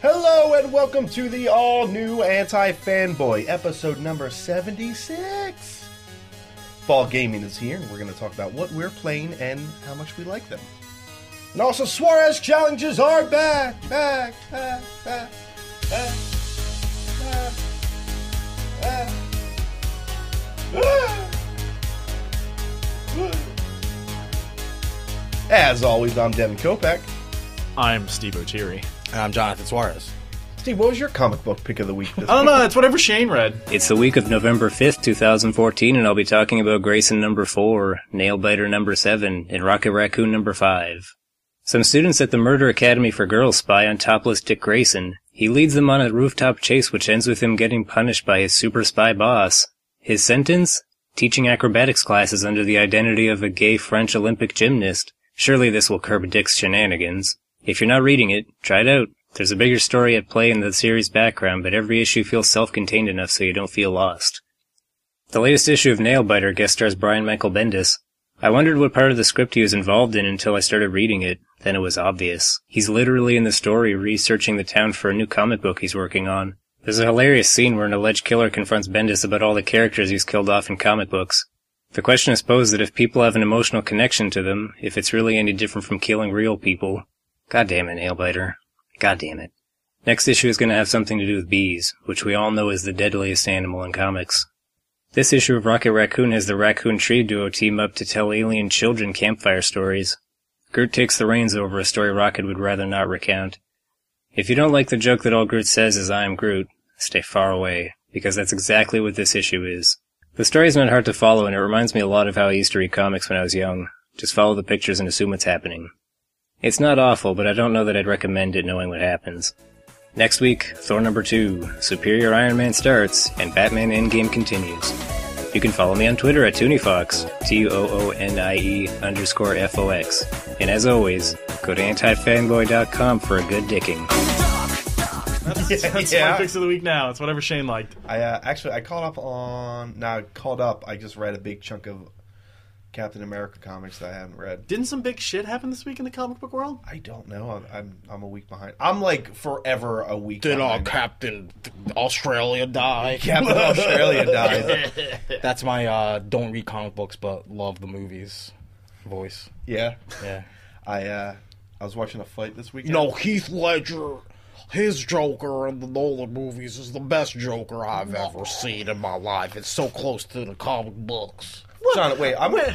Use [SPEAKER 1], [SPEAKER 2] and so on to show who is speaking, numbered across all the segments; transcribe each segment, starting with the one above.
[SPEAKER 1] Hello and welcome to the all new Anti Fanboy, episode number 76. Fall Gaming is here, and we're going to talk about what we're playing and how much we like them. And also, Suarez challenges are back, back, back, back, back, back, back. Ah. Ah. As always, I'm Devin Kopeck.
[SPEAKER 2] I'm Steve O'Teary.
[SPEAKER 3] And I'm Jonathan Suarez.
[SPEAKER 1] Steve, what was your comic book pick of the week? This
[SPEAKER 2] I don't know. It's whatever Shane read.
[SPEAKER 4] It's the week of November 5th, 2014, and I'll be talking about Grayson number 4, Nailbiter number 7, and Rocket Raccoon number 5. Some students at the Murder Academy for Girls spy on topless Dick Grayson. He leads them on a rooftop chase which ends with him getting punished by his super spy boss. His sentence? Teaching acrobatics classes under the identity of a gay French Olympic gymnast. Surely this will curb Dick's shenanigans. If you're not reading it, try it out. There's a bigger story at play in the series background, but every issue feels self-contained enough so you don't feel lost. The latest issue of Nailbiter guest stars Brian Michael Bendis. I wondered what part of the script he was involved in until I started reading it. Then it was obvious. He's literally in the story researching the town for a new comic book he's working on. There's a hilarious scene where an alleged killer confronts Bendis about all the characters he's killed off in comic books. The question is posed that if people have an emotional connection to them, if it's really any different from killing real people. God damn it, Nailbiter. God damn it. Next issue is going to have something to do with bees, which we all know is the deadliest animal in comics. This issue of Rocket Raccoon has the Raccoon Tree duo team up to tell alien children campfire stories. Groot takes the reins over a story Rocket would rather not recount. If you don't like the joke that all Groot says is I am Groot, stay far away, because that's exactly what this issue is. The story's not hard to follow and it reminds me a lot of how I used to read comics when I was young. Just follow the pictures and assume what's happening. It's not awful, but I don't know that I'd recommend it knowing what happens. Next week, Thor number 2, Superior Iron Man starts, and Batman Endgame continues. You can follow me on Twitter at ToonieFox, T-O-O-N-I-E E underscore F-O-X. And as always, go to antifanboy.com for a good dicking.
[SPEAKER 2] That's, that's
[SPEAKER 1] Yeah.
[SPEAKER 2] my picks of the week now. It's whatever Shane liked.
[SPEAKER 1] I uh, actually I caught up on. Now I caught up. I just read a big chunk of Captain America comics that I haven't read.
[SPEAKER 2] Didn't some big shit happen this week in the comic book world?
[SPEAKER 1] I don't know. I'm I'm, I'm a week behind. I'm like forever a week.
[SPEAKER 3] Did all
[SPEAKER 1] behind.
[SPEAKER 3] Captain Australia die?
[SPEAKER 1] Captain Australia died.
[SPEAKER 3] That's my uh, don't read comic books but love the movies voice.
[SPEAKER 1] Yeah,
[SPEAKER 3] Yeah.
[SPEAKER 1] I uh, I was watching a fight this weekend.
[SPEAKER 3] No, Heath Ledger, his Joker in the Nolan movies is the best Joker I've ever seen in my life. It's so close to the comic books.
[SPEAKER 1] John, wait. I'm
[SPEAKER 2] Wait, eh,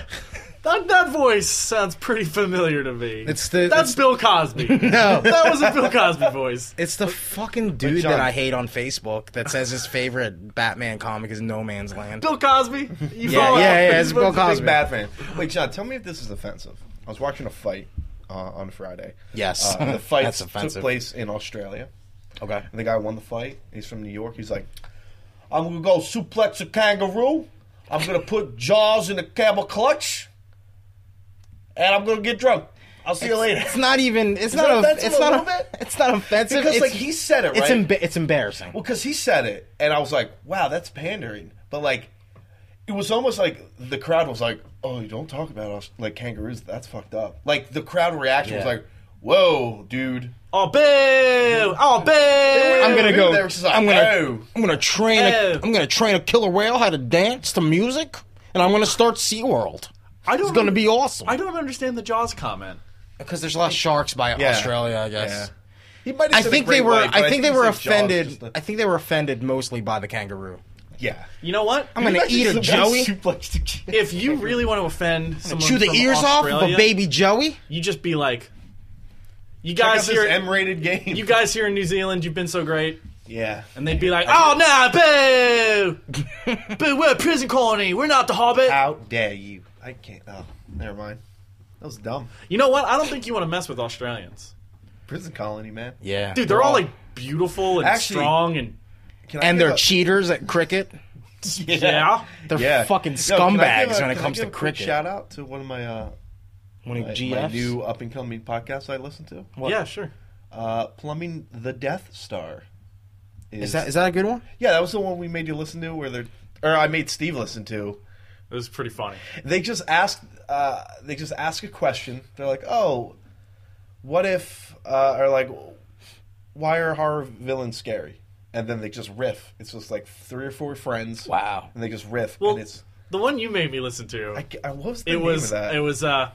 [SPEAKER 2] that, that voice sounds pretty familiar to me.
[SPEAKER 5] It's the
[SPEAKER 2] that's
[SPEAKER 5] it's,
[SPEAKER 2] Bill Cosby. no, that was a Bill Cosby voice.
[SPEAKER 5] it's the fucking dude
[SPEAKER 1] John-
[SPEAKER 5] that I hate on Facebook that says his favorite Batman comic is No Man's Land.
[SPEAKER 2] Bill Cosby. You
[SPEAKER 5] Yeah,
[SPEAKER 2] fall
[SPEAKER 5] yeah,
[SPEAKER 2] out.
[SPEAKER 5] yeah, it's Bill
[SPEAKER 2] What's the
[SPEAKER 5] Cosby.
[SPEAKER 1] big
[SPEAKER 2] thing?
[SPEAKER 1] bad fan. Wait, John, tell me if this is offensive. I was watching a fight uh, on Friday.
[SPEAKER 5] Yes.
[SPEAKER 1] Uh, the fight
[SPEAKER 5] That's
[SPEAKER 1] took
[SPEAKER 5] offensive.
[SPEAKER 1] place in Australia.
[SPEAKER 5] Okay.
[SPEAKER 1] And the guy won the fight. He's from New York. He's like, I'm gonna go suplex a kangaroo. I'm gonna put jaws in a camel clutch, and I'm gonna get drunk. I'll see you later.
[SPEAKER 5] It's not even. It's
[SPEAKER 1] that
[SPEAKER 5] not. A,
[SPEAKER 1] offensive
[SPEAKER 5] it's
[SPEAKER 1] a
[SPEAKER 5] not.
[SPEAKER 1] little
[SPEAKER 5] A,
[SPEAKER 1] bit?
[SPEAKER 5] it's not offensive.
[SPEAKER 1] Because
[SPEAKER 5] it's,
[SPEAKER 1] like he said it, right?
[SPEAKER 5] it's, emba- it's embarrassing.
[SPEAKER 1] Well, because he said it, and I was like, "Wow, that's pandering." But like, it was almost like the crowd was like, "Oh, you don't talk about us like kangaroos. That's fucked up." Like the crowd reaction was
[SPEAKER 5] Yeah.
[SPEAKER 1] like, "Whoa, dude!"
[SPEAKER 2] Oh, boo! Oh, boo!
[SPEAKER 5] I'm gonna
[SPEAKER 1] They
[SPEAKER 5] go.
[SPEAKER 1] were just like,
[SPEAKER 5] I'm gonna.
[SPEAKER 1] "Oh."
[SPEAKER 5] I'm gonna train. A,
[SPEAKER 2] Oh.
[SPEAKER 5] I'm gonna train a killer whale how to dance to music, and I'm gonna start SeaWorld.
[SPEAKER 2] I don't.
[SPEAKER 5] It's gonna be awesome.
[SPEAKER 2] I don't understand the Jaws comment.
[SPEAKER 5] Because there's a lot of sharks by
[SPEAKER 1] Yeah.
[SPEAKER 5] Australia, I guess.
[SPEAKER 1] Yeah. He might.
[SPEAKER 5] I
[SPEAKER 1] Have said it
[SPEAKER 5] think they
[SPEAKER 1] Great
[SPEAKER 5] were.
[SPEAKER 1] White, but
[SPEAKER 5] I think they
[SPEAKER 1] he
[SPEAKER 5] were
[SPEAKER 1] said Jaws,
[SPEAKER 5] offended.
[SPEAKER 1] just the-
[SPEAKER 5] I think they were offended mostly by the kangaroo.
[SPEAKER 1] yeah.
[SPEAKER 2] You know what?
[SPEAKER 5] I'm gonna eat a Joey.
[SPEAKER 2] if you really want to offend someone,
[SPEAKER 5] chew the
[SPEAKER 2] from
[SPEAKER 5] ears off of
[SPEAKER 2] Australia,
[SPEAKER 5] a baby Joey.
[SPEAKER 2] you just be like, you
[SPEAKER 1] Guys,
[SPEAKER 2] guys
[SPEAKER 1] this
[SPEAKER 2] here,
[SPEAKER 1] M-rated game.
[SPEAKER 2] you guys here in New Zealand, you've been so great,
[SPEAKER 1] yeah.
[SPEAKER 2] and they'd be like, oh no, boo, boo, we're a prison colony, we're not the Hobbit.
[SPEAKER 1] How dare you? I can't. Oh, never mind. That was dumb.
[SPEAKER 2] You know what? I don't think you want to mess with Australians,
[SPEAKER 1] Prison colony, man.
[SPEAKER 5] Yeah,
[SPEAKER 2] dude. They're all like beautiful and
[SPEAKER 1] Actually-
[SPEAKER 2] strong and
[SPEAKER 1] Can I
[SPEAKER 5] and
[SPEAKER 1] give
[SPEAKER 5] they're
[SPEAKER 1] a-
[SPEAKER 5] cheaters at cricket.
[SPEAKER 2] yeah.
[SPEAKER 5] They're
[SPEAKER 1] Yeah.
[SPEAKER 5] fucking
[SPEAKER 1] No, can I
[SPEAKER 5] scumbags
[SPEAKER 1] give a-
[SPEAKER 5] when it
[SPEAKER 1] can I
[SPEAKER 5] comes
[SPEAKER 1] give
[SPEAKER 5] to
[SPEAKER 1] a quick
[SPEAKER 5] cricket.
[SPEAKER 1] Shout out to one of my uh,
[SPEAKER 5] When it
[SPEAKER 1] my, my
[SPEAKER 5] GFs.
[SPEAKER 1] new up and coming podcasts I listen to.
[SPEAKER 2] Yeah, sure.
[SPEAKER 1] Uh, Plumbing the Death Star.
[SPEAKER 5] is that is that a good one?
[SPEAKER 1] yeah? That was the one we made you listen to, where they're or I made Steve listen to.
[SPEAKER 2] It was pretty funny.
[SPEAKER 1] They just ask. Uh, they just ask a question. They're like, "Oh, what if?" Uh, or like, why are horror villains scary? And then they just riff. It's just like three or four friends.
[SPEAKER 5] Wow.
[SPEAKER 1] And they just riff.
[SPEAKER 2] Well,
[SPEAKER 1] and it's
[SPEAKER 2] the one you made me listen to.
[SPEAKER 1] I, I- what was the
[SPEAKER 2] it
[SPEAKER 1] name
[SPEAKER 2] was
[SPEAKER 1] of that?
[SPEAKER 2] it was uh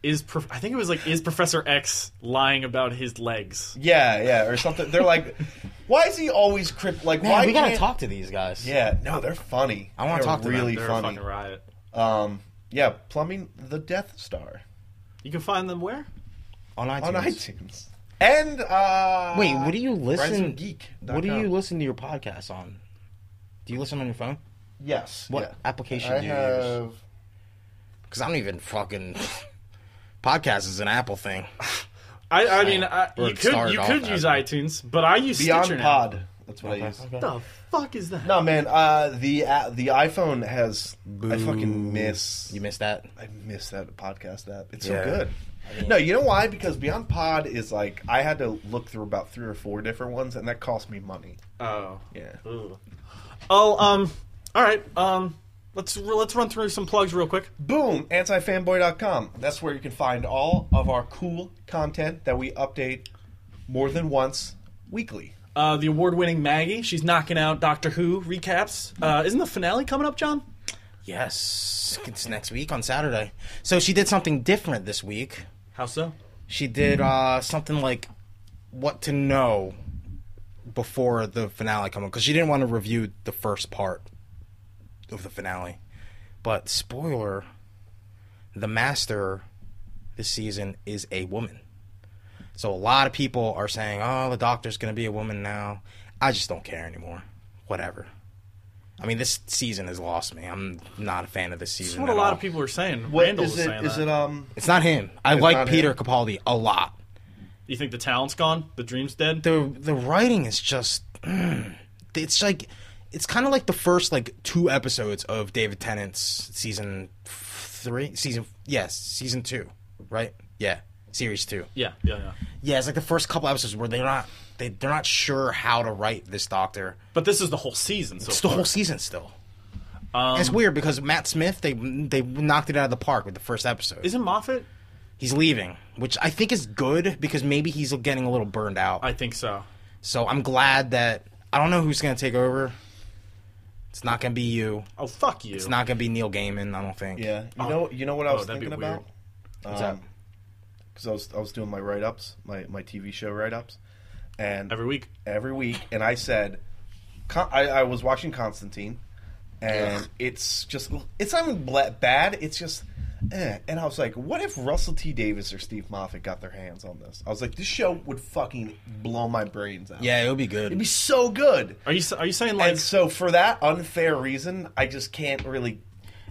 [SPEAKER 2] is Prof- I think it was like is Professor X lying about his legs?
[SPEAKER 1] yeah, yeah, or something. They're like, why is he always crypt? Like,
[SPEAKER 5] Man,
[SPEAKER 1] why
[SPEAKER 5] we gotta
[SPEAKER 1] can't-
[SPEAKER 5] talk to these guys.
[SPEAKER 1] Yeah, no, they're funny. I
[SPEAKER 5] wanna talk to them.
[SPEAKER 1] really
[SPEAKER 2] They're a
[SPEAKER 1] funny.
[SPEAKER 2] fucking riot.
[SPEAKER 1] Um, yeah, plumbing the Death Star
[SPEAKER 2] You can find them where?
[SPEAKER 5] On iTunes.
[SPEAKER 1] on iTunes. And uh,
[SPEAKER 5] Wait, what do you listen?
[SPEAKER 1] RiseFromGeek.com.
[SPEAKER 5] What do you listen to your podcast on? Do you listen on your phone?
[SPEAKER 1] Yes.
[SPEAKER 5] What
[SPEAKER 1] yeah.
[SPEAKER 5] application
[SPEAKER 1] I
[SPEAKER 5] do you use?
[SPEAKER 1] have.
[SPEAKER 5] Because I'm even fucking. Podcast is an Apple thing.
[SPEAKER 2] I, I mean, I,
[SPEAKER 5] Or
[SPEAKER 2] you
[SPEAKER 5] it
[SPEAKER 2] could
[SPEAKER 5] started
[SPEAKER 2] you
[SPEAKER 5] off
[SPEAKER 2] could
[SPEAKER 5] as-
[SPEAKER 2] use iTunes, but I use
[SPEAKER 1] Beyond
[SPEAKER 2] Stitcher now.
[SPEAKER 1] Pod. That's what I use.
[SPEAKER 2] What the fuck is that?
[SPEAKER 1] No, man. Uh, the uh, the iPhone has. I fucking miss.
[SPEAKER 5] You missed that?
[SPEAKER 1] I miss that podcast app. It's
[SPEAKER 5] Yeah.
[SPEAKER 1] so good. No, you know why? Because Beyond Pod is like I had to look through about three or four different ones, and that cost me money.
[SPEAKER 2] Oh.
[SPEAKER 1] Yeah.
[SPEAKER 2] Ooh. Oh, um all right. Um let's let's run through some plugs real quick.
[SPEAKER 1] Boom! Antifanboy.com. That's where you can find all of our cool content that we update more than once weekly.
[SPEAKER 2] Uh, the award-winning Maggie, she's knocking out Doctor Who recaps. Uh, isn't the finale coming up, John?
[SPEAKER 5] Yes. It's next week on Saturday. So she did something different this week.
[SPEAKER 2] How so?
[SPEAKER 5] She did uh, something like what to know before the finale coming because she didn't want to review the first part of the finale. But spoiler: the master this season is a woman. So a lot of people are saying, "Oh, the doctor's going to be a woman now." I just don't care anymore. Whatever. I mean, this season has lost me. I'm not a fan of this season.
[SPEAKER 2] That's what a
[SPEAKER 5] at
[SPEAKER 2] lot
[SPEAKER 5] all.
[SPEAKER 2] of people are saying.
[SPEAKER 1] What
[SPEAKER 2] Randall
[SPEAKER 1] is
[SPEAKER 2] was saying
[SPEAKER 1] it? Is
[SPEAKER 2] that.
[SPEAKER 1] it um?
[SPEAKER 5] It's not him. I
[SPEAKER 1] not
[SPEAKER 5] like
[SPEAKER 1] him.
[SPEAKER 5] Peter Capaldi a lot.
[SPEAKER 2] You think the talent's gone? The dream's dead?
[SPEAKER 5] the the writing is just mm, it's like it's kind of like the first like two episodes of David Tennant's season f- three season yes season two right yeah series two
[SPEAKER 2] Yeah, yeah, yeah.
[SPEAKER 5] yeah it's like the first couple episodes where they're not they they're not sure how to write this doctor
[SPEAKER 2] But this is the whole season. So
[SPEAKER 5] it's the whole season still. it's weird because Matt Smith they they knocked it out of the park with the first episode.
[SPEAKER 2] isn't Moffat?
[SPEAKER 5] He's leaving, which I think is good because maybe he's getting a little burned out.
[SPEAKER 2] I think so.
[SPEAKER 5] So I'm glad that I don't know who's going to take over. It's not going to be you.
[SPEAKER 2] Oh fuck you!
[SPEAKER 5] It's not going to be Neil Gaiman, I don't think.
[SPEAKER 1] Yeah. um, You know. You know what I
[SPEAKER 2] Oh,
[SPEAKER 1] was
[SPEAKER 2] that'd be
[SPEAKER 1] thinking
[SPEAKER 2] weird.
[SPEAKER 1] about?
[SPEAKER 5] What's that?
[SPEAKER 1] because I was I was doing my write ups, my my TV show write ups, and
[SPEAKER 2] every week.
[SPEAKER 1] every week, and I said, Con- I, I was watching Constantine, and it's just it's not even bla- bad. It's just, eh. and I was like, what if Russell T Davis or Steve Moffat got their hands on this? I was like, this show would fucking blow my brains out.
[SPEAKER 5] Yeah, it'll be
[SPEAKER 1] it'd be
[SPEAKER 5] good.
[SPEAKER 1] so good.
[SPEAKER 2] Are you s- are you saying like
[SPEAKER 1] And so for that unfair reason, I just can't really.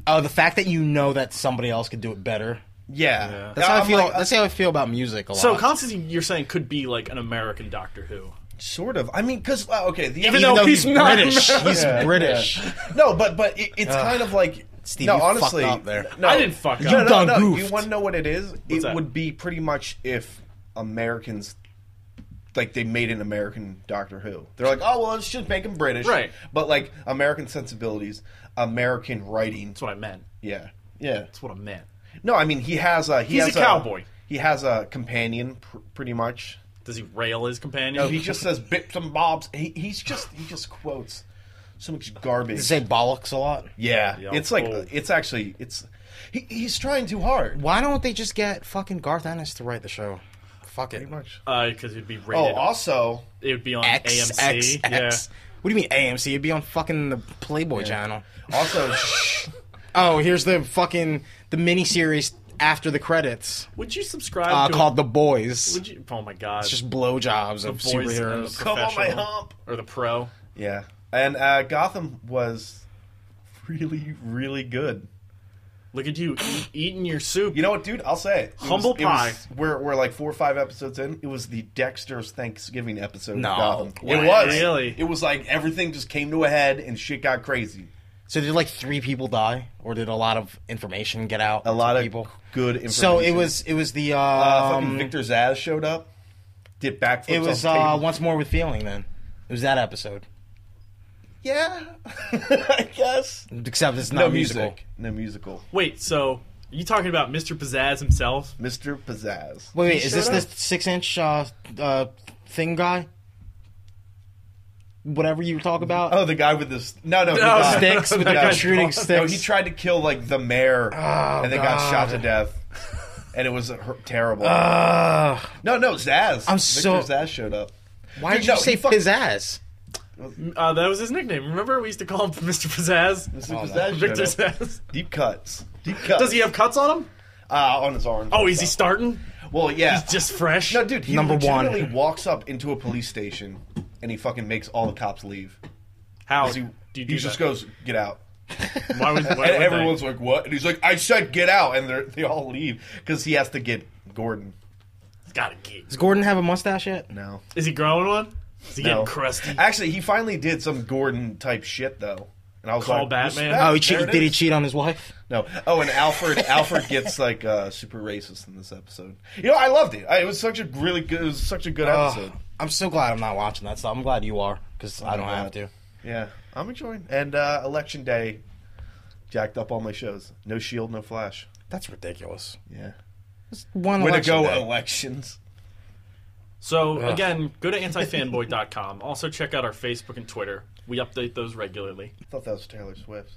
[SPEAKER 5] Oh, the fact that you know that somebody else could do it better.
[SPEAKER 1] Yeah,
[SPEAKER 5] That's how
[SPEAKER 1] I'm
[SPEAKER 5] I feel.
[SPEAKER 1] like, uh,
[SPEAKER 5] that's how I feel about music a lot.
[SPEAKER 2] so? Constantine, you're saying could be like an American Doctor Who.
[SPEAKER 1] sort of. I mean, because okay, the
[SPEAKER 2] Even though he's not-
[SPEAKER 5] British. He's
[SPEAKER 1] Yeah,
[SPEAKER 5] British.
[SPEAKER 1] No, but but it, it's kind of like
[SPEAKER 5] Steve,
[SPEAKER 1] no,
[SPEAKER 5] you fucked
[SPEAKER 1] honestly,
[SPEAKER 5] up there.
[SPEAKER 1] No,
[SPEAKER 2] I didn't fuck
[SPEAKER 1] no,
[SPEAKER 2] up.
[SPEAKER 1] no,
[SPEAKER 5] done
[SPEAKER 1] no, You
[SPEAKER 5] goofed.
[SPEAKER 1] want to know what it is? it
[SPEAKER 2] that?
[SPEAKER 1] would be pretty much if Americans. Like they made an American Doctor Who. They're like, oh well, let's just make him British,
[SPEAKER 2] Right.
[SPEAKER 1] But like American sensibilities, American writing.
[SPEAKER 2] That's what I meant.
[SPEAKER 1] Yeah, yeah.
[SPEAKER 2] That's what I meant.
[SPEAKER 1] No, I mean he has a he
[SPEAKER 2] He's
[SPEAKER 1] has
[SPEAKER 2] a cowboy.
[SPEAKER 1] He has a companion, pr- pretty much.
[SPEAKER 2] Does he rail his companion?
[SPEAKER 1] No, he just says bips and bobs. He, he's just he just quotes so much garbage.
[SPEAKER 5] They say bollocks a lot.
[SPEAKER 1] Yeah,
[SPEAKER 2] Yeah,
[SPEAKER 1] it's like
[SPEAKER 2] oh.
[SPEAKER 1] it's actually it's he, he's trying too hard.
[SPEAKER 5] Why don't they just get fucking Garth Ennis to write the show? Fuck it.
[SPEAKER 1] Much. Um,
[SPEAKER 2] because Uh, it'd be rated.
[SPEAKER 1] Oh, also,
[SPEAKER 2] It would be on
[SPEAKER 5] X,
[SPEAKER 2] AMC.
[SPEAKER 5] X,
[SPEAKER 2] yeah.
[SPEAKER 5] X. What do you mean AMC? It'd be on fucking the Playboy channel.
[SPEAKER 1] also, shh,
[SPEAKER 5] Oh, here's the fucking the miniseries after the credits
[SPEAKER 2] Would you subscribe?
[SPEAKER 5] uh,
[SPEAKER 2] to
[SPEAKER 5] called The Boys.
[SPEAKER 2] Would you? Oh my god!
[SPEAKER 5] It's just blowjobs of
[SPEAKER 2] boys and the
[SPEAKER 5] superheroes.
[SPEAKER 1] come on my
[SPEAKER 2] professional
[SPEAKER 1] hump.
[SPEAKER 2] or the pro.
[SPEAKER 1] Yeah, and uh, Gotham was really, really good.
[SPEAKER 2] Look at you eat, eating your soup.
[SPEAKER 1] You know what, dude? I'll say it. It was-
[SPEAKER 2] Humble
[SPEAKER 1] it was-
[SPEAKER 2] pie.
[SPEAKER 1] we're we're like four or five episodes in. It was the Dexter's Thanksgiving episode.
[SPEAKER 5] No.
[SPEAKER 1] of Gotham.
[SPEAKER 5] Wow.
[SPEAKER 1] It was
[SPEAKER 2] Really?
[SPEAKER 1] It was like everything just came to a head and shit got crazy.
[SPEAKER 5] So did like three people die, or did a lot of information get out?
[SPEAKER 1] A lot
[SPEAKER 5] to
[SPEAKER 1] of
[SPEAKER 5] people.
[SPEAKER 1] good. Information.
[SPEAKER 5] So it was it was the um,
[SPEAKER 1] uh, fucking Victor Zaz showed up. Did backflips.
[SPEAKER 5] it was
[SPEAKER 1] off the
[SPEAKER 5] uh,
[SPEAKER 1] table.
[SPEAKER 5] once more with feeling. Then it was that episode.
[SPEAKER 1] Yeah, I guess.
[SPEAKER 5] Except it's not
[SPEAKER 1] No
[SPEAKER 5] musical.
[SPEAKER 1] music. No musical.
[SPEAKER 2] Wait, so are you talking about Mr. Pizzazz himself?
[SPEAKER 1] Mr. Pizzazz.
[SPEAKER 5] Wait,
[SPEAKER 1] He
[SPEAKER 5] wait, is this
[SPEAKER 1] showed
[SPEAKER 5] the
[SPEAKER 1] up.
[SPEAKER 5] six inch uh, uh, thing guy? Whatever you talk about? Uh,
[SPEAKER 1] Oh, the guy with the st- no, no, he
[SPEAKER 2] No,
[SPEAKER 1] died.
[SPEAKER 5] sticks with the
[SPEAKER 1] No,
[SPEAKER 5] shooting
[SPEAKER 1] No,
[SPEAKER 5] sticks.
[SPEAKER 1] he tried to kill like the mayor, and then got shot to death, and it was uh, her- terrible.
[SPEAKER 5] Ugh.
[SPEAKER 1] no, no, Zaz. Victor
[SPEAKER 5] I'm so-
[SPEAKER 1] Zaz showed up.
[SPEAKER 5] why
[SPEAKER 1] Dude,
[SPEAKER 5] did
[SPEAKER 1] no,
[SPEAKER 5] you say
[SPEAKER 1] he fuck-
[SPEAKER 5] his ass?
[SPEAKER 2] Uh, that was his nickname. Remember, we used to call him Mr. Pizzazz.
[SPEAKER 1] Victor Zaz showed
[SPEAKER 2] Victor
[SPEAKER 1] up.
[SPEAKER 2] Pizzazz.
[SPEAKER 1] Deep cuts. Deep cuts.
[SPEAKER 2] Does he have cuts on him?
[SPEAKER 1] uh, on his arm?
[SPEAKER 2] Oh, is he starting?
[SPEAKER 1] Well, yeah.
[SPEAKER 2] He's just fresh.
[SPEAKER 1] no, dude. He
[SPEAKER 5] Number one.
[SPEAKER 1] legitimately walks up into a police station, and he fucking makes all the cops leave.
[SPEAKER 2] How
[SPEAKER 1] 'Cause He,
[SPEAKER 2] do you do
[SPEAKER 1] he just
[SPEAKER 2] that?
[SPEAKER 1] goes, "Get out."
[SPEAKER 2] Why would, why
[SPEAKER 1] and
[SPEAKER 2] would
[SPEAKER 1] everyone's like, "What?" And he's like, "I said get out," and they they all leave because he has to get Gordon
[SPEAKER 2] they? Gotta get.
[SPEAKER 5] Does Gordon have a mustache yet?
[SPEAKER 1] now.
[SPEAKER 2] Is he growing one? Is he
[SPEAKER 1] No.
[SPEAKER 2] getting crusty?
[SPEAKER 1] Actually, he finally did some Gordon type shit though, and I was
[SPEAKER 2] Call
[SPEAKER 1] like,
[SPEAKER 2] Batman?
[SPEAKER 1] "Respect,
[SPEAKER 5] Oh, he
[SPEAKER 1] there
[SPEAKER 5] cheated.
[SPEAKER 1] it
[SPEAKER 5] Did he
[SPEAKER 1] is."
[SPEAKER 5] cheat on his wife?
[SPEAKER 1] No. Oh, and Alfred. Alfred gets like uh, super racist in this episode. You know, I loved it. I, it was such a really good. It was such a good episode.
[SPEAKER 5] Ugh. I'm so glad I'm not watching that stuff. I'm glad you are because I don't
[SPEAKER 1] glad.
[SPEAKER 5] have to.
[SPEAKER 1] Yeah, I'm enjoying. And uh, election day, jacked up all my shows. No Shield, E no Flash.
[SPEAKER 5] That's ridiculous.
[SPEAKER 1] Yeah.
[SPEAKER 5] It's one
[SPEAKER 1] Way to
[SPEAKER 5] election
[SPEAKER 1] go,
[SPEAKER 5] day.
[SPEAKER 1] elections.
[SPEAKER 2] So again, go to antifanboy.com. Also check out our Facebook and Twitter. We update those regularly.
[SPEAKER 1] I thought that was Taylor Swift.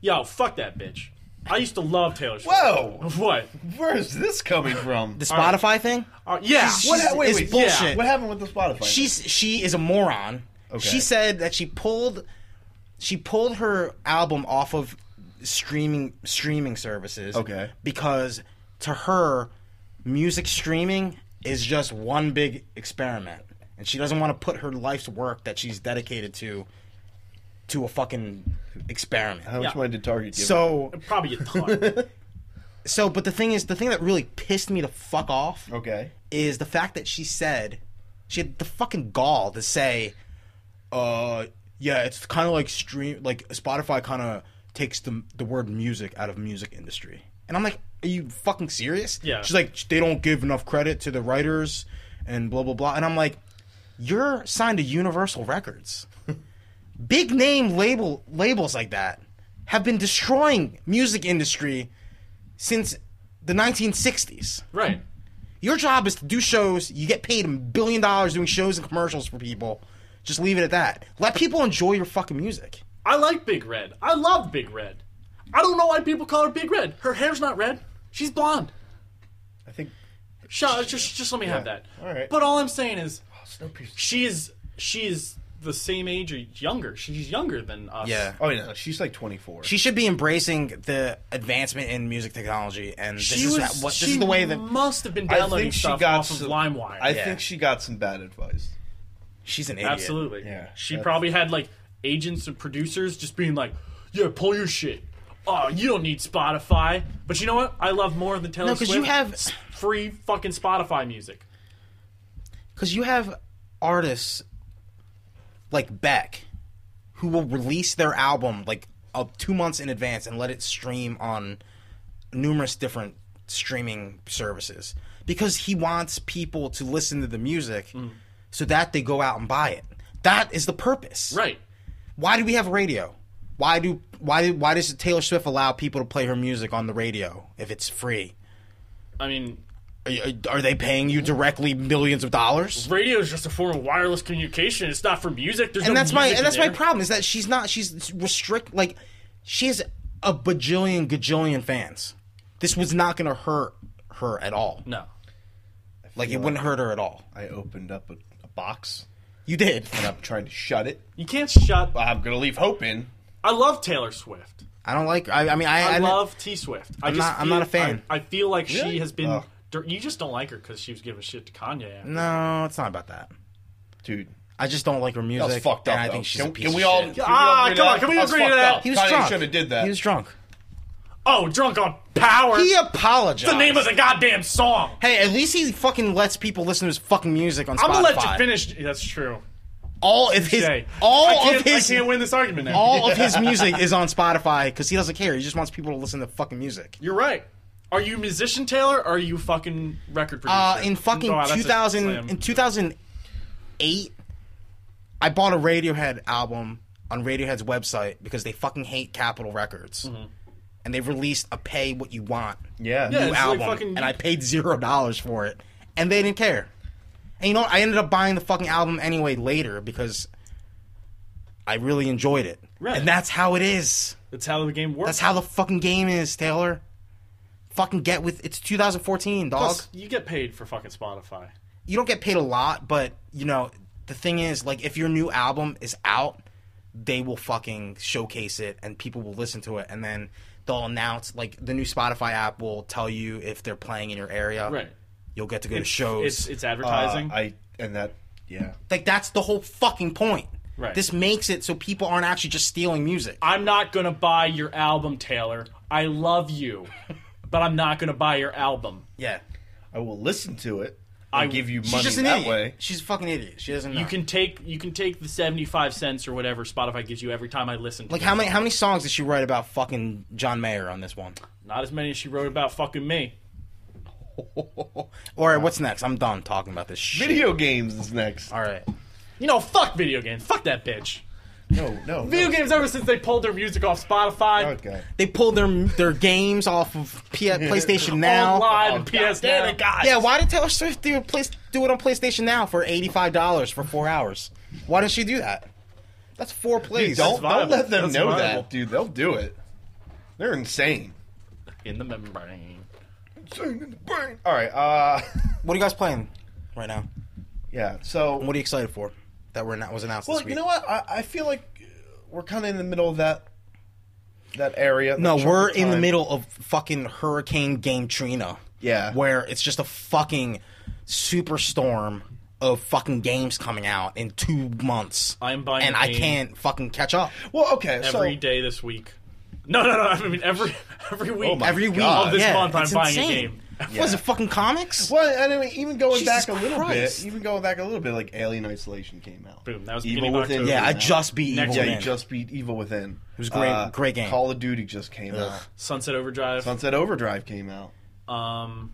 [SPEAKER 2] Yo, fuck that bitch. I used to love Taylor Swift.
[SPEAKER 1] Whoa!
[SPEAKER 2] What?
[SPEAKER 1] Where is this coming from?
[SPEAKER 5] The Spotify thing.
[SPEAKER 2] Uh, yeah.
[SPEAKER 1] What
[SPEAKER 5] She's-
[SPEAKER 1] ha- wait,
[SPEAKER 5] it's
[SPEAKER 1] wait,
[SPEAKER 5] bullshit.
[SPEAKER 1] What happened with the Spotify?
[SPEAKER 5] She's she is a moron.
[SPEAKER 1] Okay.
[SPEAKER 5] She said that she pulled she pulled her album off of streaming streaming services.
[SPEAKER 1] Okay.
[SPEAKER 5] Because to her, music streaming is just one big experiment. And she doesn't want to put her life's work that she's dedicated to to a fucking experiment.
[SPEAKER 1] How much
[SPEAKER 2] Yeah.
[SPEAKER 1] money did Target give? her?
[SPEAKER 5] So
[SPEAKER 2] Probably a ton.
[SPEAKER 5] so but the thing is the thing that really pissed me the fuck off
[SPEAKER 1] okay.
[SPEAKER 5] is the fact that she said she had the fucking gall to say, "Uh, yeah, it's kind of like stream, like Spotify kind of takes the the word music out of music industry." And I'm like, "Are you fucking serious?"
[SPEAKER 2] Yeah.
[SPEAKER 5] She's like, "They don't give enough credit to the writers and blah blah blah." And I'm like, "You're signed to Universal Records. Big name label labels like that have been destroying music industry since the 1960s."
[SPEAKER 2] right.
[SPEAKER 5] Your job is to do shows. You get paid a billion dollars doing shows and commercials for people. Just leave it at that. Let people enjoy your fucking music.
[SPEAKER 2] I like Big Red. I love Big Red. I don't know why people call her Big Red. Her hair's not red. She's blonde.
[SPEAKER 1] I think
[SPEAKER 2] Shut, just, just let me have that.
[SPEAKER 1] All right.
[SPEAKER 2] But all I'm saying is,
[SPEAKER 1] Snowpiercer.
[SPEAKER 2] she is she is the same age or younger. She's younger than us.
[SPEAKER 1] Oh yeah, she's like 24.
[SPEAKER 5] Uh, She should be embracing the advancement in music technology, and this,
[SPEAKER 2] She
[SPEAKER 5] is,
[SPEAKER 2] was.
[SPEAKER 5] what, this
[SPEAKER 2] she
[SPEAKER 5] is the way that
[SPEAKER 2] must have been
[SPEAKER 1] I
[SPEAKER 2] downloading
[SPEAKER 1] think she
[SPEAKER 2] stuff
[SPEAKER 1] got
[SPEAKER 2] off
[SPEAKER 1] some-
[SPEAKER 2] of LimeWire.
[SPEAKER 1] I
[SPEAKER 5] Yeah.
[SPEAKER 1] think she got some bad advice.
[SPEAKER 5] she's an idiot.
[SPEAKER 2] Absolutely.
[SPEAKER 1] Yeah,
[SPEAKER 2] She
[SPEAKER 1] that's-
[SPEAKER 2] probably had like agents and producers just being like, "Yeah, pull your shit. Oh, you don't need Spotify." But you know what? I love more than Taylor
[SPEAKER 5] No, 'cause
[SPEAKER 2] Swift.
[SPEAKER 5] you have-
[SPEAKER 2] s- free fucking Spotify music.
[SPEAKER 5] Because you have artists like Beck who will release their album like up two months in advance and let it stream on numerous different streaming services because he wants people to listen to the music so that they go out and buy it. That is the purpose.
[SPEAKER 2] Right.
[SPEAKER 5] Why do we have radio? Why do why do, why does Taylor Swift allow people to play her music on the radio if it's free?
[SPEAKER 2] I mean,
[SPEAKER 5] Are, are they paying you directly millions of dollars?
[SPEAKER 2] radio is just a form of wireless communication. It's not for music. There's
[SPEAKER 5] and
[SPEAKER 2] no
[SPEAKER 5] that's my
[SPEAKER 2] music
[SPEAKER 5] and that's
[SPEAKER 2] in
[SPEAKER 5] my
[SPEAKER 2] there.
[SPEAKER 5] problem is that she's not she's restrict like she has a bajillion gajillion fans. This was not going to hurt her at all.
[SPEAKER 2] No.
[SPEAKER 5] Like it wouldn't hurt her at all.
[SPEAKER 1] I opened up a, a box
[SPEAKER 5] You did.
[SPEAKER 1] and I'm trying to shut it.
[SPEAKER 2] You can't shut.
[SPEAKER 1] I'm gonna leave hope in.
[SPEAKER 2] I love Taylor Swift.
[SPEAKER 5] I don't like. I, I mean, I,
[SPEAKER 2] I,
[SPEAKER 5] I love.
[SPEAKER 2] love T Swift. I
[SPEAKER 5] I'm
[SPEAKER 2] just
[SPEAKER 5] not-
[SPEAKER 2] feel,
[SPEAKER 5] I'm not a fan.
[SPEAKER 2] I, I feel like
[SPEAKER 1] Really?
[SPEAKER 2] she has been.
[SPEAKER 1] Oh.
[SPEAKER 2] dir- You just don't like her because she was giving shit to Kanye. after.
[SPEAKER 5] No, it's not about that.
[SPEAKER 1] Dude,
[SPEAKER 5] I just don't like her
[SPEAKER 1] that
[SPEAKER 5] music.
[SPEAKER 1] was fucked up.
[SPEAKER 5] and I
[SPEAKER 1] though.
[SPEAKER 5] think she's
[SPEAKER 1] can,
[SPEAKER 5] a piece
[SPEAKER 1] can
[SPEAKER 5] of
[SPEAKER 1] we all,
[SPEAKER 5] shit.
[SPEAKER 1] can
[SPEAKER 2] Ah,
[SPEAKER 1] we all agree to that?
[SPEAKER 2] come on, can we
[SPEAKER 1] I was
[SPEAKER 2] agree to
[SPEAKER 1] fucked
[SPEAKER 2] that?
[SPEAKER 1] up.
[SPEAKER 5] He was
[SPEAKER 1] Kanye
[SPEAKER 5] drunk.
[SPEAKER 1] should have did that.
[SPEAKER 5] He was drunk.
[SPEAKER 2] Oh, drunk on power.
[SPEAKER 5] He
[SPEAKER 2] the
[SPEAKER 5] apologized.
[SPEAKER 2] name of the goddamn song.
[SPEAKER 5] Hey, at least he fucking lets people listen to his fucking music on Spotify.
[SPEAKER 2] I'm gonna let you finish. That's true.
[SPEAKER 5] All of his,
[SPEAKER 2] Jay. I
[SPEAKER 5] all
[SPEAKER 2] can't,
[SPEAKER 5] of his,
[SPEAKER 2] I can't win this argument now.
[SPEAKER 5] all of his music is on Spotify because he doesn't care. He just wants people to listen to fucking music.
[SPEAKER 2] You're right. Are you musician Taylor? or Are you fucking record producer?
[SPEAKER 5] Uh, in fucking
[SPEAKER 2] Oh, wow, that's a
[SPEAKER 5] 2000
[SPEAKER 2] slam.
[SPEAKER 5] in 2008 I bought a Radiohead album on Radiohead's website because they fucking hate Capitol Records. And they released a pay what you want
[SPEAKER 1] Yeah.
[SPEAKER 2] Mm-hmm.
[SPEAKER 1] Uh,
[SPEAKER 2] Yeah.
[SPEAKER 5] new
[SPEAKER 2] it's like
[SPEAKER 5] album
[SPEAKER 2] fucking-
[SPEAKER 5] and I paid 0 dollars for it and they didn't care. And you know what? I ended up buying the fucking album anyway later because I really enjoyed it.
[SPEAKER 2] Right.
[SPEAKER 5] And that's how it is.
[SPEAKER 2] That's how the game works.
[SPEAKER 5] That's how the fucking game is, Taylor. Fucking get with it's 2014, dog.
[SPEAKER 2] Plus, you get paid for fucking Spotify.
[SPEAKER 5] you don't get paid a lot, but you know, the thing is, like, if your new album is out, they will fucking showcase it and people will listen to it, and then they'll announce like the new Spotify app will tell you if they're playing in your area.
[SPEAKER 2] Right.
[SPEAKER 5] You'll get to go to
[SPEAKER 2] It's
[SPEAKER 5] shows.
[SPEAKER 2] it's advertising.
[SPEAKER 1] Uh, I and that yeah.
[SPEAKER 5] like that's the whole fucking point.
[SPEAKER 2] Right.
[SPEAKER 5] This makes it so people aren't actually just stealing music.
[SPEAKER 2] I'm not gonna buy your album, Taylor. I love you, but I'm not gonna buy your album.
[SPEAKER 5] yeah.
[SPEAKER 1] I will listen to it.
[SPEAKER 2] I-
[SPEAKER 1] I give you money
[SPEAKER 5] She's just an
[SPEAKER 1] that
[SPEAKER 5] idiot.
[SPEAKER 1] way.
[SPEAKER 5] She's a fucking idiot. She doesn't know.
[SPEAKER 2] You can take you can take the 75 cents or whatever Spotify gives you every time I listen. To
[SPEAKER 5] like
[SPEAKER 2] it.
[SPEAKER 5] how many how many songs did she write about fucking John Mayer on this one?
[SPEAKER 2] Not as many as she wrote about fucking me.
[SPEAKER 5] All right, what's next? I'm done talking about this shit.
[SPEAKER 1] Video games is next.
[SPEAKER 5] All right.
[SPEAKER 2] You know, fuck video games. Fuck that bitch.
[SPEAKER 1] No, no.
[SPEAKER 2] Video
[SPEAKER 1] no.
[SPEAKER 2] games ever since they pulled their music off Spotify,
[SPEAKER 1] Okay.
[SPEAKER 5] They pulled their their games off of P- PlayStation Now. Oh,
[SPEAKER 2] online, PS Now.
[SPEAKER 5] Yeah, why did Taylor Swift do, a place, do it on PlayStation Now for eighty five dollars for four hours? Why did she do that? That's four plays.
[SPEAKER 1] Don't don't
[SPEAKER 2] viable.
[SPEAKER 1] let them
[SPEAKER 2] That's
[SPEAKER 1] know
[SPEAKER 2] viable.
[SPEAKER 1] that, dude. They'll do it. They're insane.
[SPEAKER 2] In the membrane.
[SPEAKER 1] Insane in the brain. All right. Uh,
[SPEAKER 5] What are you guys playing right now?
[SPEAKER 1] yeah. So
[SPEAKER 5] What are you excited for? That were not was announced.
[SPEAKER 1] Well,
[SPEAKER 5] this week?
[SPEAKER 1] you know what? I, I feel like uh, we're kind of in the middle of that that area. that
[SPEAKER 5] No,
[SPEAKER 1] chunk
[SPEAKER 5] we're
[SPEAKER 1] of
[SPEAKER 5] in the
[SPEAKER 1] time.
[SPEAKER 5] middle of fucking Hurricane Game Trina.
[SPEAKER 1] Yeah.
[SPEAKER 5] Where it's just a fucking superstorm of fucking games coming out in two months.
[SPEAKER 2] I'm buying
[SPEAKER 5] and
[SPEAKER 2] a
[SPEAKER 5] I
[SPEAKER 2] game.
[SPEAKER 5] can't fucking catch up.
[SPEAKER 1] Well, okay. so
[SPEAKER 2] Every day this week. No, no, no. I mean every
[SPEAKER 5] Oh
[SPEAKER 2] every week.
[SPEAKER 1] my
[SPEAKER 5] Every week
[SPEAKER 1] God.
[SPEAKER 2] Oh of this
[SPEAKER 5] yeah,
[SPEAKER 2] month, I'm
[SPEAKER 5] it's
[SPEAKER 2] buying
[SPEAKER 5] insane.
[SPEAKER 2] a game.
[SPEAKER 5] Was it fucking comics?
[SPEAKER 1] Well, anyway, even going
[SPEAKER 5] Jesus
[SPEAKER 1] back a little
[SPEAKER 5] Christ.
[SPEAKER 1] bit, even going back a little bit, like Alien Isolation came out.
[SPEAKER 2] Boom, that was the
[SPEAKER 1] Evil
[SPEAKER 2] beginning of
[SPEAKER 1] Within.
[SPEAKER 2] October.
[SPEAKER 5] Yeah, I
[SPEAKER 1] came out.
[SPEAKER 5] just beat
[SPEAKER 2] Next
[SPEAKER 5] Evil
[SPEAKER 1] yeah, you
[SPEAKER 5] Man.
[SPEAKER 1] just beat Evil Within. It
[SPEAKER 5] was a great- great game.
[SPEAKER 1] Call of Duty just came out.
[SPEAKER 2] Sunset Overdrive.
[SPEAKER 1] Sunset Overdrive came out.
[SPEAKER 2] um,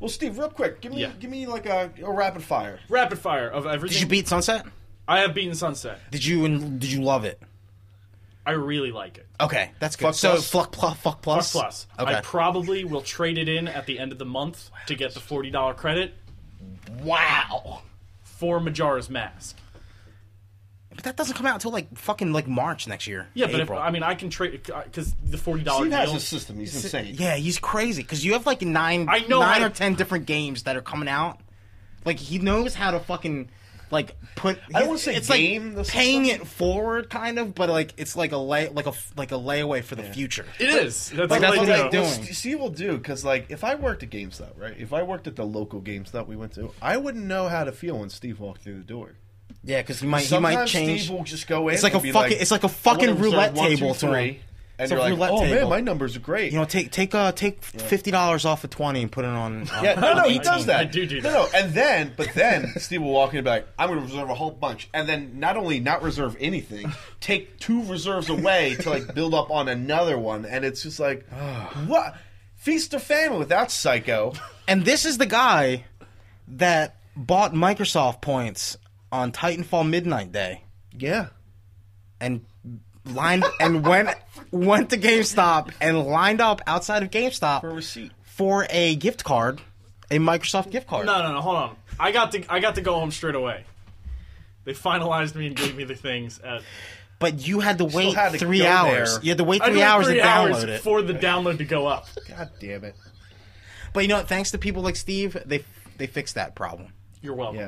[SPEAKER 1] Well, Steve, real quick, give me
[SPEAKER 2] Yeah.
[SPEAKER 1] give me like a, a rapid fire.
[SPEAKER 2] rapid fire of everything.
[SPEAKER 5] Did you beat Sunset?
[SPEAKER 2] I have beaten Sunset.
[SPEAKER 5] Did you and did you love it?
[SPEAKER 2] I really like it.
[SPEAKER 5] Okay, that's good.
[SPEAKER 1] Fuck
[SPEAKER 5] so
[SPEAKER 1] plus?
[SPEAKER 5] fuck plus, fuck
[SPEAKER 2] Plus,
[SPEAKER 5] plus.
[SPEAKER 2] plus.
[SPEAKER 5] Okay.
[SPEAKER 2] I probably will trade it in at the end of the month to get the forty dollar credit
[SPEAKER 5] wow.
[SPEAKER 2] for Majora's Mask.
[SPEAKER 5] But that doesn't come out until like fucking like March next year.
[SPEAKER 2] Yeah, but if,
[SPEAKER 5] April.
[SPEAKER 2] I mean, I can trade because the forty dollar
[SPEAKER 1] Steve has
[SPEAKER 2] deal.
[SPEAKER 1] a system. He's insane.
[SPEAKER 5] Yeah, he's crazy because you have like nine,
[SPEAKER 2] I know,
[SPEAKER 5] nine
[SPEAKER 2] I-
[SPEAKER 5] or ten different games that are coming out. Like he knows how to fucking like put.
[SPEAKER 1] I don't wanna say
[SPEAKER 5] it's
[SPEAKER 1] game the
[SPEAKER 5] like paying
[SPEAKER 1] system.
[SPEAKER 5] it forward, kind of, but like it's like a lay, like a f- like a layaway for the future.
[SPEAKER 2] It is. That's
[SPEAKER 5] But that's
[SPEAKER 2] what
[SPEAKER 5] what
[SPEAKER 2] I
[SPEAKER 5] I
[SPEAKER 2] do.
[SPEAKER 5] do.
[SPEAKER 1] Well,
[SPEAKER 5] doing.
[SPEAKER 1] S- Steve will do because, like, if I worked at GameStop, right? If I worked at the local GameStop we went to, I wouldn't know how to feel when Steve walked through the door.
[SPEAKER 5] Yeah, because he might he
[SPEAKER 1] Sometimes
[SPEAKER 5] might change.
[SPEAKER 1] Steve will just go in.
[SPEAKER 5] It's like
[SPEAKER 1] and
[SPEAKER 5] a
[SPEAKER 1] be
[SPEAKER 5] fucking- it's like a fucking
[SPEAKER 1] "I wanna reserve
[SPEAKER 5] roulette
[SPEAKER 1] one, two,
[SPEAKER 5] table to
[SPEAKER 1] three,"
[SPEAKER 5] him.
[SPEAKER 1] And
[SPEAKER 5] It's a
[SPEAKER 1] you're like,
[SPEAKER 5] roulette
[SPEAKER 1] oh man,
[SPEAKER 5] table.
[SPEAKER 1] my numbers are great.
[SPEAKER 5] you know, take take uh take fifty dollars off of twenty and put it on. Uh,
[SPEAKER 1] yeah, no, no, he does that.
[SPEAKER 2] I do do
[SPEAKER 1] No, no, and then, but then Steve will walk in and be like, "I'm going to reserve a whole bunch," and then not only not reserve anything, take two reserves away to like build up on another one, and it's just like, what feast of famine without psycho.
[SPEAKER 5] And this is the guy that bought Microsoft points on Titanfall Midnight Day.
[SPEAKER 1] Yeah,
[SPEAKER 5] and lined and went went to GameStop and lined up outside of GameStop
[SPEAKER 1] for a receipt.
[SPEAKER 5] for a gift card, a Microsoft gift card.
[SPEAKER 2] No, no, no. Hold on. I got to. I got to go home straight away. They finalized me and gave me the things. At,
[SPEAKER 5] But you had to wait
[SPEAKER 1] had to
[SPEAKER 5] three
[SPEAKER 1] go
[SPEAKER 5] hours.
[SPEAKER 1] there.
[SPEAKER 5] You had to wait
[SPEAKER 2] I
[SPEAKER 5] three
[SPEAKER 2] took
[SPEAKER 5] hours
[SPEAKER 2] three
[SPEAKER 5] to
[SPEAKER 2] hours
[SPEAKER 5] download it.
[SPEAKER 2] for the download to go up.
[SPEAKER 1] God damn it.
[SPEAKER 5] But you know what? Thanks to people like Steve, they they fixed that problem.
[SPEAKER 2] You're welcome.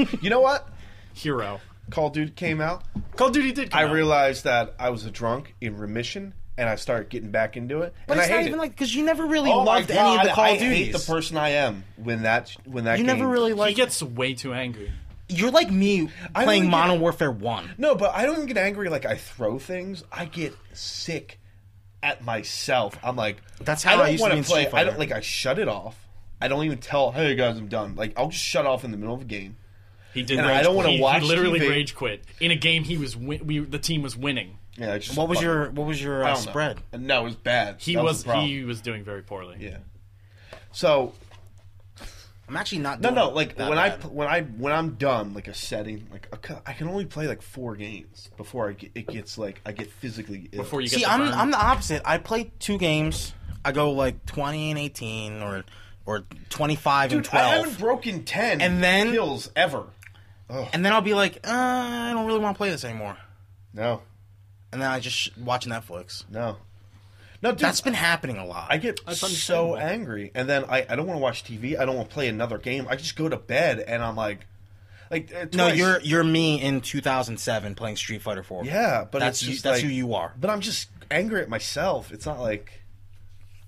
[SPEAKER 1] Yeah. you know what?
[SPEAKER 2] Hero.
[SPEAKER 1] Call of Duty came out.
[SPEAKER 2] Call of Duty did. Come
[SPEAKER 1] I
[SPEAKER 2] out.
[SPEAKER 1] realized that I was a drunk in remission, and I started getting back into it.
[SPEAKER 5] But
[SPEAKER 1] and
[SPEAKER 5] it's
[SPEAKER 1] I hate
[SPEAKER 5] not even
[SPEAKER 1] it.
[SPEAKER 5] like because you never really
[SPEAKER 1] Oh my
[SPEAKER 5] loved any of
[SPEAKER 1] God,
[SPEAKER 5] the Call
[SPEAKER 1] I
[SPEAKER 5] of
[SPEAKER 1] hate the
[SPEAKER 5] Duties.
[SPEAKER 1] person I am when that when that
[SPEAKER 5] you
[SPEAKER 1] game-
[SPEAKER 5] never really
[SPEAKER 2] he
[SPEAKER 5] like.
[SPEAKER 2] gets way too angry.
[SPEAKER 5] You're like me
[SPEAKER 1] I
[SPEAKER 5] playing
[SPEAKER 1] only get-
[SPEAKER 5] Modern Warfare One.
[SPEAKER 1] No, but I don't even get angry like I throw things. I get sick at myself. I'm like
[SPEAKER 5] That's how
[SPEAKER 1] I don't
[SPEAKER 5] I used to
[SPEAKER 1] wanna
[SPEAKER 5] be in
[SPEAKER 1] play.
[SPEAKER 5] Street
[SPEAKER 1] I don't
[SPEAKER 5] Fighter.
[SPEAKER 1] like I shut it off. I don't even tell, "Hey guys, I'm done." Like I'll just shut off in the middle of a game.
[SPEAKER 2] He did.
[SPEAKER 1] And
[SPEAKER 2] rage
[SPEAKER 1] I don't
[SPEAKER 2] quit.
[SPEAKER 1] wanna
[SPEAKER 2] He-
[SPEAKER 1] watch
[SPEAKER 2] He literally
[SPEAKER 1] TV.
[SPEAKER 2] rage quit in a game. He was win- we the team was winning.
[SPEAKER 1] Yeah, I just
[SPEAKER 5] What was
[SPEAKER 1] fucking-
[SPEAKER 5] your What was your
[SPEAKER 1] I
[SPEAKER 5] uh,
[SPEAKER 1] don't know.
[SPEAKER 5] spread?
[SPEAKER 1] No, it was bad.
[SPEAKER 2] He
[SPEAKER 1] That
[SPEAKER 2] was,
[SPEAKER 1] the problem.
[SPEAKER 2] he was doing very poorly.
[SPEAKER 1] Yeah. So
[SPEAKER 5] I'm actually not.
[SPEAKER 1] no,
[SPEAKER 5] Doing
[SPEAKER 1] no, like
[SPEAKER 5] that
[SPEAKER 1] when I
[SPEAKER 5] bad.
[SPEAKER 1] pl- when I when I'm done, like a setting, like a cu- I can only play like four games before I get, it gets like I get physically ill.
[SPEAKER 2] Before you get
[SPEAKER 5] See,
[SPEAKER 2] the
[SPEAKER 5] I'm
[SPEAKER 2] burn.
[SPEAKER 5] I'm the opposite. I play two games. I go like 20 and 18 or or 25 and
[SPEAKER 1] Dude, I
[SPEAKER 5] 12.
[SPEAKER 1] haven't broken ten
[SPEAKER 5] And then-
[SPEAKER 1] kills ever.
[SPEAKER 5] and then I'll be like, uh, I don't really want to play this anymore.
[SPEAKER 1] No,
[SPEAKER 5] And then I just sh- watch Netflix.
[SPEAKER 1] no, no. Dude,
[SPEAKER 5] That's been happening a lot.
[SPEAKER 1] I get so
[SPEAKER 2] understandable.
[SPEAKER 1] angry, and then I, I don't want to watch TV. I don't want to play another game. I just go to bed, and I'm like, like uh,
[SPEAKER 5] no,
[SPEAKER 1] twice.
[SPEAKER 5] you're you're me in 2007 playing Street Fighter 4.
[SPEAKER 1] yeah, but
[SPEAKER 5] that's
[SPEAKER 1] it's
[SPEAKER 5] you,
[SPEAKER 1] just
[SPEAKER 5] that's
[SPEAKER 1] like-
[SPEAKER 5] who you are.
[SPEAKER 1] But I'm just angry at myself. It's not like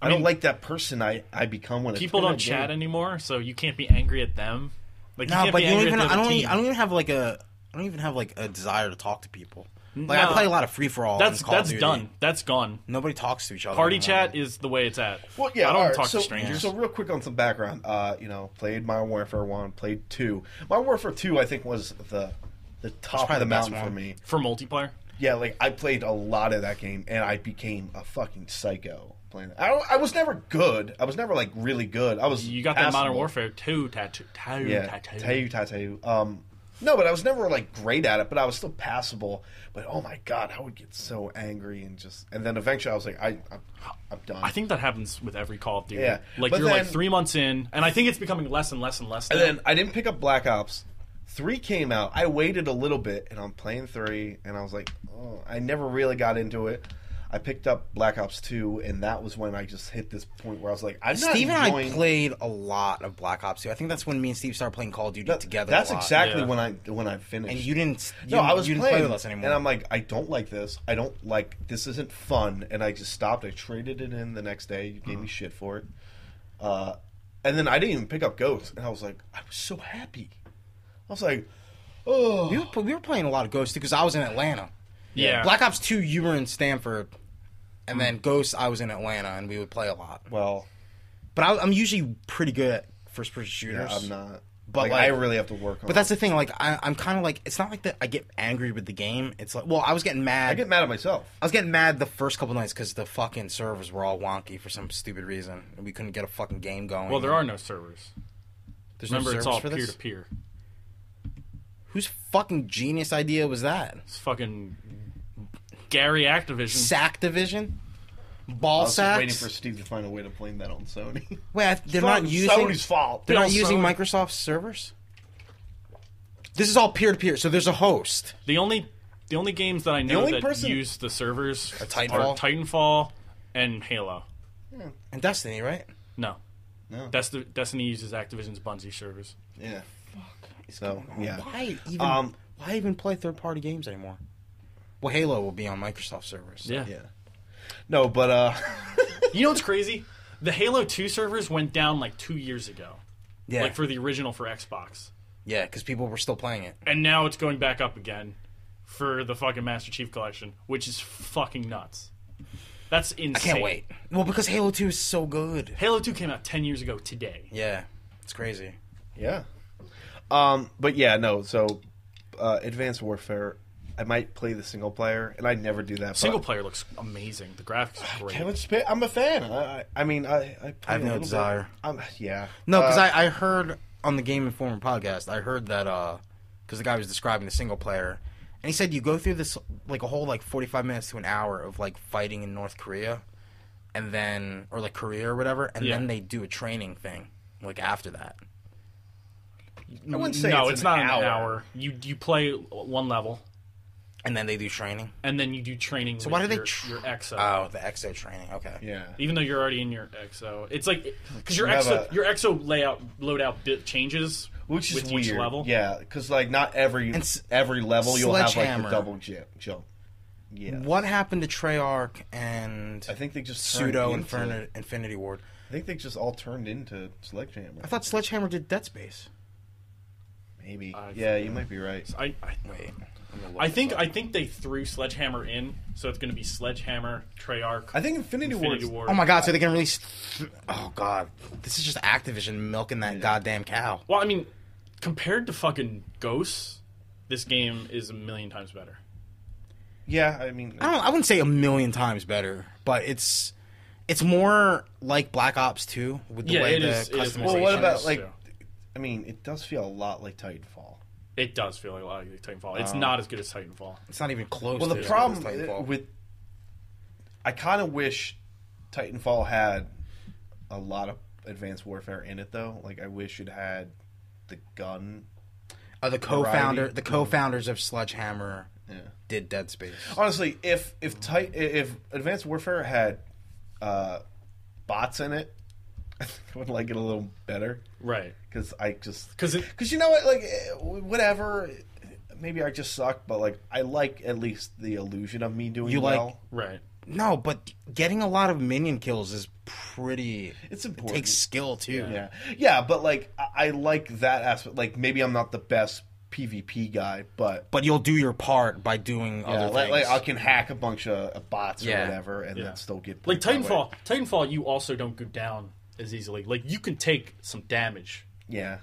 [SPEAKER 1] I, don't
[SPEAKER 2] mean-
[SPEAKER 1] like that person I I become when
[SPEAKER 2] People
[SPEAKER 1] it's
[SPEAKER 2] don't chat anymore, so you can't be angry at them. Like, you
[SPEAKER 5] No,
[SPEAKER 2] can't
[SPEAKER 5] but
[SPEAKER 2] be
[SPEAKER 5] you don't
[SPEAKER 2] angry
[SPEAKER 5] even.
[SPEAKER 2] at the
[SPEAKER 5] I
[SPEAKER 2] other
[SPEAKER 5] don't. e-
[SPEAKER 2] team.
[SPEAKER 5] I don't even have like a. I don't even have like a desire to talk to people. Like I
[SPEAKER 2] No.
[SPEAKER 5] play a lot of free for all.
[SPEAKER 2] that's that's done. That's gone.
[SPEAKER 5] Nobody talks to each other.
[SPEAKER 2] Party
[SPEAKER 5] anymore.
[SPEAKER 2] chat is the way it's at.
[SPEAKER 1] Well, yeah,
[SPEAKER 2] I don't
[SPEAKER 1] all right,
[SPEAKER 2] talk
[SPEAKER 1] so,
[SPEAKER 2] to strangers.
[SPEAKER 1] So real quick on some background, uh, you know, played Modern Warfare one, played two. Modern Warfare two, I think, was the the top
[SPEAKER 5] probably
[SPEAKER 1] of the
[SPEAKER 5] the best
[SPEAKER 1] mountain for
[SPEAKER 5] one.
[SPEAKER 1] me.
[SPEAKER 2] For multiplayer,
[SPEAKER 1] Yeah, like I played a lot of that game, and I became a fucking psycho playing. It. I don't- I was never good. I was never like really good. I was.
[SPEAKER 2] you got that Modern
[SPEAKER 1] passable.
[SPEAKER 2] Warfare two tattoo. Tattoo.
[SPEAKER 1] Yeah,
[SPEAKER 2] tattoo.
[SPEAKER 1] tattoo, tattoo. Um, no, but I was never like great at it, but I was still passable. But oh my god, I would get so angry and just, and then eventually I was like, I, I'm, I'm done.
[SPEAKER 2] I think that happens with every Call of Duty.
[SPEAKER 1] Yeah,
[SPEAKER 2] Like
[SPEAKER 1] but
[SPEAKER 2] you're like
[SPEAKER 1] then-
[SPEAKER 2] three months in, and I think it's becoming less and less and less.
[SPEAKER 1] And
[SPEAKER 2] now.
[SPEAKER 1] then I didn't pick up Black Ops. Three came out. I waited a little bit, and I'm playing three, and I was like, oh, I never really got into it. I picked up Black Ops two, and that was when I just hit this point where I was like, I'm not
[SPEAKER 5] Steve and
[SPEAKER 1] enjoying.
[SPEAKER 5] I played a lot of Black Ops 2. I think that's when me and Steve started playing Call of Duty together.
[SPEAKER 1] That's
[SPEAKER 5] a lot.
[SPEAKER 1] exactly
[SPEAKER 2] Yeah.
[SPEAKER 1] when I when I finished.
[SPEAKER 5] And you didn't. You,
[SPEAKER 1] no, I was
[SPEAKER 5] you didn't
[SPEAKER 1] playing,
[SPEAKER 5] play with us anymore.
[SPEAKER 1] and I'm like, I don't like this. I don't like this. Isn't fun. And I just stopped. I traded it in the next day. You
[SPEAKER 5] Mm-hmm.
[SPEAKER 1] gave me shit for it. Uh, and then I didn't even pick up Ghost, and I was like, I was so happy. I was like, oh,
[SPEAKER 5] we, were, we were playing a lot of Ghost because I was in Atlanta.
[SPEAKER 2] yeah,
[SPEAKER 5] Black Ops 2, you were in Stanford, and then Ghost, I was in Atlanta, and we would play a lot.
[SPEAKER 1] well,
[SPEAKER 5] But I, I'm usually pretty good at first person shooters.
[SPEAKER 1] I'm not.
[SPEAKER 5] But,
[SPEAKER 1] like,
[SPEAKER 5] like-
[SPEAKER 1] I really have to work on.
[SPEAKER 5] But that's the thing. Like I, I'm kind of like it's not like that. I get angry with the game. It's like well, I was getting mad.
[SPEAKER 1] I get mad at myself.
[SPEAKER 5] I was getting mad the first couple nights because the fucking servers were all wonky for some stupid reason. and We couldn't get a fucking game going.
[SPEAKER 2] Well, there are no servers.
[SPEAKER 5] There's
[SPEAKER 2] Remember, it's all
[SPEAKER 5] for this?
[SPEAKER 2] peer to peer.
[SPEAKER 5] Whose fucking genius idea was that?
[SPEAKER 2] It's fucking Gary Activision.
[SPEAKER 5] Sack division,
[SPEAKER 1] I
[SPEAKER 5] ball
[SPEAKER 1] was just waiting
[SPEAKER 5] sacks.
[SPEAKER 1] for Steve to find a way to blame that on Sony.
[SPEAKER 5] Wait, I- they're not
[SPEAKER 1] Sony-
[SPEAKER 5] using.
[SPEAKER 1] Sony's fault.
[SPEAKER 5] They're not
[SPEAKER 2] Yeah,
[SPEAKER 5] using
[SPEAKER 2] Sony.
[SPEAKER 5] Microsoft servers. This is all peer to peer. So there's a host.
[SPEAKER 2] the only the only games that I know
[SPEAKER 1] only
[SPEAKER 2] that
[SPEAKER 1] person-
[SPEAKER 2] use the servers are
[SPEAKER 5] Titanfall?
[SPEAKER 2] Titanfall and Halo.
[SPEAKER 5] And Destiny, right?
[SPEAKER 2] No,
[SPEAKER 1] No.
[SPEAKER 2] Desti- Destiny uses Activision's Bungie servers.
[SPEAKER 1] yeah. So yeah.
[SPEAKER 5] Why even?
[SPEAKER 1] Um,
[SPEAKER 5] why even play third party games anymore? Well, Halo will be on Microsoft servers.
[SPEAKER 2] Yeah.
[SPEAKER 1] Yeah. No, but uh,
[SPEAKER 2] You know what's crazy? The Halo Two servers went down like two years ago,
[SPEAKER 5] yeah,
[SPEAKER 2] like for the original for Xbox,
[SPEAKER 5] yeah, because people were still playing it.
[SPEAKER 2] and now it's going back up again for the fucking Master Chief Collection, which is fucking nuts. That's insane.
[SPEAKER 5] I can't wait. Well, because Halo Two is so good.
[SPEAKER 2] Halo Two came out ten years ago today.
[SPEAKER 5] Yeah, it's crazy.
[SPEAKER 1] Yeah. Um, but yeah, no. So, uh, Advanced Warfare, I might play the single player, and I never do that. but-
[SPEAKER 2] Single player looks amazing. The graphics are great.
[SPEAKER 1] Kevin Spit, I'm a fan. I, I, I mean, I, I, play
[SPEAKER 5] have
[SPEAKER 1] a
[SPEAKER 5] no
[SPEAKER 1] little bit.
[SPEAKER 5] desire.
[SPEAKER 1] I'm, yeah.
[SPEAKER 5] No, because
[SPEAKER 1] Uh,
[SPEAKER 5] I, I heard on the Game Informer podcast, I heard that uh, because the guy was describing the single player, and he said you go through this like a whole like forty five minutes to an hour of like fighting in North Korea, and then or like Korea or whatever, and
[SPEAKER 2] Yeah.
[SPEAKER 5] then they do a training thing like after that.
[SPEAKER 1] I wouldn't say
[SPEAKER 2] no,
[SPEAKER 1] it's,
[SPEAKER 2] it's,
[SPEAKER 1] an
[SPEAKER 2] not
[SPEAKER 1] hour.
[SPEAKER 2] an hour. You you play one level
[SPEAKER 5] And then they do training.
[SPEAKER 2] and then you do training. So
[SPEAKER 5] why do they
[SPEAKER 2] your,
[SPEAKER 5] tr-
[SPEAKER 2] your exo?
[SPEAKER 5] Oh, the exo training. Okay.
[SPEAKER 1] Yeah.
[SPEAKER 2] Even though you're already in your exo, it's like because your
[SPEAKER 1] You have
[SPEAKER 2] exo
[SPEAKER 1] a-
[SPEAKER 2] your exo layout loadout di- changes
[SPEAKER 1] Which is
[SPEAKER 2] with
[SPEAKER 1] weird.
[SPEAKER 2] each level.
[SPEAKER 1] Yeah, because like not every
[SPEAKER 5] And s-
[SPEAKER 1] every level you'll have like the
[SPEAKER 5] Sledgehammer.
[SPEAKER 1] double jump. jump. Yeah.
[SPEAKER 5] What happened to Treyarch and
[SPEAKER 1] I think they just turned
[SPEAKER 5] pseudo
[SPEAKER 1] into-
[SPEAKER 5] Inferno- Infinity Ward?
[SPEAKER 1] I think they just all turned into Sledgehammer.
[SPEAKER 5] I thought Sledgehammer did Dead Space.
[SPEAKER 1] Maybe.
[SPEAKER 2] I
[SPEAKER 1] yeah, you might be right.
[SPEAKER 2] I, I
[SPEAKER 5] Wait.
[SPEAKER 2] I think I think they threw Sledgehammer in, so it's going to be Sledgehammer, Treyarch,
[SPEAKER 1] I think Infinity, Ward's-
[SPEAKER 2] Infinity Ward.
[SPEAKER 5] Oh my god, so they can release. Th- oh god. This is just Activision milking that goddamn cow.
[SPEAKER 2] Well, I mean, compared to fucking Ghosts, this game is a million times better.
[SPEAKER 1] Yeah, I mean,
[SPEAKER 5] I don't I wouldn't say a million times better, but it's it's more like Black Ops 2 with the
[SPEAKER 2] Yeah,
[SPEAKER 5] way
[SPEAKER 2] it
[SPEAKER 5] the
[SPEAKER 2] is- it is
[SPEAKER 5] customization.
[SPEAKER 2] more
[SPEAKER 1] Well, what about
[SPEAKER 2] Yes,
[SPEAKER 1] like?
[SPEAKER 2] yeah.
[SPEAKER 1] I mean, it does feel a lot like Titanfall.
[SPEAKER 2] It does feel like a lot like Titanfall. It's not as good as Titanfall.
[SPEAKER 5] it's not even close.
[SPEAKER 1] Well,
[SPEAKER 5] to
[SPEAKER 1] the
[SPEAKER 5] as good
[SPEAKER 1] problem
[SPEAKER 5] as Titanfall.
[SPEAKER 1] with I kind of wish Titanfall had a lot of Advanced Warfare in it though. Like I wish it had the gun.
[SPEAKER 5] Uh, the co-founder,
[SPEAKER 1] Variety.
[SPEAKER 5] the co-founders of Sledgehammer
[SPEAKER 1] Yeah.
[SPEAKER 5] did Dead Space.
[SPEAKER 1] Honestly, if if tight if Advanced Warfare had uh, bots in it, I think I would like it a little better
[SPEAKER 2] Right.
[SPEAKER 1] because I just
[SPEAKER 2] Because it.
[SPEAKER 1] because you know what like eh, whatever. Maybe I just suck, but like I like at least the illusion of me doing
[SPEAKER 5] You like-
[SPEAKER 1] well.
[SPEAKER 2] Right.
[SPEAKER 5] No, but getting a lot of minion kills is pretty.
[SPEAKER 1] it's important.
[SPEAKER 5] takes skill too.
[SPEAKER 1] Yeah, yeah, but like I, I like that aspect. Like maybe I'm not the best PvP guy, but
[SPEAKER 5] But you'll do your part by doing
[SPEAKER 1] yeah,
[SPEAKER 5] other
[SPEAKER 1] like,
[SPEAKER 5] things.
[SPEAKER 1] like I can hack a bunch of uh, bots or
[SPEAKER 5] Yeah.
[SPEAKER 1] whatever, and
[SPEAKER 2] Yeah.
[SPEAKER 1] then still get
[SPEAKER 2] Like
[SPEAKER 1] points that way.
[SPEAKER 2] Titanfall. Titanfall, you also don't go down as easily. Like you can take some damage.
[SPEAKER 1] Yeah,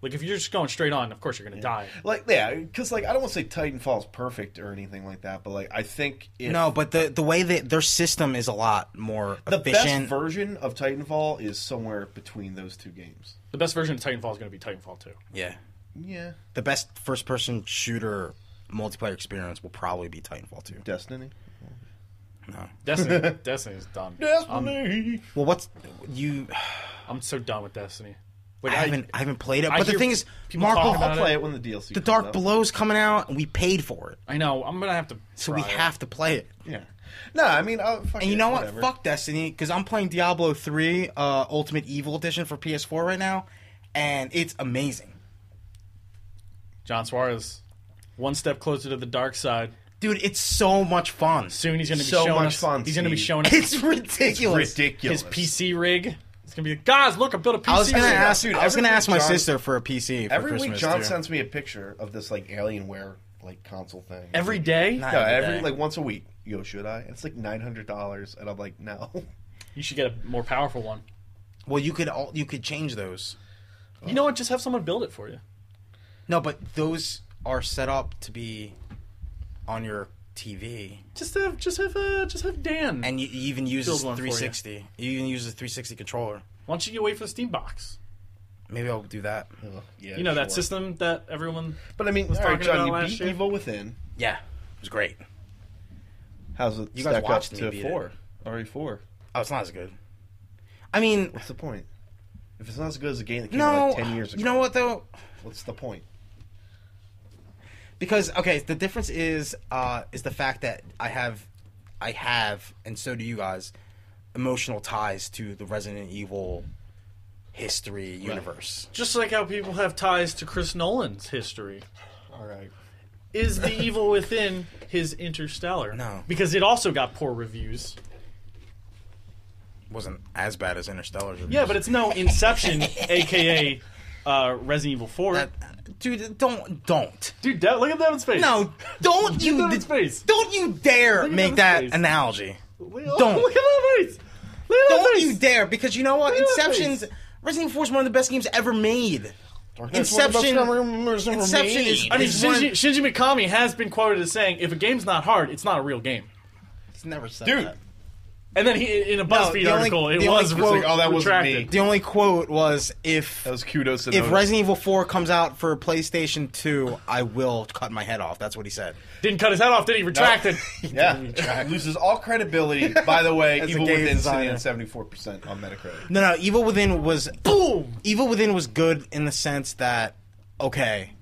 [SPEAKER 2] Like if you're just going straight on, of course you're gonna die.
[SPEAKER 1] like yeah, because like I don't want to say Titanfall's perfect or anything like that, but like I think if
[SPEAKER 5] no, but the the way that their system is a lot more
[SPEAKER 1] the best
[SPEAKER 5] efficient.
[SPEAKER 1] version of Titanfall is somewhere between those two games.
[SPEAKER 2] The best version of Titanfall is gonna be Titanfall 2.
[SPEAKER 5] yeah,
[SPEAKER 1] Yeah,
[SPEAKER 5] the best first person shooter multiplayer experience will probably be Titanfall 2.
[SPEAKER 1] Destiny.
[SPEAKER 2] Destiny. Destiny is done.
[SPEAKER 5] Um,
[SPEAKER 1] Destiny.
[SPEAKER 5] Well, what's you?
[SPEAKER 2] I'm so done with Destiny. Like
[SPEAKER 5] I haven't I haven't played it,
[SPEAKER 2] I
[SPEAKER 5] but the
[SPEAKER 2] hear
[SPEAKER 5] thing is,
[SPEAKER 2] people talking
[SPEAKER 5] Marco,
[SPEAKER 2] about
[SPEAKER 1] I'll play it when the DLC.
[SPEAKER 5] the
[SPEAKER 1] comes
[SPEAKER 5] Dark
[SPEAKER 1] out.
[SPEAKER 5] Blow's coming out, and we paid for it,
[SPEAKER 2] I know. I'm gonna have to.
[SPEAKER 5] so we
[SPEAKER 2] try it.
[SPEAKER 5] have to play it.
[SPEAKER 1] Yeah. No, I mean, I'll, fuck
[SPEAKER 5] And
[SPEAKER 1] it,
[SPEAKER 5] you know what?
[SPEAKER 1] whatever.
[SPEAKER 5] Fuck Destiny, because I'm playing Diablo 3 uh, Ultimate Evil Edition for PS4 right now, and it's amazing.
[SPEAKER 2] John Suarez, one step closer to the dark side.
[SPEAKER 5] Dude, it's so much fun.
[SPEAKER 2] Soon he's gonna be
[SPEAKER 1] So
[SPEAKER 2] showing
[SPEAKER 1] much
[SPEAKER 2] us.
[SPEAKER 1] fun,
[SPEAKER 2] he's gonna be
[SPEAKER 1] Steve.
[SPEAKER 2] showing us
[SPEAKER 5] It's ridiculous.
[SPEAKER 1] ridiculous.
[SPEAKER 2] his PC rig. It's gonna be like, guys, look, I built a PC.
[SPEAKER 5] I was gonna
[SPEAKER 2] rig.
[SPEAKER 5] ask.
[SPEAKER 1] Dude,
[SPEAKER 5] I was
[SPEAKER 1] every
[SPEAKER 5] gonna
[SPEAKER 1] week
[SPEAKER 5] ask my
[SPEAKER 1] John-
[SPEAKER 5] sister for a PC for
[SPEAKER 1] Every
[SPEAKER 5] Christmas
[SPEAKER 1] week, John
[SPEAKER 5] too.
[SPEAKER 1] sends me a picture of this like Alienware like console thing.
[SPEAKER 2] every day.
[SPEAKER 5] Not
[SPEAKER 1] no,
[SPEAKER 5] every
[SPEAKER 1] every
[SPEAKER 5] day.
[SPEAKER 1] like once a week. You go, should I? And it's like nine hundred dollars, and I'm like, no.
[SPEAKER 2] You should get a more powerful one.
[SPEAKER 5] Well, you could all you could change those.
[SPEAKER 2] You know what? Just have someone build it for you.
[SPEAKER 5] No, but those are set up to be on your TV,
[SPEAKER 2] Just have, just have, uh, just have Dan.
[SPEAKER 5] and you you even use
[SPEAKER 2] Build
[SPEAKER 5] this
[SPEAKER 2] one for you.
[SPEAKER 5] 360. You. even use the 360 controller.
[SPEAKER 2] Why don't you get wait for the Steam box?
[SPEAKER 5] Maybe I'll do that.
[SPEAKER 1] yeah,
[SPEAKER 2] You know that system that everyone.
[SPEAKER 1] But I mean, all right,
[SPEAKER 2] talking about
[SPEAKER 1] John, you
[SPEAKER 2] last
[SPEAKER 1] beat
[SPEAKER 2] year.
[SPEAKER 1] Evil Within.
[SPEAKER 5] Yeah, it was great.
[SPEAKER 1] How's it
[SPEAKER 5] You guys
[SPEAKER 1] stack up
[SPEAKER 5] watched me
[SPEAKER 1] to
[SPEAKER 5] beat
[SPEAKER 1] four? RE four.
[SPEAKER 5] Oh, it's not as good. I mean,
[SPEAKER 1] What's the point? If it's not as good as a game that came out
[SPEAKER 5] no.
[SPEAKER 1] like ten years ago,
[SPEAKER 5] You know what though?
[SPEAKER 1] What's the point?
[SPEAKER 5] because okay the difference is uh is the fact that i have i have and so do you guys emotional ties to the resident evil history universe
[SPEAKER 2] Just like how people have ties to Chris Nolan's history.
[SPEAKER 1] All right.
[SPEAKER 2] Is the evil within his Interstellar?
[SPEAKER 5] No.
[SPEAKER 2] because it also got poor reviews.
[SPEAKER 5] wasn't as bad as interstellar
[SPEAKER 2] Yeah, but it's no Inception, aka uh, Resident Evil Four.
[SPEAKER 5] dude don't don't
[SPEAKER 2] Dude, that, look at Devin's face.
[SPEAKER 5] no don't you
[SPEAKER 2] Look at Devin's face.
[SPEAKER 5] don't you dare
[SPEAKER 2] at Devin's
[SPEAKER 5] make that
[SPEAKER 2] face.
[SPEAKER 5] analogy
[SPEAKER 2] Look at-
[SPEAKER 5] don't.
[SPEAKER 2] look at that face. Look at that
[SPEAKER 5] don't
[SPEAKER 2] face.
[SPEAKER 5] you dare because you know what
[SPEAKER 2] Look at that
[SPEAKER 5] inception's
[SPEAKER 2] face.
[SPEAKER 5] resident evil 4 is one of the best games ever made Inception- Inception
[SPEAKER 3] Inception
[SPEAKER 5] is-
[SPEAKER 2] I mean,
[SPEAKER 5] It's one-
[SPEAKER 2] Shinji, Shinji Mikami has been quoted as saying, "If a game's not hard, it's not a real game."
[SPEAKER 5] it's never said that.
[SPEAKER 2] And then he, in a BuzzFeed
[SPEAKER 5] the only-
[SPEAKER 2] article,
[SPEAKER 5] the only
[SPEAKER 2] it was
[SPEAKER 5] quote-
[SPEAKER 2] re-
[SPEAKER 1] Oh, that wasn't
[SPEAKER 2] retracted.
[SPEAKER 1] me.
[SPEAKER 5] the only quote was if
[SPEAKER 1] That was kudos to
[SPEAKER 5] if
[SPEAKER 1] Noda.
[SPEAKER 5] Resident Evil 4 comes out for PlayStation 2, I will cut my head off. That's what he said.
[SPEAKER 2] Didn't cut his head off, did he? Retracted.
[SPEAKER 1] yeah, loses all credibility. By the way,
[SPEAKER 5] a
[SPEAKER 1] Evil
[SPEAKER 5] game
[SPEAKER 1] Within
[SPEAKER 5] designer.
[SPEAKER 1] sitting at seventy four percent on Metacritic.
[SPEAKER 5] No, no, Evil Within was
[SPEAKER 2] Boom.
[SPEAKER 5] Evil Within was good in the sense that okay,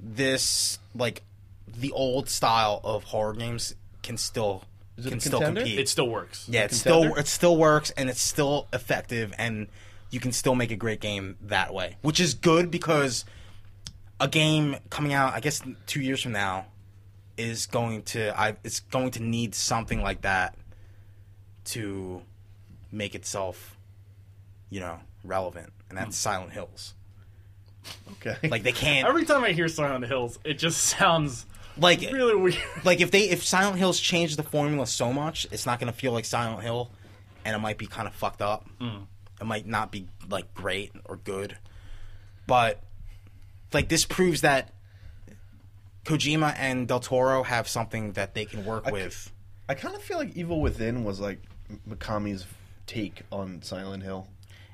[SPEAKER 5] this like the old style of horror games can still
[SPEAKER 1] it
[SPEAKER 5] can
[SPEAKER 1] a
[SPEAKER 5] still
[SPEAKER 1] contender?
[SPEAKER 5] compete.
[SPEAKER 2] It still works.
[SPEAKER 5] yeah, it still
[SPEAKER 1] contender?
[SPEAKER 5] it still works and it's still effective and you can still make a great game that way, which is good because a game coming out, I guess, two years from now, is going to I it's going to need something like that to make itself, you know, relevant, and that's Silent Hills.
[SPEAKER 1] Okay,
[SPEAKER 5] Like they can't
[SPEAKER 2] Every time I hear Silent Hills, it just sounds
[SPEAKER 5] like
[SPEAKER 2] really weird.
[SPEAKER 5] like if they if Silent Hills changed the formula so much, it's not going to feel like Silent Hill, and it might be kind of fucked up. It might not be like great or good, but like this proves that Kojima and Del Toro have something that they can work with.
[SPEAKER 1] I kind of feel like Evil Within was like Mikami's take on Silent Hill.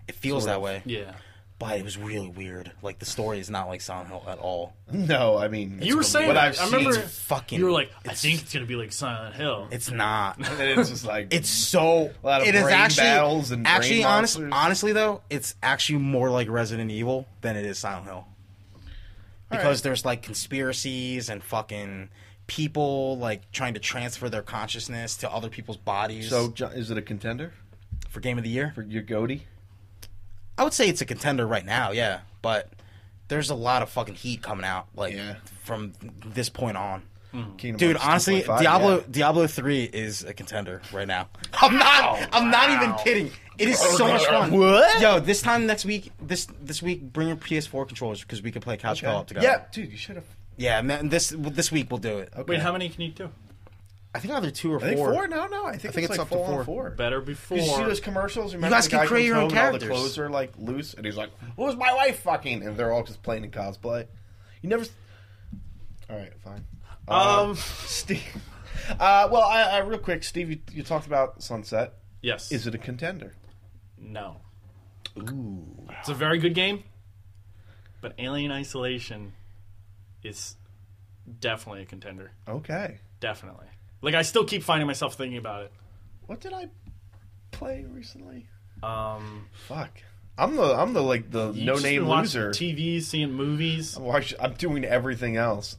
[SPEAKER 5] It feels
[SPEAKER 1] sort
[SPEAKER 5] that
[SPEAKER 1] of.
[SPEAKER 5] way.
[SPEAKER 2] Yeah.
[SPEAKER 5] but it was really weird. Like the story is not like Silent Hill at all.
[SPEAKER 1] No, I mean
[SPEAKER 2] you were saying
[SPEAKER 1] what
[SPEAKER 2] that.
[SPEAKER 1] I've
[SPEAKER 2] I remember
[SPEAKER 1] seen.
[SPEAKER 5] fucking-
[SPEAKER 2] you were like, I
[SPEAKER 5] it's-
[SPEAKER 2] think it's gonna be like Silent Hill.
[SPEAKER 5] It's not.
[SPEAKER 1] And it's just like
[SPEAKER 5] It's so.
[SPEAKER 1] A lot of
[SPEAKER 5] it is
[SPEAKER 1] brain
[SPEAKER 5] actually
[SPEAKER 1] battles and brain
[SPEAKER 5] actually honest,
[SPEAKER 1] monsters.
[SPEAKER 5] honestly though, it's actually more like Resident Evil than it is Silent Hill. Because there's like conspiracies and fucking people like trying to transfer their consciousness to other people's bodies.
[SPEAKER 1] so. Jo- Is it a contender
[SPEAKER 5] for game of the year,
[SPEAKER 1] for your goatee?
[SPEAKER 5] I would say it's a contender right now. Yeah, but there's a lot of fucking heat coming out like
[SPEAKER 1] Yeah.
[SPEAKER 5] from this point on.
[SPEAKER 1] Kingdom
[SPEAKER 5] Dude,
[SPEAKER 1] Hearts
[SPEAKER 5] honestly,
[SPEAKER 1] 2.5,
[SPEAKER 5] Diablo
[SPEAKER 1] yeah.
[SPEAKER 5] Diablo three is a contender right now. I'm not. I'm not even kidding. It is so much fun.
[SPEAKER 1] What?
[SPEAKER 5] Yo, this time next week, this this week, bring your PS4 controllers because we can play couch co-op together.
[SPEAKER 1] Yeah, dude, you should have.
[SPEAKER 5] yeah. Man, this this week we'll do it.
[SPEAKER 2] Wait, how many can you do?
[SPEAKER 5] I think either two or
[SPEAKER 1] I think
[SPEAKER 5] four.
[SPEAKER 1] four. No, no, I think,
[SPEAKER 5] think
[SPEAKER 1] it's,
[SPEAKER 5] it's
[SPEAKER 1] like
[SPEAKER 5] up to
[SPEAKER 1] four on
[SPEAKER 5] four.
[SPEAKER 1] four.
[SPEAKER 2] Better before.
[SPEAKER 1] Did you see those commercials? Remember
[SPEAKER 5] guys
[SPEAKER 1] the
[SPEAKER 5] can
[SPEAKER 1] guy comes
[SPEAKER 5] create your
[SPEAKER 1] home
[SPEAKER 5] own
[SPEAKER 1] and all the
[SPEAKER 5] characters.
[SPEAKER 1] clothes are like loose, and he's like, "What was my wife fucking?" And they're all just playing in cosplay. You never. s- All right, fine. Uh,
[SPEAKER 2] Um.
[SPEAKER 1] Steve. Uh, well, I, I real quick, Steve, you, you talked about Sunset.
[SPEAKER 2] Yes.
[SPEAKER 1] Is it a contender?
[SPEAKER 2] No. Ooh. It's a very good game, but Alien Isolation is definitely a contender.
[SPEAKER 1] Okay.
[SPEAKER 2] Definitely. Like I still keep finding myself thinking about it.
[SPEAKER 1] What did I play recently?
[SPEAKER 2] Um,
[SPEAKER 1] Fuck. I'm the I'm the like the
[SPEAKER 2] you
[SPEAKER 1] no
[SPEAKER 2] just
[SPEAKER 1] name
[SPEAKER 2] been watching
[SPEAKER 1] loser.
[SPEAKER 2] TV, seeing movies.
[SPEAKER 1] Watch- I'm doing everything else.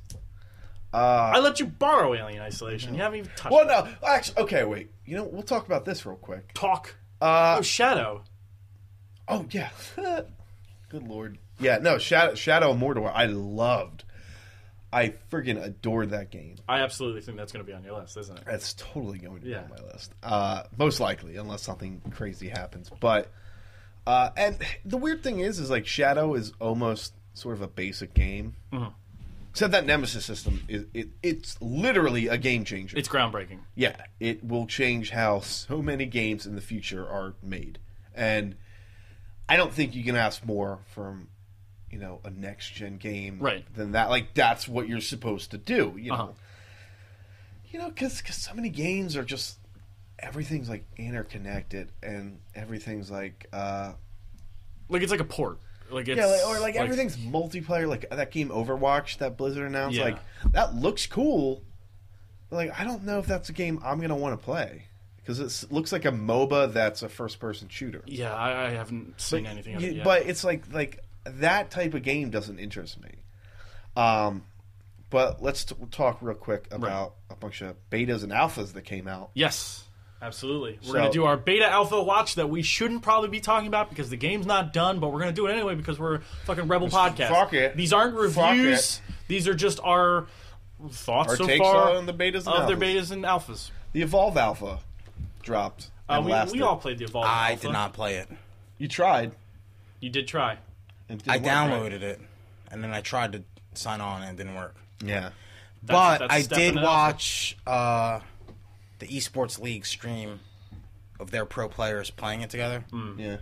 [SPEAKER 1] Uh,
[SPEAKER 2] I let you borrow Alien Isolation. You haven't even touched.
[SPEAKER 1] Well,
[SPEAKER 2] it.
[SPEAKER 1] no, actually, okay, wait. You know, we'll talk about this real quick.
[SPEAKER 2] Talk.
[SPEAKER 1] Uh,
[SPEAKER 2] oh, Shadow.
[SPEAKER 1] Oh yeah. Good lord. Yeah, no, Shadow, Shadow of Mordor. I loved. I friggin' adored that game.
[SPEAKER 2] I absolutely think that's going to be on your list, isn't it?
[SPEAKER 1] That's totally going to be
[SPEAKER 2] Yeah.
[SPEAKER 1] on my list. Uh, most likely, unless something crazy happens. But uh, and the weird thing is, is like Shadow is almost sort of a basic game.
[SPEAKER 2] Mm-hmm.
[SPEAKER 1] Except that Nemesis system is it, it's literally a game changer.
[SPEAKER 2] It's groundbreaking.
[SPEAKER 1] Yeah, it will change how so many games in the future are made. And I don't think you can ask more from, you know, a next gen game
[SPEAKER 2] Right.
[SPEAKER 1] than that. Like that's what you're supposed to do, you know.
[SPEAKER 2] Uh-huh.
[SPEAKER 1] You know, cuz cuz so many games are just everything's like interconnected and everything's like uh
[SPEAKER 2] Like it's like a port. Like it's
[SPEAKER 1] yeah, like, or like, everything's multiplayer. Like that game Overwatch that Blizzard announced,
[SPEAKER 2] Yeah.
[SPEAKER 1] like that looks cool. but, Like I don't know if that's a game I'm gonna want to play because it looks like a MOBA that's a first-person shooter.
[SPEAKER 2] Yeah, I, I haven't seen anything of
[SPEAKER 1] You-
[SPEAKER 2] it yet.
[SPEAKER 1] But it's like like that type of game doesn't interest me. Um, but let's t- talk real quick about a bunch of betas and alphas that came out.
[SPEAKER 2] Yes, absolutely. We're
[SPEAKER 1] So-
[SPEAKER 2] going to do our beta alpha watch that we shouldn't probably be talking about because the game's not done, but we're going to do it anyway because we're a fucking rebel podcast.
[SPEAKER 1] fuck it.
[SPEAKER 2] These aren't
[SPEAKER 1] Fuck
[SPEAKER 2] reviews. These are just our thoughts
[SPEAKER 1] Our
[SPEAKER 2] so
[SPEAKER 1] takes
[SPEAKER 2] far
[SPEAKER 1] on the betas and
[SPEAKER 2] of their
[SPEAKER 1] alphas.
[SPEAKER 2] betas and alphas.
[SPEAKER 1] The Evolve Alpha dropped.
[SPEAKER 2] Uh,
[SPEAKER 1] and
[SPEAKER 2] we,
[SPEAKER 1] lasted.
[SPEAKER 2] we all played the evolve.
[SPEAKER 5] I
[SPEAKER 2] Alpha.
[SPEAKER 5] did not play it.
[SPEAKER 1] You tried.
[SPEAKER 2] You did try.
[SPEAKER 1] And it
[SPEAKER 5] I
[SPEAKER 1] didn't work, right?
[SPEAKER 5] downloaded it, and then I tried to sign on and it didn't work.
[SPEAKER 1] Yeah.
[SPEAKER 2] That's-
[SPEAKER 5] but
[SPEAKER 2] that's
[SPEAKER 5] I
[SPEAKER 2] stepping
[SPEAKER 5] did
[SPEAKER 2] it up.
[SPEAKER 5] watch uh, the esports league stream of their pro players playing it together,
[SPEAKER 1] Yeah.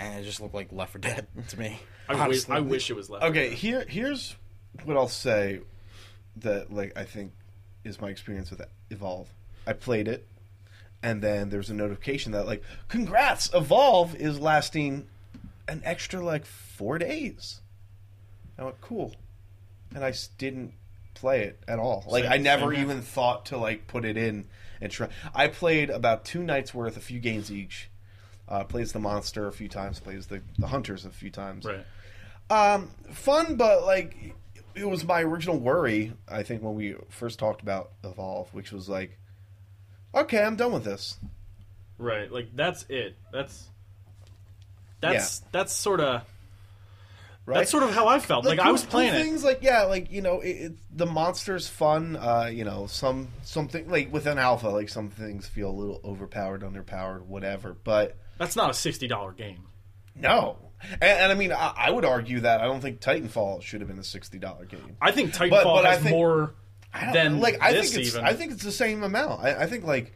[SPEAKER 5] and it just looked like Left 4 Dead to me.
[SPEAKER 2] I, wish,
[SPEAKER 5] honestly.
[SPEAKER 2] I wish it was left.
[SPEAKER 1] Okay, here here's what I'll say that like I think is my experience with Evolve. I played it and then there's a notification that like congrats, Evolve is lasting an extra like 4 days. I went cool. And I s- didn't play it at all. Like
[SPEAKER 2] Same-
[SPEAKER 1] I never
[SPEAKER 2] same here.
[SPEAKER 1] even thought to like put it in and try. I played about two nights worth, a few games each. Uh, plays the monster a few times, plays the, the hunters a few times
[SPEAKER 2] Right.
[SPEAKER 1] um, fun, but like it was my original worry. I think when we first talked about Evolve, which was like, okay, I'm done with this.
[SPEAKER 2] Right. Like that's it. That's that's that's sort of
[SPEAKER 1] Right?
[SPEAKER 2] that's sort of how I felt.
[SPEAKER 1] The
[SPEAKER 2] Like, I
[SPEAKER 1] cool-
[SPEAKER 2] was playing
[SPEAKER 1] cool
[SPEAKER 2] it.
[SPEAKER 1] things like yeah, like you know, it, it, the monster's fun. Uh, you know, some something like with an alpha, like some things feel a little overpowered, underpowered, whatever. But
[SPEAKER 2] That's not a sixty dollar game.
[SPEAKER 1] no, and, and I mean, I, I would argue that I don't think Titanfall should have been a sixty dollar game.
[SPEAKER 2] I think Titanfall
[SPEAKER 1] but I
[SPEAKER 2] has
[SPEAKER 1] think-
[SPEAKER 2] more
[SPEAKER 1] I don't
[SPEAKER 2] than
[SPEAKER 1] know. like I
[SPEAKER 2] this
[SPEAKER 1] think it's
[SPEAKER 2] even.
[SPEAKER 1] I think it's the same amount. I, I think like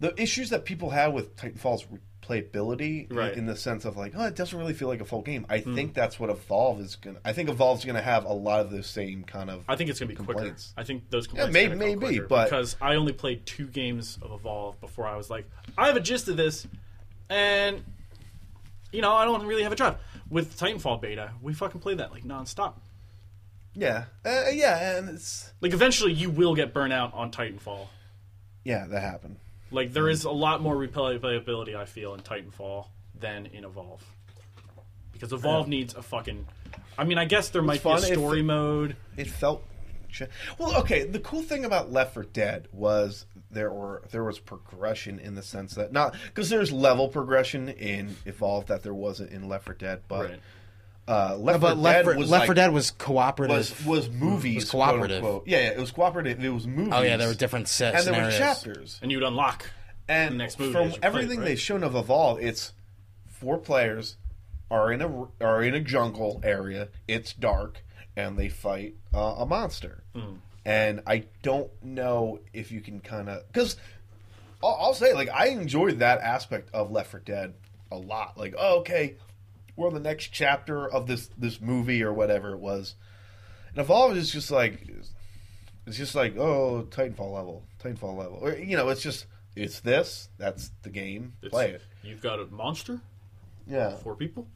[SPEAKER 1] the issues that people have with Titanfall's replayability in-
[SPEAKER 2] Right. Hmm.
[SPEAKER 1] in, the sense of like oh it doesn't really feel like a full game. I think that's what Evolve is gonna. I think Evolve's gonna have a lot of those same kind of.
[SPEAKER 2] I think it's going to be quicker.
[SPEAKER 1] Complaints.
[SPEAKER 2] I think those complaints
[SPEAKER 1] may-
[SPEAKER 2] are gonna go
[SPEAKER 1] maybe,
[SPEAKER 2] quicker
[SPEAKER 1] but-
[SPEAKER 2] because I only played two games of Evolve before I was like, I have a gist of this, and you know, I don't really have a drive. with Titanfall beta, we fucking played that like nonstop.
[SPEAKER 1] Yeah, uh, yeah, and it's
[SPEAKER 2] Like eventually, you will get burnt out on Titanfall.
[SPEAKER 1] yeah that happened.
[SPEAKER 2] Like there is a lot more replayability I feel in Titanfall than in Evolve, because Evolve needs a fucking. I mean, I guess there might
[SPEAKER 1] fun
[SPEAKER 2] be
[SPEAKER 1] if
[SPEAKER 2] a story mode.
[SPEAKER 1] It felt ch- well. Okay, the cool thing about Left for Dead was there were there was progression in the sense that not because there's level progression in Evolved that there wasn't in Left for Dead, but
[SPEAKER 2] Right.
[SPEAKER 1] uh, Left
[SPEAKER 5] But
[SPEAKER 1] for
[SPEAKER 5] Left
[SPEAKER 1] Dead
[SPEAKER 5] for,
[SPEAKER 1] was
[SPEAKER 5] Left
[SPEAKER 1] like,
[SPEAKER 5] 4 Dead was cooperative.
[SPEAKER 1] was was movies
[SPEAKER 5] was
[SPEAKER 1] quote
[SPEAKER 5] cooperative.
[SPEAKER 1] unquote. Yeah, yeah, it was cooperative. It was movies.
[SPEAKER 5] oh yeah, there were different sets.
[SPEAKER 1] and there were
[SPEAKER 5] scenarios.
[SPEAKER 1] chapters.
[SPEAKER 2] and you'd unlock.
[SPEAKER 1] And
[SPEAKER 2] The next movie
[SPEAKER 1] from
[SPEAKER 2] is your
[SPEAKER 1] everything
[SPEAKER 2] plate, right?
[SPEAKER 1] they've shown of Evolve, it's four players are in a are in a jungle area. It's dark, and they fight uh, a monster.
[SPEAKER 2] Hmm.
[SPEAKER 1] And I don't know if you can kind of because I'll, I'll say like I enjoyed that aspect of Left 4 Dead a lot. Like, oh, okay, we're on the next chapter of this this movie or whatever it was. And Evolve is just like it's just like oh Titanfall level, Titanfall level, or you know, it's just it's this. That's the game.
[SPEAKER 2] It's-
[SPEAKER 1] Play it.
[SPEAKER 2] You've got a monster,
[SPEAKER 1] Yeah,
[SPEAKER 2] four people,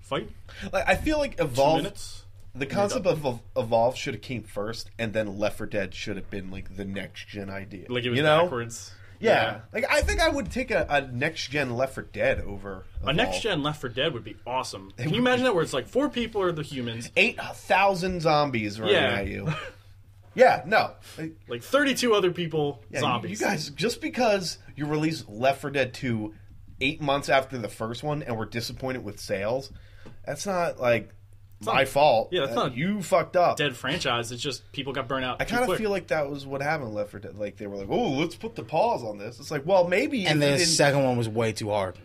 [SPEAKER 2] fight.
[SPEAKER 1] like I feel like
[SPEAKER 2] Two
[SPEAKER 1] Evolve.
[SPEAKER 2] minutes.
[SPEAKER 1] The concept of Ev- Evolve should have came first, and then Left 4 Dead should have been like the next gen idea.
[SPEAKER 2] Like it was
[SPEAKER 1] you know?
[SPEAKER 2] backwards.
[SPEAKER 1] Yeah. like I think I would take a, a next gen Left 4 Dead over
[SPEAKER 2] A
[SPEAKER 1] Evolve.
[SPEAKER 2] next gen Left for Dead would be awesome. Can you imagine that where it's like four people are the humans,
[SPEAKER 1] eight thousand zombies running
[SPEAKER 2] Yeah.
[SPEAKER 1] at you. Yeah, no. Like,
[SPEAKER 2] like thirty two other people
[SPEAKER 1] yeah, you-
[SPEAKER 2] zombies?
[SPEAKER 1] You guys, just because you release Left 4 Dead 2 eight months after the first one and we're disappointed with sales, that's not like my fault.
[SPEAKER 2] yeah, that's
[SPEAKER 1] Uh,
[SPEAKER 2] not
[SPEAKER 1] you fucked up.
[SPEAKER 2] Dead franchise. It's just people got burnt out.
[SPEAKER 1] I kind of feel like that was what happened with Left 4 Dead. Like they were like, "Oh, let's put the pause on this." It's like, well, maybe.
[SPEAKER 5] And
[SPEAKER 1] if
[SPEAKER 5] the
[SPEAKER 1] it didn't-
[SPEAKER 5] second one was way too hard.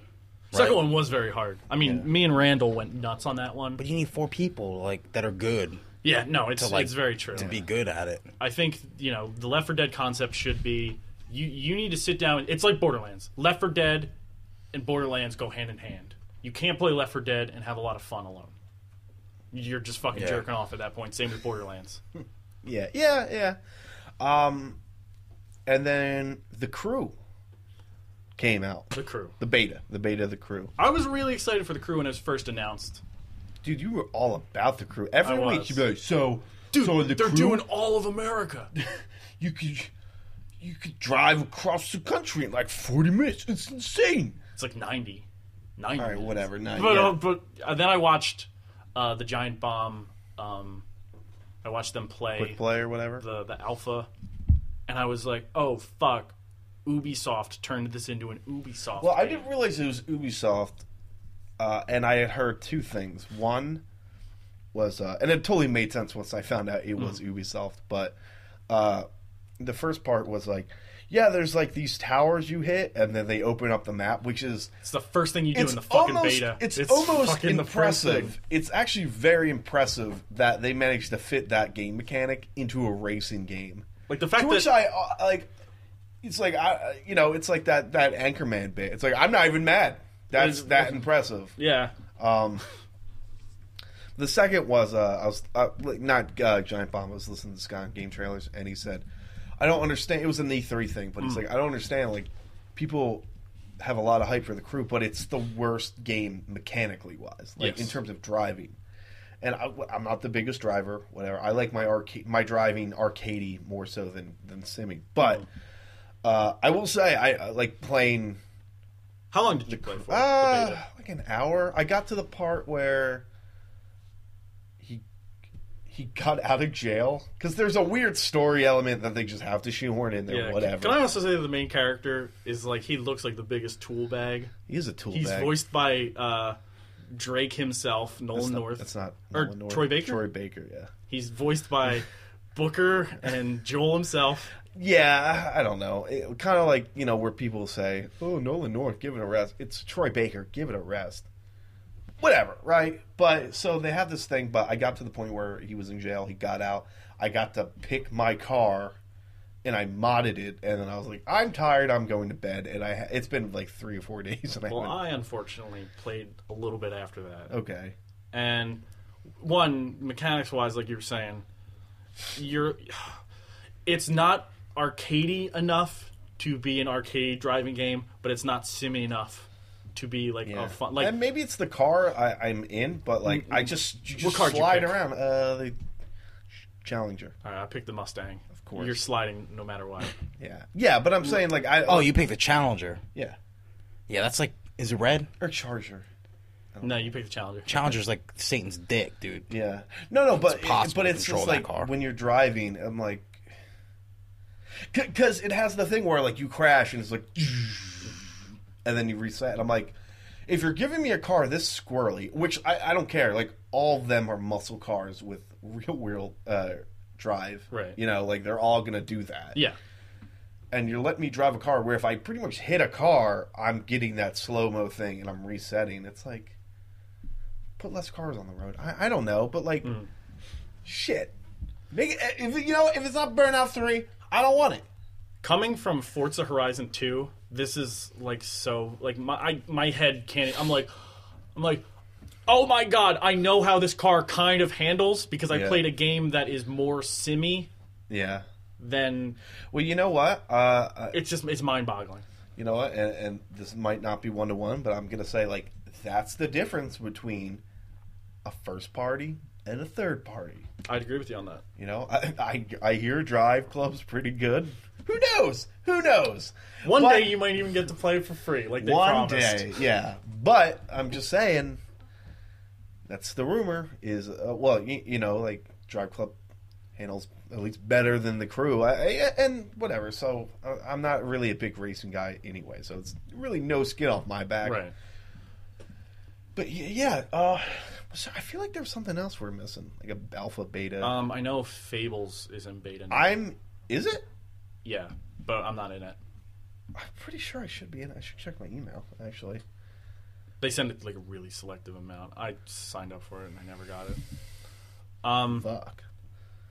[SPEAKER 2] second one was very hard. I mean, me and Randall went nuts on that one.
[SPEAKER 5] But you need four people like that are good
[SPEAKER 2] Yeah, no, it's
[SPEAKER 5] like,
[SPEAKER 2] it's very true.
[SPEAKER 5] to be good at it.
[SPEAKER 2] I think you know the Left 4 Dead concept should be you you need to sit down. It's like Borderlands. Left 4 Dead and Borderlands go hand in hand. You can't play Left 4 Dead and have a lot of fun alone. You're just fucking
[SPEAKER 5] Yeah.
[SPEAKER 2] jerking off at that point. Same with Borderlands.
[SPEAKER 1] yeah, yeah, yeah. Um, and then the crew came out.
[SPEAKER 2] The crew.
[SPEAKER 1] The beta, the beta of the crew.
[SPEAKER 2] I was really excited for the crew when it was first announced.
[SPEAKER 1] Dude, you were all about the crew. Every
[SPEAKER 2] I
[SPEAKER 1] week
[SPEAKER 2] was.
[SPEAKER 1] you'd be like, so,
[SPEAKER 2] Dude,
[SPEAKER 1] so in the
[SPEAKER 2] they're
[SPEAKER 1] crew,
[SPEAKER 2] doing all of America.
[SPEAKER 1] you could, you could drive across the country in like 40 minutes. It's insane.
[SPEAKER 2] It's like 90. 90.
[SPEAKER 1] All right, whatever. Not
[SPEAKER 2] But,
[SPEAKER 1] yet.
[SPEAKER 2] uh, but uh, then I watched uh, the Giant Bomb. Um, I watched them play,
[SPEAKER 1] Quick play or whatever.
[SPEAKER 2] the the alpha, and I was like, oh fuck, Ubisoft turned this into an Ubisoft.
[SPEAKER 1] Well, I
[SPEAKER 2] game.
[SPEAKER 1] didn't realize it was Ubisoft, uh, and I had heard two things. One was, uh, and it totally made sense once I found out it was
[SPEAKER 2] Hmm.
[SPEAKER 1] Ubisoft. But uh, the first part was like, yeah, there's like these towers you hit, and then they open up the map, which is
[SPEAKER 2] It's the first thing you do
[SPEAKER 1] it's
[SPEAKER 2] in the fucking
[SPEAKER 1] almost
[SPEAKER 2] beta.
[SPEAKER 1] it's, almost
[SPEAKER 2] fucking the first
[SPEAKER 1] impressive.
[SPEAKER 2] thing.
[SPEAKER 1] It's actually very impressive that they managed to fit that game mechanic into a racing game.
[SPEAKER 2] Like the fact
[SPEAKER 1] To
[SPEAKER 2] that
[SPEAKER 1] which I uh, like, it's like I, you know, it's like that that Anchorman bit. It's like I'm not even mad. That's
[SPEAKER 2] Is-
[SPEAKER 1] that impressive.
[SPEAKER 2] yeah,
[SPEAKER 1] Um, the second was uh, I was uh, like, not uh, Giant Bomb. I was listening to this guy on game trailers, and he said, "I don't understand." It was an E three thing, but he's like, "I don't understand." Like, people have a lot of hype for the crew, but it's the worst game mechanically wise, like
[SPEAKER 2] Yes.
[SPEAKER 1] in terms of driving. And I, am not the biggest driver, whatever. I like my arcade, my driving arcadey more so than than simming. But uh, I will say, I, I like playing
[SPEAKER 2] how long did you play for the
[SPEAKER 1] uh,
[SPEAKER 2] beta?
[SPEAKER 1] like an hour. I got to the part where he he got out of jail because there's a weird story element that they just have to shoehorn in there.
[SPEAKER 2] Yeah,
[SPEAKER 1] whatever.
[SPEAKER 2] Can I also say that the main character is like he looks like the biggest tool bag.
[SPEAKER 1] He's a tool
[SPEAKER 2] He's
[SPEAKER 1] bag.
[SPEAKER 2] voiced by uh, Drake himself, Nolan
[SPEAKER 1] that's not,
[SPEAKER 2] North.
[SPEAKER 1] That's not
[SPEAKER 2] Or
[SPEAKER 1] Nolan North.
[SPEAKER 2] Troy Baker?
[SPEAKER 1] Troy Baker. Yeah.
[SPEAKER 2] He's voiced by Booker and Joel himself.
[SPEAKER 1] Yeah, I don't know. Kind of like you know where people say, "Oh, Nolan North, give it a rest." It's Troy Baker, give it a rest. Whatever, right? But so they have this thing. But I got to the point where he was in jail. He got out. I got to pick my car, and I modded it. And then I was like, "I'm tired. I'm going to bed." And I ha- it's been like three or four days, and I
[SPEAKER 2] Well,
[SPEAKER 1] haven't.
[SPEAKER 2] I unfortunately played a little bit after that.
[SPEAKER 1] Okay.
[SPEAKER 2] And one mechanics wise, like you were saying, you're it's not arcadey enough to be an arcade driving game, but it's not simmy enough to be like
[SPEAKER 1] Yeah.
[SPEAKER 2] a fun Oh, like
[SPEAKER 1] and maybe it's the car I, I'm in, but like I just you just
[SPEAKER 2] card you
[SPEAKER 1] slide
[SPEAKER 2] pick?
[SPEAKER 1] around. Uh, the Challenger.
[SPEAKER 2] all right, I picked the Mustang. Of
[SPEAKER 1] course.
[SPEAKER 2] you're sliding no matter what.
[SPEAKER 1] Yeah, yeah, but I'm saying like I
[SPEAKER 5] Oh, you picked the Challenger.
[SPEAKER 1] yeah
[SPEAKER 5] Yeah, that's like, is it red?
[SPEAKER 1] or Charger. Oh.
[SPEAKER 2] no, you picked the Challenger.
[SPEAKER 5] Challenger's like Satan's dick, dude.
[SPEAKER 1] Yeah, no, no, but it's
[SPEAKER 5] possible
[SPEAKER 1] but
[SPEAKER 5] to
[SPEAKER 1] it's
[SPEAKER 5] control
[SPEAKER 1] just like
[SPEAKER 5] that car.
[SPEAKER 1] when you're driving, I'm like, because it has the thing where like you crash and it's like, and then you reset. And I'm like, if you're giving me a car this squirrely, which I, I don't care, like all of them are muscle cars with real wheel uh, drive,
[SPEAKER 2] Right.
[SPEAKER 1] You know, like they're all gonna do that.
[SPEAKER 2] Yeah,
[SPEAKER 1] and you're letting me drive a car where if I pretty much hit a car, I'm getting that slow mo thing and I'm resetting. It's like put less cars on the road. I, I don't know, but like shit, Make it- if you know if it's not Burnout Three, I don't want it.
[SPEAKER 2] coming from Forza Horizon 2, this is like so like my I, my head can't. I'm like, I'm like, oh my god! I know how this car kind of handles because I
[SPEAKER 1] Yeah.
[SPEAKER 2] played a game that is more simmy
[SPEAKER 1] Yeah.
[SPEAKER 2] than
[SPEAKER 1] Well, you know what? Uh, uh,
[SPEAKER 2] it's just it's mind boggling.
[SPEAKER 1] you know what? And, and this might not be one to one, but I'm gonna say like that's the difference between a first party and a third party.
[SPEAKER 2] I'd agree with you on that.
[SPEAKER 1] You know, I, I, I hear Drive Club's pretty good. Who knows? Who knows?
[SPEAKER 2] One
[SPEAKER 1] But-
[SPEAKER 2] day you might even get to play it for free, like they
[SPEAKER 1] one
[SPEAKER 2] promised.
[SPEAKER 1] day, yeah. But I'm just saying, that's the rumor. Is uh, well, you, you know, like Drive Club handles at least better than the crew, I, I, and whatever. So I- I'm not really a big racing guy anyway, so it's really no skin off my back.
[SPEAKER 2] Right.
[SPEAKER 1] But y- yeah, uh, so I feel like there's something else we're missing, like a alpha beta.
[SPEAKER 2] Um, I know Fables is in beta. Now.
[SPEAKER 1] I'm. Is it?
[SPEAKER 2] yeah, but I'm not in it.
[SPEAKER 1] I'm pretty sure I should be in. I should check my email actually.
[SPEAKER 2] They send it like a really selective amount. I signed up for it and I never got it. Um,
[SPEAKER 1] Fuck.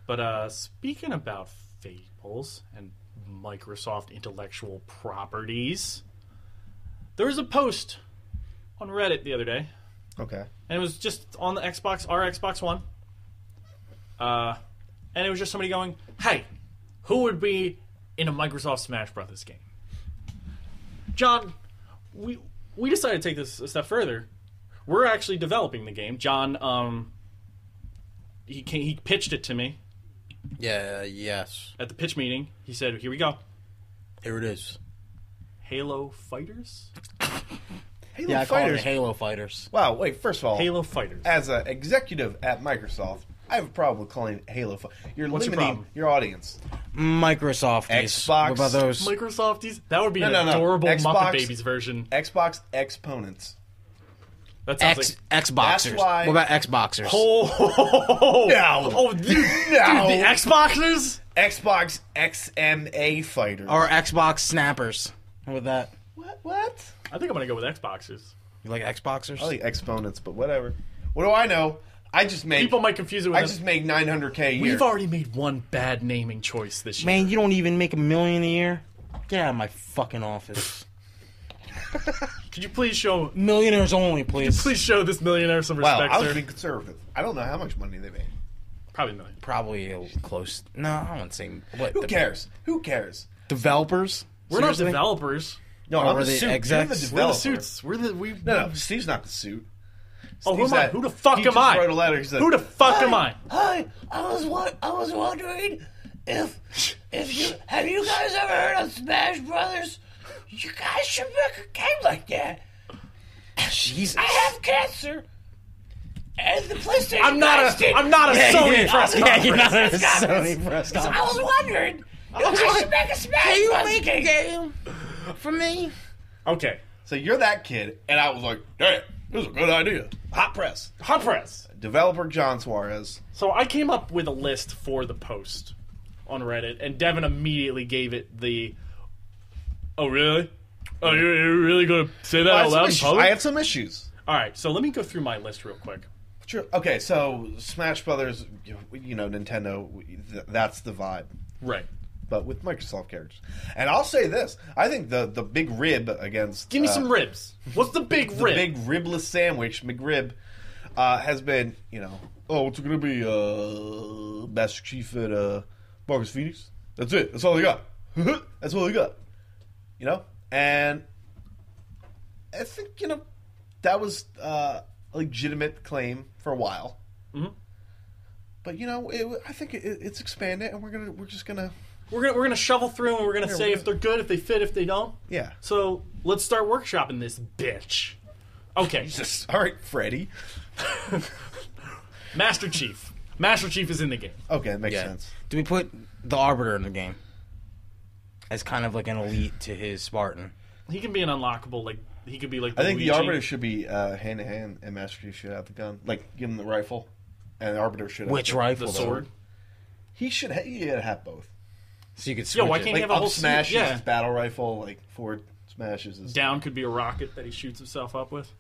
[SPEAKER 2] But uh, speaking about fables and Microsoft intellectual properties, there was a post on Reddit the other day,
[SPEAKER 1] Okay.
[SPEAKER 2] and it was just on the Xbox, our Xbox One. Uh, and it was just somebody going, "Hey, who would be in a Microsoft Smash Brothers game?" John, we we decided to take this a step further. We're actually developing the game. John, um, he came, he pitched it to me
[SPEAKER 5] Yeah, yes.
[SPEAKER 2] at the pitch meeting, he said, "Here we go,
[SPEAKER 5] Here it is.
[SPEAKER 2] Halo Fighters."
[SPEAKER 1] Halo
[SPEAKER 5] Yeah, I call them
[SPEAKER 1] Fighters.
[SPEAKER 5] Halo Fighters.
[SPEAKER 1] Wow. Wait. First of all,
[SPEAKER 2] Halo Fighters.
[SPEAKER 1] as an executive at Microsoft, I have a problem with calling it Halo. Fi- You're
[SPEAKER 2] What's your
[SPEAKER 1] limiting your,
[SPEAKER 2] problem?
[SPEAKER 1] audience.
[SPEAKER 5] Microsoft.
[SPEAKER 1] Xbox.
[SPEAKER 5] What about those?
[SPEAKER 2] Microsofties. That would be
[SPEAKER 1] No,
[SPEAKER 2] an
[SPEAKER 1] no, no.
[SPEAKER 2] adorable
[SPEAKER 1] Xbox-
[SPEAKER 2] Muppet Babies version.
[SPEAKER 1] Xbox exponents.
[SPEAKER 2] That sounds
[SPEAKER 5] X,
[SPEAKER 2] like.
[SPEAKER 5] Xboxers.
[SPEAKER 1] That's why-
[SPEAKER 5] What about Xboxers?
[SPEAKER 2] Oh
[SPEAKER 1] No.
[SPEAKER 2] Oh, dude,
[SPEAKER 1] No.
[SPEAKER 2] dude, the Xboxers.
[SPEAKER 1] Xbox XMA fighters.
[SPEAKER 5] or Xbox snappers? What about that?
[SPEAKER 1] what? What?
[SPEAKER 2] I think I'm gonna go with Xboxers.
[SPEAKER 5] You like Xboxers?
[SPEAKER 1] I like exponents, but whatever. What do I know? I just make.
[SPEAKER 2] People might confuse it with.
[SPEAKER 1] I
[SPEAKER 2] us.
[SPEAKER 1] just make 900k a year.
[SPEAKER 2] We've already made one bad naming choice this year.
[SPEAKER 5] Man, you don't even make a million a year. Get out of my fucking office.
[SPEAKER 2] Could you please show,
[SPEAKER 5] Millionaires only, please.
[SPEAKER 2] please show this millionaire some
[SPEAKER 1] wow.
[SPEAKER 2] respect,
[SPEAKER 1] I was
[SPEAKER 2] sir?
[SPEAKER 1] being conservative. I don't know how much money they made.
[SPEAKER 2] Probably a million.
[SPEAKER 5] Probably a little close. No, I wouldn't say. What,
[SPEAKER 1] Who cares? Who cares?
[SPEAKER 5] Developers?
[SPEAKER 2] We're not
[SPEAKER 5] Seriously?
[SPEAKER 2] developers.
[SPEAKER 1] No,
[SPEAKER 5] Or
[SPEAKER 1] I'm
[SPEAKER 5] were
[SPEAKER 1] the
[SPEAKER 5] they
[SPEAKER 1] suit. You're
[SPEAKER 5] execs?
[SPEAKER 1] the
[SPEAKER 5] We're
[SPEAKER 2] We're
[SPEAKER 5] the
[SPEAKER 2] the
[SPEAKER 1] developer.
[SPEAKER 2] suits. We're the we.
[SPEAKER 1] No, no, Steve's not the suit.
[SPEAKER 2] oh, who
[SPEAKER 1] Steve's
[SPEAKER 2] am I?
[SPEAKER 1] that-
[SPEAKER 2] Who the fuck
[SPEAKER 1] he
[SPEAKER 2] am
[SPEAKER 1] just
[SPEAKER 2] I?
[SPEAKER 1] Wrote a letter. He said,
[SPEAKER 2] Who the fuck am I?
[SPEAKER 6] Hi, I was wa- I was wondering if if you have you guys ever heard of Smash Brothers? You guys should make a game like that.
[SPEAKER 5] Jesus.
[SPEAKER 6] I have cancer, and the PlayStation.
[SPEAKER 2] I'm not
[SPEAKER 6] guys
[SPEAKER 2] a.
[SPEAKER 6] did-
[SPEAKER 2] I'm not a Sony press
[SPEAKER 5] Yeah, you're not a
[SPEAKER 6] Press
[SPEAKER 5] Sony press
[SPEAKER 6] I was wondering if I should make a Smash Brothers game.
[SPEAKER 5] game for me?
[SPEAKER 2] Okay.
[SPEAKER 1] So you're that kid, and I was like, "Damn, this is a good idea." Hot press.
[SPEAKER 2] Hot press.
[SPEAKER 1] Developer John Suarez.
[SPEAKER 2] So I came up with a list for the post on Reddit, and Devin immediately gave it the. Oh really? Oh, you're, you're really gonna say that
[SPEAKER 1] I
[SPEAKER 2] out
[SPEAKER 1] have,
[SPEAKER 2] loud
[SPEAKER 1] some
[SPEAKER 2] in
[SPEAKER 1] issues.
[SPEAKER 2] public?
[SPEAKER 1] I have some issues.
[SPEAKER 2] All right, so let me go through my list real quick.
[SPEAKER 1] True. Okay, so Smash Brothers, you know, Nintendo, th- that's the vibe,
[SPEAKER 2] Right.
[SPEAKER 1] but with Microsoft characters. And I'll say this: I think the the big rib against
[SPEAKER 2] Give me
[SPEAKER 1] uh,
[SPEAKER 2] some ribs. What's the big
[SPEAKER 1] the
[SPEAKER 2] rib?
[SPEAKER 1] big ribless sandwich McRib uh, has been, you know, oh, it's gonna be uh, Master Chief at uh, Marcus Phoenix. That's it. That's all they got. that's all they got. You know, and I think you know that was uh, a legitimate claim for a while. Mm-hmm. But you know, it, I think it, it's expanded, and we're gonna we're just gonna
[SPEAKER 2] We're gonna we're gonna shovel through and we're gonna say if they're good, if they fit, if they don't.
[SPEAKER 1] yeah.
[SPEAKER 2] So let's start workshopping this bitch. Okay,
[SPEAKER 1] Just all right, Freddy.
[SPEAKER 2] Master Chief. Master Chief is in the game.
[SPEAKER 1] Okay, that makes
[SPEAKER 5] Yeah.
[SPEAKER 1] sense.
[SPEAKER 5] Do we put the Arbiter in the game as kind of like an elite to his Spartan?
[SPEAKER 2] He can be an unlockable. Like he could be like.
[SPEAKER 1] I think the
[SPEAKER 2] Luigi.
[SPEAKER 1] arbiter should be uh, hand to hand, and Master Chief should have the gun. Like give him the rifle, and the arbiter should have
[SPEAKER 5] Which
[SPEAKER 1] the-
[SPEAKER 5] rifle?
[SPEAKER 2] the
[SPEAKER 5] though?
[SPEAKER 2] sword.
[SPEAKER 1] He should ha- he should have both.
[SPEAKER 5] So you could
[SPEAKER 2] Yeah,
[SPEAKER 5] switch
[SPEAKER 2] why
[SPEAKER 5] it.
[SPEAKER 2] can't he
[SPEAKER 1] Like
[SPEAKER 2] have a
[SPEAKER 1] up
[SPEAKER 2] whole
[SPEAKER 1] smash
[SPEAKER 2] smash?
[SPEAKER 1] is
[SPEAKER 2] Yeah,
[SPEAKER 1] his battle rifle, like forward smashes his
[SPEAKER 2] down could be a rocket that he shoots himself up with.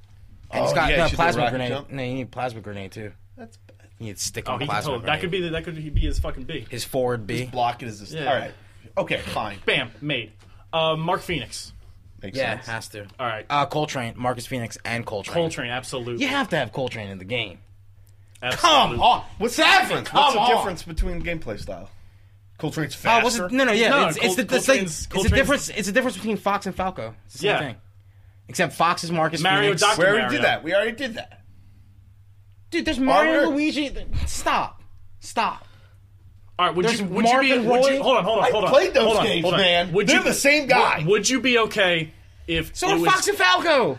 [SPEAKER 5] And it's
[SPEAKER 1] Oh,
[SPEAKER 5] got
[SPEAKER 1] yeah,
[SPEAKER 5] no,
[SPEAKER 1] you should do a
[SPEAKER 5] plasma
[SPEAKER 1] rocket
[SPEAKER 5] grenade.
[SPEAKER 1] jump.
[SPEAKER 5] No, you need plasma grenade too.
[SPEAKER 1] That's
[SPEAKER 5] You need stick
[SPEAKER 2] Oh,
[SPEAKER 5] on
[SPEAKER 2] he can
[SPEAKER 5] plasma
[SPEAKER 2] totally.
[SPEAKER 5] grenade.
[SPEAKER 2] That could be the, that could be his fucking B.
[SPEAKER 5] his forward B.
[SPEAKER 1] block it as this.
[SPEAKER 2] Yeah.
[SPEAKER 1] All right, okay, fine.
[SPEAKER 2] Bam, made. Uh, Mark Phoenix.
[SPEAKER 1] Makes
[SPEAKER 5] Yeah,
[SPEAKER 1] sense.
[SPEAKER 5] has to.
[SPEAKER 2] All right,
[SPEAKER 5] Uh, Coltrane, Marcus Phoenix, and Coltrane.
[SPEAKER 2] Coltrane, absolutely.
[SPEAKER 5] You have to have Coltrane in the game.
[SPEAKER 2] absolutely.
[SPEAKER 5] on.
[SPEAKER 1] What's the difference? What's
[SPEAKER 5] Come
[SPEAKER 1] the
[SPEAKER 5] on.
[SPEAKER 1] difference between gameplay style? Coltrane's
[SPEAKER 5] Oh,
[SPEAKER 1] faster.
[SPEAKER 5] was it? No, no, yeah.
[SPEAKER 2] No,
[SPEAKER 5] it's, it's,
[SPEAKER 2] Col-
[SPEAKER 5] the, it's, like,
[SPEAKER 2] Coltrane's-
[SPEAKER 5] it's the
[SPEAKER 2] Coltrane's-
[SPEAKER 5] difference. It's the difference between Fox and Falco. It's the same
[SPEAKER 2] Yeah.
[SPEAKER 5] thing. Except Fox is Marcus
[SPEAKER 2] Mario
[SPEAKER 5] Phoenix.
[SPEAKER 2] Doc-
[SPEAKER 1] we already
[SPEAKER 2] Mario.
[SPEAKER 1] did that. We already did that.
[SPEAKER 5] Dude, there's Mario
[SPEAKER 1] Arbiter-
[SPEAKER 5] Luigi. Stop. Stop.
[SPEAKER 2] All right, would
[SPEAKER 5] There's
[SPEAKER 2] you would
[SPEAKER 5] Mark
[SPEAKER 2] you be
[SPEAKER 5] and
[SPEAKER 2] would you,
[SPEAKER 5] Roy.
[SPEAKER 2] hold on, hold on,
[SPEAKER 1] I
[SPEAKER 2] hold on.
[SPEAKER 1] played those
[SPEAKER 2] hold on,
[SPEAKER 1] games,
[SPEAKER 2] hold on.
[SPEAKER 1] man.
[SPEAKER 2] Would
[SPEAKER 1] They're
[SPEAKER 2] you,
[SPEAKER 1] the same guy.
[SPEAKER 2] Would, would you be okay if
[SPEAKER 5] So
[SPEAKER 2] it
[SPEAKER 5] are
[SPEAKER 2] was,
[SPEAKER 5] Fox and Falco.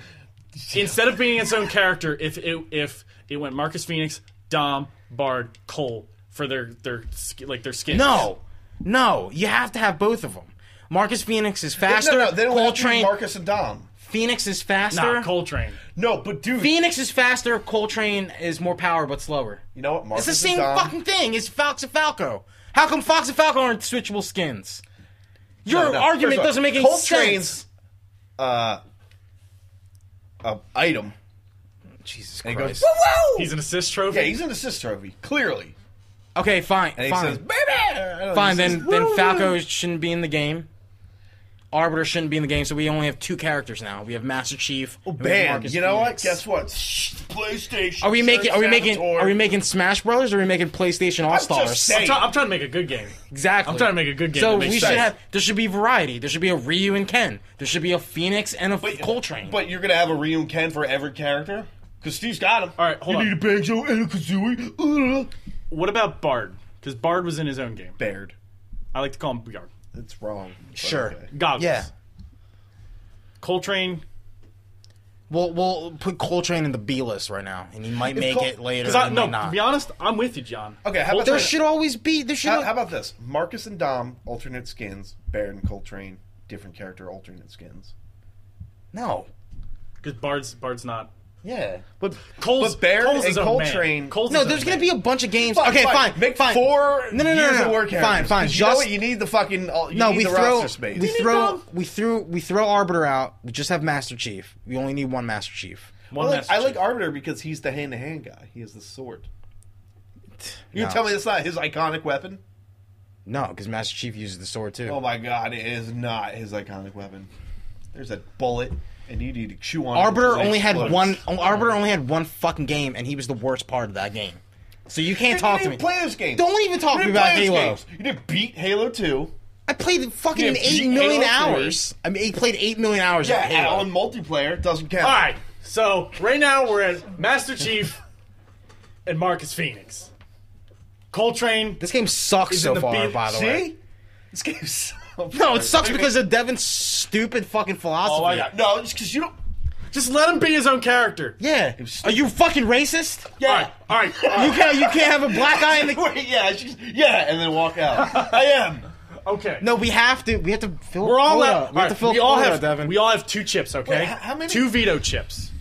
[SPEAKER 2] instead of being its own character, if it if it went Marcus Phoenix, Dom, Bard, Cole for their their sk- like their skins?
[SPEAKER 5] No, no. You have to have both of them. Marcus Phoenix is faster.
[SPEAKER 1] No, no, they don't have to be
[SPEAKER 5] Coltrane.
[SPEAKER 1] Marcus and Dom.
[SPEAKER 5] Phoenix is faster.
[SPEAKER 2] nah, Coltrane.
[SPEAKER 1] No, but dude,
[SPEAKER 5] Phoenix is faster. Coltrane is more power but slower.
[SPEAKER 1] you know what?
[SPEAKER 5] It's
[SPEAKER 1] Marcus
[SPEAKER 5] the same
[SPEAKER 1] and Dom.
[SPEAKER 5] fucking thing. It's Fox and Falco. How come Fox and Falco aren't switchable skins? Your
[SPEAKER 1] No, no. First
[SPEAKER 5] argument
[SPEAKER 1] of all,
[SPEAKER 5] doesn't make any
[SPEAKER 1] Coltrane's,
[SPEAKER 5] sense.
[SPEAKER 1] Uh, uh, item.
[SPEAKER 5] Jesus
[SPEAKER 1] And he goes,
[SPEAKER 5] Christ.
[SPEAKER 1] woo
[SPEAKER 2] He's an assist trophy.
[SPEAKER 1] Yeah, he's an assist trophy, clearly.
[SPEAKER 5] Okay, fine,
[SPEAKER 1] And he
[SPEAKER 5] fine,
[SPEAKER 1] says, baby! I don't know,
[SPEAKER 5] fine.
[SPEAKER 1] he
[SPEAKER 5] Then
[SPEAKER 1] says,
[SPEAKER 5] then
[SPEAKER 1] "Woo!"
[SPEAKER 5] Falco shouldn't be in the game. Arbiter shouldn't be in the game, so we only have two characters now. We have Master Chief. and we have
[SPEAKER 1] Bam.
[SPEAKER 5] Marcus
[SPEAKER 1] Oh, You know
[SPEAKER 5] Phoenix.
[SPEAKER 1] what? Guess what? Shh, PlayStation.
[SPEAKER 5] Are we making? Are we making?
[SPEAKER 1] Saboteur.
[SPEAKER 5] Are we making Smash Brothers? Or are we making PlayStation All
[SPEAKER 1] just
[SPEAKER 5] Stars?
[SPEAKER 1] saying.
[SPEAKER 2] I'm, try- I'm trying to make a good game.
[SPEAKER 5] Exactly.
[SPEAKER 2] I'm trying to make a good game
[SPEAKER 5] So
[SPEAKER 2] that
[SPEAKER 5] we
[SPEAKER 2] makes
[SPEAKER 5] should
[SPEAKER 1] sense.
[SPEAKER 5] have. There should be variety. There should be a Ryu and Ken. There should be a Phoenix and a Coltrane.
[SPEAKER 1] But you're gonna have a Ryu and Ken for every character because Steve's got him.
[SPEAKER 2] All right, hold
[SPEAKER 1] you
[SPEAKER 2] on.
[SPEAKER 1] need a banjo and a kazooie. Ugh.
[SPEAKER 2] What about Bard? Because Bard was in his own game.
[SPEAKER 1] Baird.
[SPEAKER 2] I like to call him Bard.
[SPEAKER 1] That's wrong. but
[SPEAKER 5] Sure.
[SPEAKER 1] okay.
[SPEAKER 2] Goggles.
[SPEAKER 5] Yeah.
[SPEAKER 2] Coltrane.
[SPEAKER 5] We'll we'll put Coltrane in the B list right now, and he might make
[SPEAKER 1] Col-
[SPEAKER 5] it later.
[SPEAKER 2] 'Cause I-
[SPEAKER 5] he
[SPEAKER 2] no,
[SPEAKER 5] might not.
[SPEAKER 2] to be honest, I'm with you, John.
[SPEAKER 1] Okay. How about
[SPEAKER 5] there
[SPEAKER 1] this?
[SPEAKER 5] should always be. There should.
[SPEAKER 3] Uh,
[SPEAKER 1] How, how about this? Marcus and Dom, alternate skins. Baird and Coltrane, different character, alternate skins.
[SPEAKER 5] no.
[SPEAKER 2] Because Bard's Bard's not.
[SPEAKER 5] Yeah.
[SPEAKER 1] But
[SPEAKER 2] Cole's,
[SPEAKER 1] but Baird
[SPEAKER 2] Cole's
[SPEAKER 1] and
[SPEAKER 2] his own man.
[SPEAKER 1] Coltrane.
[SPEAKER 2] Cole's
[SPEAKER 5] No,
[SPEAKER 2] his own
[SPEAKER 5] there's gonna
[SPEAKER 2] man.
[SPEAKER 5] be a bunch of games. okay, fine,
[SPEAKER 1] Make
[SPEAKER 5] fine.
[SPEAKER 1] four.
[SPEAKER 5] No, no, no,
[SPEAKER 1] years
[SPEAKER 5] no,
[SPEAKER 1] of
[SPEAKER 5] no.
[SPEAKER 1] war characters,
[SPEAKER 5] Fine, fine,
[SPEAKER 1] 'cause You, know
[SPEAKER 5] just-
[SPEAKER 1] what? you need the fucking. all- You
[SPEAKER 5] No,
[SPEAKER 1] need
[SPEAKER 5] we
[SPEAKER 1] the
[SPEAKER 5] throw
[SPEAKER 1] roster space.
[SPEAKER 5] we throw we threw we throw Arbiter out. We just have Master Chief. We only need one Master Chief.
[SPEAKER 2] One
[SPEAKER 1] I like,
[SPEAKER 2] Master
[SPEAKER 1] I like
[SPEAKER 2] Chief.
[SPEAKER 1] Arbiter because he's the hand to hand guy. He has the sword. You
[SPEAKER 5] No.
[SPEAKER 1] tell me that's not his iconic weapon?
[SPEAKER 5] No, because Master Chief uses the sword too.
[SPEAKER 1] Oh my god, it is not his iconic weapon. There's a bullet, and you need to chew on it
[SPEAKER 5] Arbiter
[SPEAKER 1] until it
[SPEAKER 5] only had
[SPEAKER 1] explodes.
[SPEAKER 5] one. Arbiter only had one fucking game, and he was the worst part of that game. So you can't talk
[SPEAKER 1] you
[SPEAKER 5] to
[SPEAKER 1] didn't
[SPEAKER 5] me.
[SPEAKER 1] play this game.
[SPEAKER 5] Don't even talk
[SPEAKER 1] You
[SPEAKER 5] to me
[SPEAKER 1] didn't
[SPEAKER 5] about
[SPEAKER 1] play those
[SPEAKER 5] Halo.
[SPEAKER 1] games. You didn't beat Halo 2.
[SPEAKER 5] I played
[SPEAKER 1] Yeah,
[SPEAKER 5] fucking
[SPEAKER 1] G-
[SPEAKER 5] eight million
[SPEAKER 1] Halo three.
[SPEAKER 5] hours. I mean, he played eight million hours.
[SPEAKER 1] Yeah,
[SPEAKER 5] of Halo.
[SPEAKER 1] on multiplayer doesn't count.
[SPEAKER 2] All right. So right now we're at Master Chief and Marcus Phoenix. Coltrane.
[SPEAKER 5] This game sucks
[SPEAKER 2] Is
[SPEAKER 5] so
[SPEAKER 2] it the
[SPEAKER 5] far.
[SPEAKER 2] B-
[SPEAKER 5] by the way,
[SPEAKER 1] See? This game's so
[SPEAKER 5] no, it sucks because of Devin's stupid fucking philosophy.
[SPEAKER 2] Oh, I got.
[SPEAKER 1] No, it's because you don't.
[SPEAKER 2] Just let him be his own character.
[SPEAKER 5] yeah,
[SPEAKER 1] was
[SPEAKER 5] are you fucking racist?
[SPEAKER 2] All right. All right.
[SPEAKER 5] You can't. You can't have a black eye in the.
[SPEAKER 1] Wait, yeah, she's, yeah, and then walk out. I am.
[SPEAKER 2] Okay.
[SPEAKER 5] No, we have to. We have to fill.
[SPEAKER 2] We're all
[SPEAKER 5] quota.
[SPEAKER 2] at,
[SPEAKER 5] We have to fill.
[SPEAKER 2] we all
[SPEAKER 5] quota,
[SPEAKER 2] have
[SPEAKER 5] Devin.
[SPEAKER 2] we all have two chips, okay?
[SPEAKER 1] h- how many-
[SPEAKER 2] Two veto chips.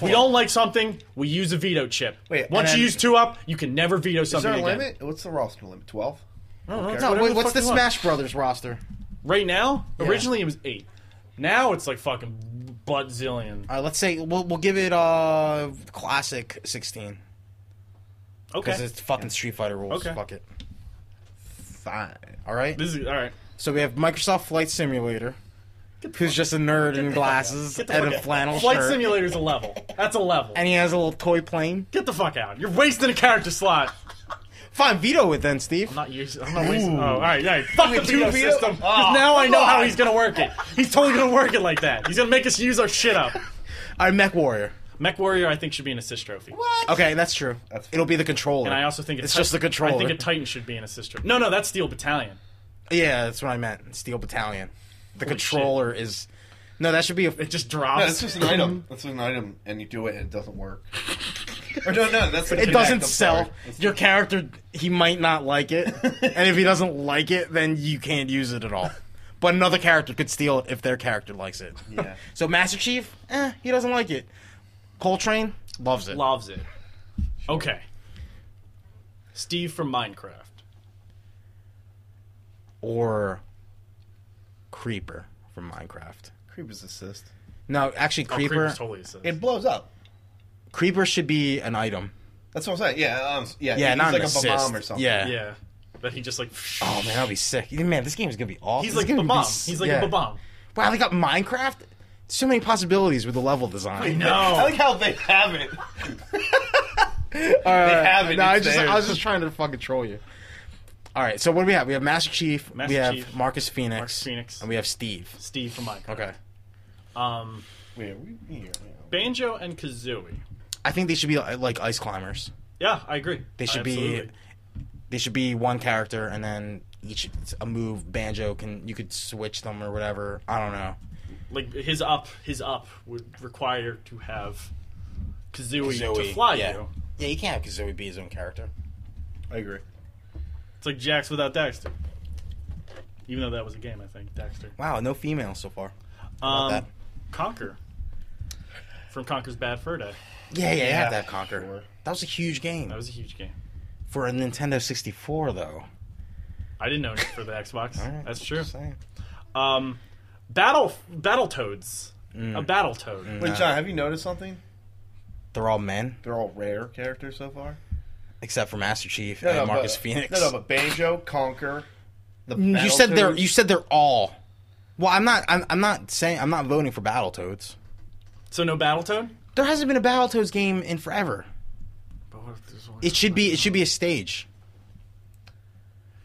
[SPEAKER 2] We don't like something, we use a veto chip.
[SPEAKER 1] Wait,
[SPEAKER 2] Once
[SPEAKER 1] and
[SPEAKER 2] you
[SPEAKER 1] then-
[SPEAKER 2] use two up, you can never veto
[SPEAKER 1] Is
[SPEAKER 2] something
[SPEAKER 1] there a
[SPEAKER 2] again.
[SPEAKER 1] limit? What's the roster limit? 12?
[SPEAKER 5] No,
[SPEAKER 2] Whatever
[SPEAKER 5] wait, what's
[SPEAKER 2] fuck
[SPEAKER 5] the
[SPEAKER 2] you want.
[SPEAKER 5] Smash Brothers roster?
[SPEAKER 2] Right now, originally it was eight. Now it's like fucking butt zillion.
[SPEAKER 5] All right, let's say we'll, we'll give it uh classic sixteen because
[SPEAKER 2] Okay.
[SPEAKER 5] it's fucking Street Fighter rules.
[SPEAKER 2] Okay.
[SPEAKER 5] Fuck it.
[SPEAKER 1] Fine.
[SPEAKER 5] All right.
[SPEAKER 2] This is all right.
[SPEAKER 5] So we have Microsoft Flight Simulator, who's just a nerd in glasses
[SPEAKER 2] Get the
[SPEAKER 5] and
[SPEAKER 2] fuck
[SPEAKER 5] a
[SPEAKER 2] out.
[SPEAKER 5] flannel
[SPEAKER 2] Flight
[SPEAKER 5] shirt,
[SPEAKER 2] simulator's a level. That's a level.
[SPEAKER 5] and he has a little toy plane.
[SPEAKER 2] Get the fuck out. You're wasting a character slot.
[SPEAKER 5] Fine, veto it then, Steve.
[SPEAKER 2] Not you. I'm not wasting. Oh, all right, all right. Fuck the
[SPEAKER 1] veto?
[SPEAKER 2] veto
[SPEAKER 5] Oh,
[SPEAKER 2] system. 'cause now I know how he's gonna work it. He's totally gonna work it like that. He's gonna make us use our shit up.
[SPEAKER 5] All right, Mech Warrior.
[SPEAKER 2] Mech Warrior, I think, should be an assist trophy.
[SPEAKER 5] Okay, that's true.
[SPEAKER 1] That's fair.
[SPEAKER 5] It'll be the controller.
[SPEAKER 2] And I also think a
[SPEAKER 5] It's
[SPEAKER 2] Tit-
[SPEAKER 5] just the
[SPEAKER 2] I
[SPEAKER 5] controller.
[SPEAKER 2] think a Titan should be an assist trophy. No, no, that's Steel Battalion.
[SPEAKER 5] yeah, that's what I meant. Steel Battalion. The
[SPEAKER 2] Holy
[SPEAKER 5] controller is. No, that should be a.
[SPEAKER 2] It just
[SPEAKER 7] No, that's
[SPEAKER 2] drops.
[SPEAKER 7] just an item. That's an item, and you do it, and it doesn't work. or no, no, that's
[SPEAKER 5] It doesn't sell. Your character, he might not like it, and if he doesn't like it, then you can't use it at all. But another character could steal it if their character likes it.
[SPEAKER 7] Yeah.
[SPEAKER 5] So Master Chief, eh, he doesn't like it. Coltrane loves it.
[SPEAKER 2] Loves it. Okay. Steve from Minecraft. Oh,
[SPEAKER 5] or Creeper from Minecraft.
[SPEAKER 7] Creeper's assist.
[SPEAKER 5] No, actually,
[SPEAKER 2] Oh,
[SPEAKER 5] Creeper.
[SPEAKER 2] Creeper's totally assist.
[SPEAKER 7] It blows up.
[SPEAKER 5] Creeper should be an item.
[SPEAKER 7] That's what I'm saying. Yeah, um, yeah,
[SPEAKER 5] Yeah,
[SPEAKER 7] he's
[SPEAKER 5] not
[SPEAKER 7] like
[SPEAKER 5] an
[SPEAKER 7] a
[SPEAKER 5] assist.
[SPEAKER 7] bomb or something.
[SPEAKER 5] Yeah.
[SPEAKER 2] yeah. But he just like.
[SPEAKER 5] Oh man, that'll be sick. Man, this game is gonna be awesome.
[SPEAKER 2] He's
[SPEAKER 5] This
[SPEAKER 2] like
[SPEAKER 5] is gonna
[SPEAKER 2] a
[SPEAKER 5] be
[SPEAKER 2] bomb.
[SPEAKER 5] s-
[SPEAKER 2] He's like
[SPEAKER 5] yeah.
[SPEAKER 2] a bomb.
[SPEAKER 5] Wow, they got Minecraft. So many possibilities with the level design.
[SPEAKER 2] No.
[SPEAKER 7] I
[SPEAKER 1] Oh.
[SPEAKER 7] like how they have it. they have it.
[SPEAKER 5] Uh, No, I
[SPEAKER 7] it's
[SPEAKER 5] just
[SPEAKER 7] theirs.
[SPEAKER 5] I was just trying to fucking troll you. All right, so what do we have? We have Master Chief.
[SPEAKER 2] Master
[SPEAKER 5] we have
[SPEAKER 2] Chief,
[SPEAKER 5] Marcus Phoenix.
[SPEAKER 2] Marcus Phoenix.
[SPEAKER 5] And we have Steve.
[SPEAKER 2] Steve from Minecraft.
[SPEAKER 5] Okay.
[SPEAKER 2] Um,
[SPEAKER 7] Wait, are we here?
[SPEAKER 2] Banjo and Kazooie.
[SPEAKER 5] I think they should be li- like ice climbers.
[SPEAKER 2] Yeah, I agree.
[SPEAKER 5] They should
[SPEAKER 2] Absolutely.
[SPEAKER 5] be. They should be one character, and then each a move. Banjo can you could switch them or whatever. I don't know.
[SPEAKER 2] like his up. His up would require to have Kazooie, to
[SPEAKER 5] Kazooie,
[SPEAKER 2] fly
[SPEAKER 5] yeah.
[SPEAKER 2] you.
[SPEAKER 5] Yeah, you can't have Kazooie be his own character.
[SPEAKER 7] I agree.
[SPEAKER 2] It's like Jax without Daxter. Even though that was a game, I think Daxter.
[SPEAKER 5] Wow, no females so far.
[SPEAKER 2] Um,
[SPEAKER 5] that?
[SPEAKER 2] Conquer from Conquer's Bad Fur Day.
[SPEAKER 5] Yeah, yeah, yeah.
[SPEAKER 7] Yeah,
[SPEAKER 5] Have that conquer.
[SPEAKER 7] sure.
[SPEAKER 5] That was a huge game
[SPEAKER 2] That was a huge game.
[SPEAKER 5] for a Nintendo 64, though.
[SPEAKER 2] I didn't know it for the Xbox.
[SPEAKER 5] All right,
[SPEAKER 2] That's
[SPEAKER 5] just
[SPEAKER 2] true.
[SPEAKER 5] saying.
[SPEAKER 2] Um, battle Battle Toads.
[SPEAKER 5] Mm.
[SPEAKER 2] A Battle Toad.
[SPEAKER 7] Wait, John, have you noticed something?
[SPEAKER 5] They're all men
[SPEAKER 7] They're all rare characters so far.
[SPEAKER 5] except for Master Chief and Marcus
[SPEAKER 7] but,
[SPEAKER 5] Phoenix.
[SPEAKER 7] No, no, but Banjo, Conquer, the
[SPEAKER 5] you said they're
[SPEAKER 7] Battletoads.
[SPEAKER 5] you said they're all. Well, I'm not. I'm, I'm not saying I'm not voting for Battletoads.
[SPEAKER 2] So no Battle Toad.
[SPEAKER 5] There hasn't been a Battletoads game in forever. It should be. It should be a stage,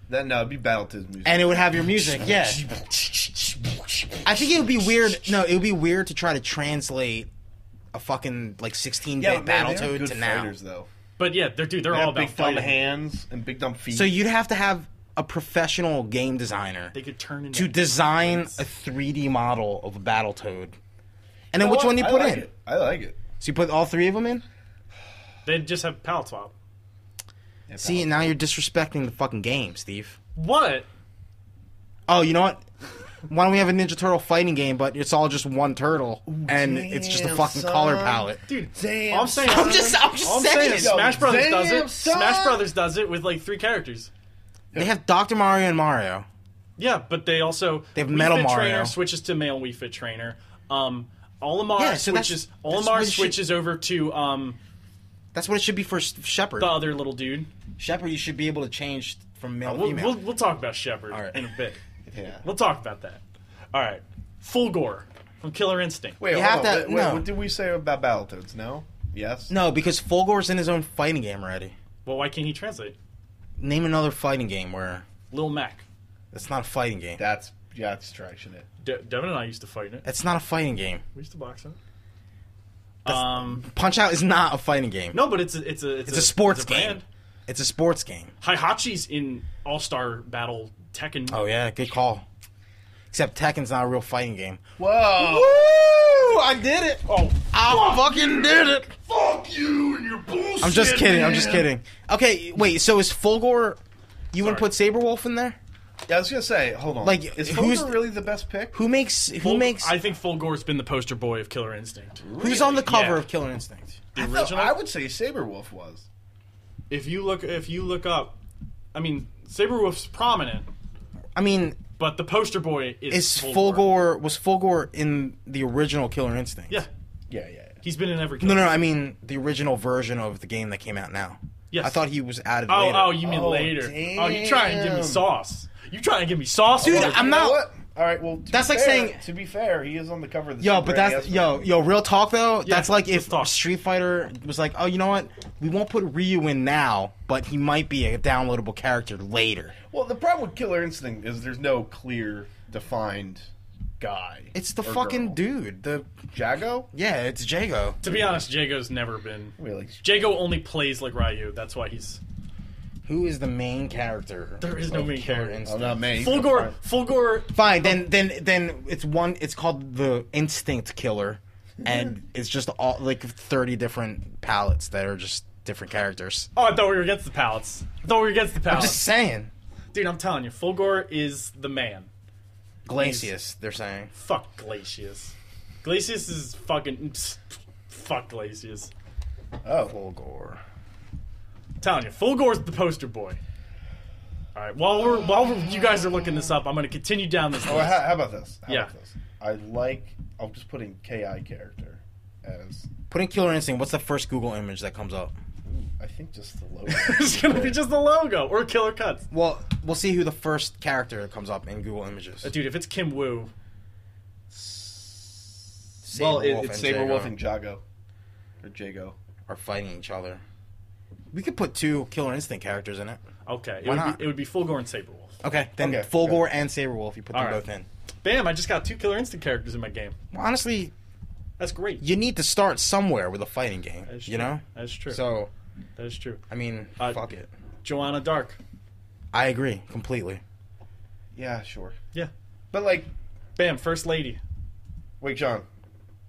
[SPEAKER 7] Then no, it'd be Battletoads music.
[SPEAKER 5] and it would have your music. Yeah. I think it would be weird. No, it would be weird to try to translate a fucking like 16-bit
[SPEAKER 7] yeah, but man, they are
[SPEAKER 5] Battletoad
[SPEAKER 7] good
[SPEAKER 5] to now.
[SPEAKER 7] fighters, though.
[SPEAKER 2] But yeah, they're dude. They're
[SPEAKER 7] They
[SPEAKER 2] all
[SPEAKER 7] have
[SPEAKER 2] about
[SPEAKER 7] big dumb
[SPEAKER 2] fighting.
[SPEAKER 7] hands and big dumb feet.
[SPEAKER 5] So you'd have to have a professional game designer
[SPEAKER 2] They could turn into
[SPEAKER 5] to design a 3D model of a Battletoad. And then which one do you
[SPEAKER 7] I
[SPEAKER 5] put
[SPEAKER 7] like
[SPEAKER 5] in?
[SPEAKER 7] it. I like it.
[SPEAKER 5] So you put all three of them in?
[SPEAKER 2] They just have palette swap.
[SPEAKER 7] Yeah,
[SPEAKER 5] See, now you're disrespecting the fucking game, Steve.
[SPEAKER 2] What?
[SPEAKER 5] Oh, you know what? Why don't we have a Ninja Turtle fighting game, but it's all just one turtle and it's just a
[SPEAKER 7] damn,
[SPEAKER 5] fucking color
[SPEAKER 7] son.
[SPEAKER 5] palette?
[SPEAKER 2] Dude,
[SPEAKER 7] Damn,
[SPEAKER 2] all I'm saying,
[SPEAKER 5] I'm just, I'm just
[SPEAKER 2] all I'm
[SPEAKER 5] saying.
[SPEAKER 2] saying is Smash Brothers
[SPEAKER 7] damn,
[SPEAKER 2] does it.
[SPEAKER 7] son.
[SPEAKER 2] Smash Brothers does it with like three characters.
[SPEAKER 5] They have Dr. Mario and Mario.
[SPEAKER 2] Yeah, but they also
[SPEAKER 5] They have Metal
[SPEAKER 2] Fit
[SPEAKER 5] Mario.
[SPEAKER 2] Trainer switches to male Wii Fit Trainer. Um, Olimar
[SPEAKER 5] Yeah, so that's-
[SPEAKER 2] switches.
[SPEAKER 5] that's
[SPEAKER 2] Olimar
[SPEAKER 5] what it should-
[SPEAKER 2] switches over to um
[SPEAKER 5] That's what it should be for Shepard.
[SPEAKER 2] the other little dude.
[SPEAKER 5] Shepard, you should be able to change from male to
[SPEAKER 2] We'll,
[SPEAKER 5] female.
[SPEAKER 2] we'll, we'll talk about Shepard
[SPEAKER 5] Oh, right.
[SPEAKER 2] in a bit.
[SPEAKER 7] Yeah.
[SPEAKER 2] We'll talk about that. All right, Fulgore from Killer Instinct.
[SPEAKER 7] Wait,
[SPEAKER 5] You
[SPEAKER 7] hold
[SPEAKER 5] have
[SPEAKER 7] on.
[SPEAKER 5] to-
[SPEAKER 7] Wait, wait,
[SPEAKER 5] no.
[SPEAKER 7] What did we say about Battletoads? No. Yes.
[SPEAKER 5] no, because Fulgore's in his own fighting game already.
[SPEAKER 2] Well, why can't he translate?
[SPEAKER 5] Name another fighting game where
[SPEAKER 2] Lil Mac.
[SPEAKER 5] it's not a fighting game.
[SPEAKER 7] That's yeah, that's traction. It.
[SPEAKER 2] De- Devin and I used to fight in it.
[SPEAKER 5] It's not a fighting game.
[SPEAKER 2] We used to box in it. Um,
[SPEAKER 5] Punch Out is not a fighting game.
[SPEAKER 2] no, but it's a, it's a it's,
[SPEAKER 5] It's a sports game.
[SPEAKER 2] brand.
[SPEAKER 5] It's a sports game.
[SPEAKER 2] Hihachi's in All Star Battle Tekken.
[SPEAKER 5] Oh yeah, good call. Except Tekken's not a real fighting game.
[SPEAKER 7] Whoa.
[SPEAKER 5] Woo! I did it.
[SPEAKER 2] Oh,
[SPEAKER 5] I fucking did it.
[SPEAKER 7] Fuck you and your bullshit.
[SPEAKER 5] I'm just kidding. I'm just kidding. Okay, wait. So is Fulgore? You wouldn't put Saberwolf in there?
[SPEAKER 7] Yeah, I was gonna say. Hold on.
[SPEAKER 5] Like,
[SPEAKER 7] is
[SPEAKER 5] who's-
[SPEAKER 7] who's really the best pick?
[SPEAKER 5] Who makes? Who
[SPEAKER 2] Ful-
[SPEAKER 5] makes?
[SPEAKER 2] I think Fulgore's been the poster boy of Killer Instinct.
[SPEAKER 5] who's on the cover
[SPEAKER 2] Yeah.
[SPEAKER 5] of Killer Instinct?
[SPEAKER 2] The
[SPEAKER 7] No,
[SPEAKER 2] original.
[SPEAKER 7] I would say Saberwolf was.
[SPEAKER 2] if you look, if you look up, I mean, Saberwolf's prominent,
[SPEAKER 5] I mean,
[SPEAKER 2] but the poster boy is,
[SPEAKER 5] is Fulgore was Fulgore in the original Killer Instinct?
[SPEAKER 2] Yeah,
[SPEAKER 7] Yeah, yeah. yeah.
[SPEAKER 2] he's been in every.
[SPEAKER 5] No,
[SPEAKER 2] Killer
[SPEAKER 5] no,
[SPEAKER 2] Instinct.
[SPEAKER 5] I mean the original version of the game that came out now.
[SPEAKER 2] Yes.
[SPEAKER 5] I thought he was added
[SPEAKER 2] Oh,
[SPEAKER 5] later.
[SPEAKER 2] oh, you mean
[SPEAKER 7] Oh,
[SPEAKER 2] later?
[SPEAKER 7] damn.
[SPEAKER 2] Oh, you trying to give me sauce? You trying to give me sauce?
[SPEAKER 5] Dude,
[SPEAKER 2] mother-
[SPEAKER 5] I'm
[SPEAKER 7] You know
[SPEAKER 5] not-
[SPEAKER 7] what? All right. Well, to
[SPEAKER 5] That's
[SPEAKER 7] be
[SPEAKER 5] like
[SPEAKER 7] fair-
[SPEAKER 5] saying-
[SPEAKER 7] To be fair, he is on the cover of the.
[SPEAKER 5] Yo,
[SPEAKER 7] Super
[SPEAKER 5] but that's
[SPEAKER 7] NES
[SPEAKER 5] yo,
[SPEAKER 7] version.
[SPEAKER 5] yo, real talk though.
[SPEAKER 2] Yeah,
[SPEAKER 5] that's like
[SPEAKER 2] let's
[SPEAKER 5] if
[SPEAKER 2] talk.
[SPEAKER 5] Street Fighter was like, oh, you know what? We won't put Ryu in now, but he might be a downloadable character later.
[SPEAKER 7] Well, the problem with Killer Instinct is there's no clear, defined
[SPEAKER 2] guy.
[SPEAKER 5] It's the
[SPEAKER 2] or
[SPEAKER 5] fucking
[SPEAKER 2] girl.
[SPEAKER 5] dude. The
[SPEAKER 1] Jago?
[SPEAKER 5] yeah, it's Jago.
[SPEAKER 2] To be honest, Jago's never been.
[SPEAKER 1] Really?
[SPEAKER 2] Jago only plays like Ryu. That's why he's.
[SPEAKER 5] Who is the main character?
[SPEAKER 2] There is no
[SPEAKER 5] of
[SPEAKER 2] main
[SPEAKER 5] Killer
[SPEAKER 2] character.
[SPEAKER 5] Instinct?
[SPEAKER 1] Oh, not me.
[SPEAKER 2] Fulgor. Fulgor.
[SPEAKER 5] Fine, then then then it's one. It's called the Instinct Killer, and it's just all like thirty different palettes that are just different characters.
[SPEAKER 2] Oh, I thought we were against the pallets. I thought we were against the
[SPEAKER 5] I'm
[SPEAKER 2] pallets.
[SPEAKER 5] just saying,
[SPEAKER 2] Dude, I'm telling you, Fulgor is the man.
[SPEAKER 5] Glacius. They're saying
[SPEAKER 2] Fuck Glacius. Glacius is fucking. psst, Fuck Glacius.
[SPEAKER 1] Oh.
[SPEAKER 5] Gore.
[SPEAKER 2] I'm telling you, Fulgor's the poster boy. All right. While we're while we're, you guys are looking this up, I'm gonna continue down this
[SPEAKER 1] Well,
[SPEAKER 2] list.
[SPEAKER 1] how, how about this? How
[SPEAKER 2] Yeah.
[SPEAKER 1] About this? I like. I'll just put in Ki character as.
[SPEAKER 5] Put in Killer Instinct. What's the first Google image that comes up?
[SPEAKER 1] I think just the logo.
[SPEAKER 2] it's gonna be just the logo or Killer Cuts.
[SPEAKER 5] Well, we'll see who the first character that comes up in Google Images.
[SPEAKER 2] Uh, Dude, if it's Kim Woo,
[SPEAKER 1] well, it,
[SPEAKER 5] Saberwolf
[SPEAKER 1] it's
[SPEAKER 5] and
[SPEAKER 1] Saberwolf
[SPEAKER 5] Jago
[SPEAKER 1] and Jago, or Jago.
[SPEAKER 5] are fighting each other. We could put two Killer Instinct characters in it.
[SPEAKER 2] okay, it
[SPEAKER 5] Why
[SPEAKER 2] would
[SPEAKER 5] not?
[SPEAKER 2] Be, it would be Fulgor and Saberwolf.
[SPEAKER 5] Okay, then
[SPEAKER 1] Okay,
[SPEAKER 5] Fulgore and Saberwolf. You put them
[SPEAKER 2] All right.
[SPEAKER 5] both in.
[SPEAKER 2] Bam! I just got two Killer Instinct characters in my game.
[SPEAKER 5] Well, honestly,
[SPEAKER 2] That's great.
[SPEAKER 5] you need to start somewhere with a fighting game.
[SPEAKER 2] That's
[SPEAKER 5] You
[SPEAKER 2] true.
[SPEAKER 5] know.
[SPEAKER 2] That's true.
[SPEAKER 5] So
[SPEAKER 2] that is true.
[SPEAKER 5] I mean,
[SPEAKER 2] Uh,
[SPEAKER 5] fuck it.
[SPEAKER 2] Joanna Dark.
[SPEAKER 5] I agree completely.
[SPEAKER 1] Yeah, sure.
[SPEAKER 2] Yeah.
[SPEAKER 1] But like,
[SPEAKER 2] Bam! First Lady.
[SPEAKER 1] wait, John.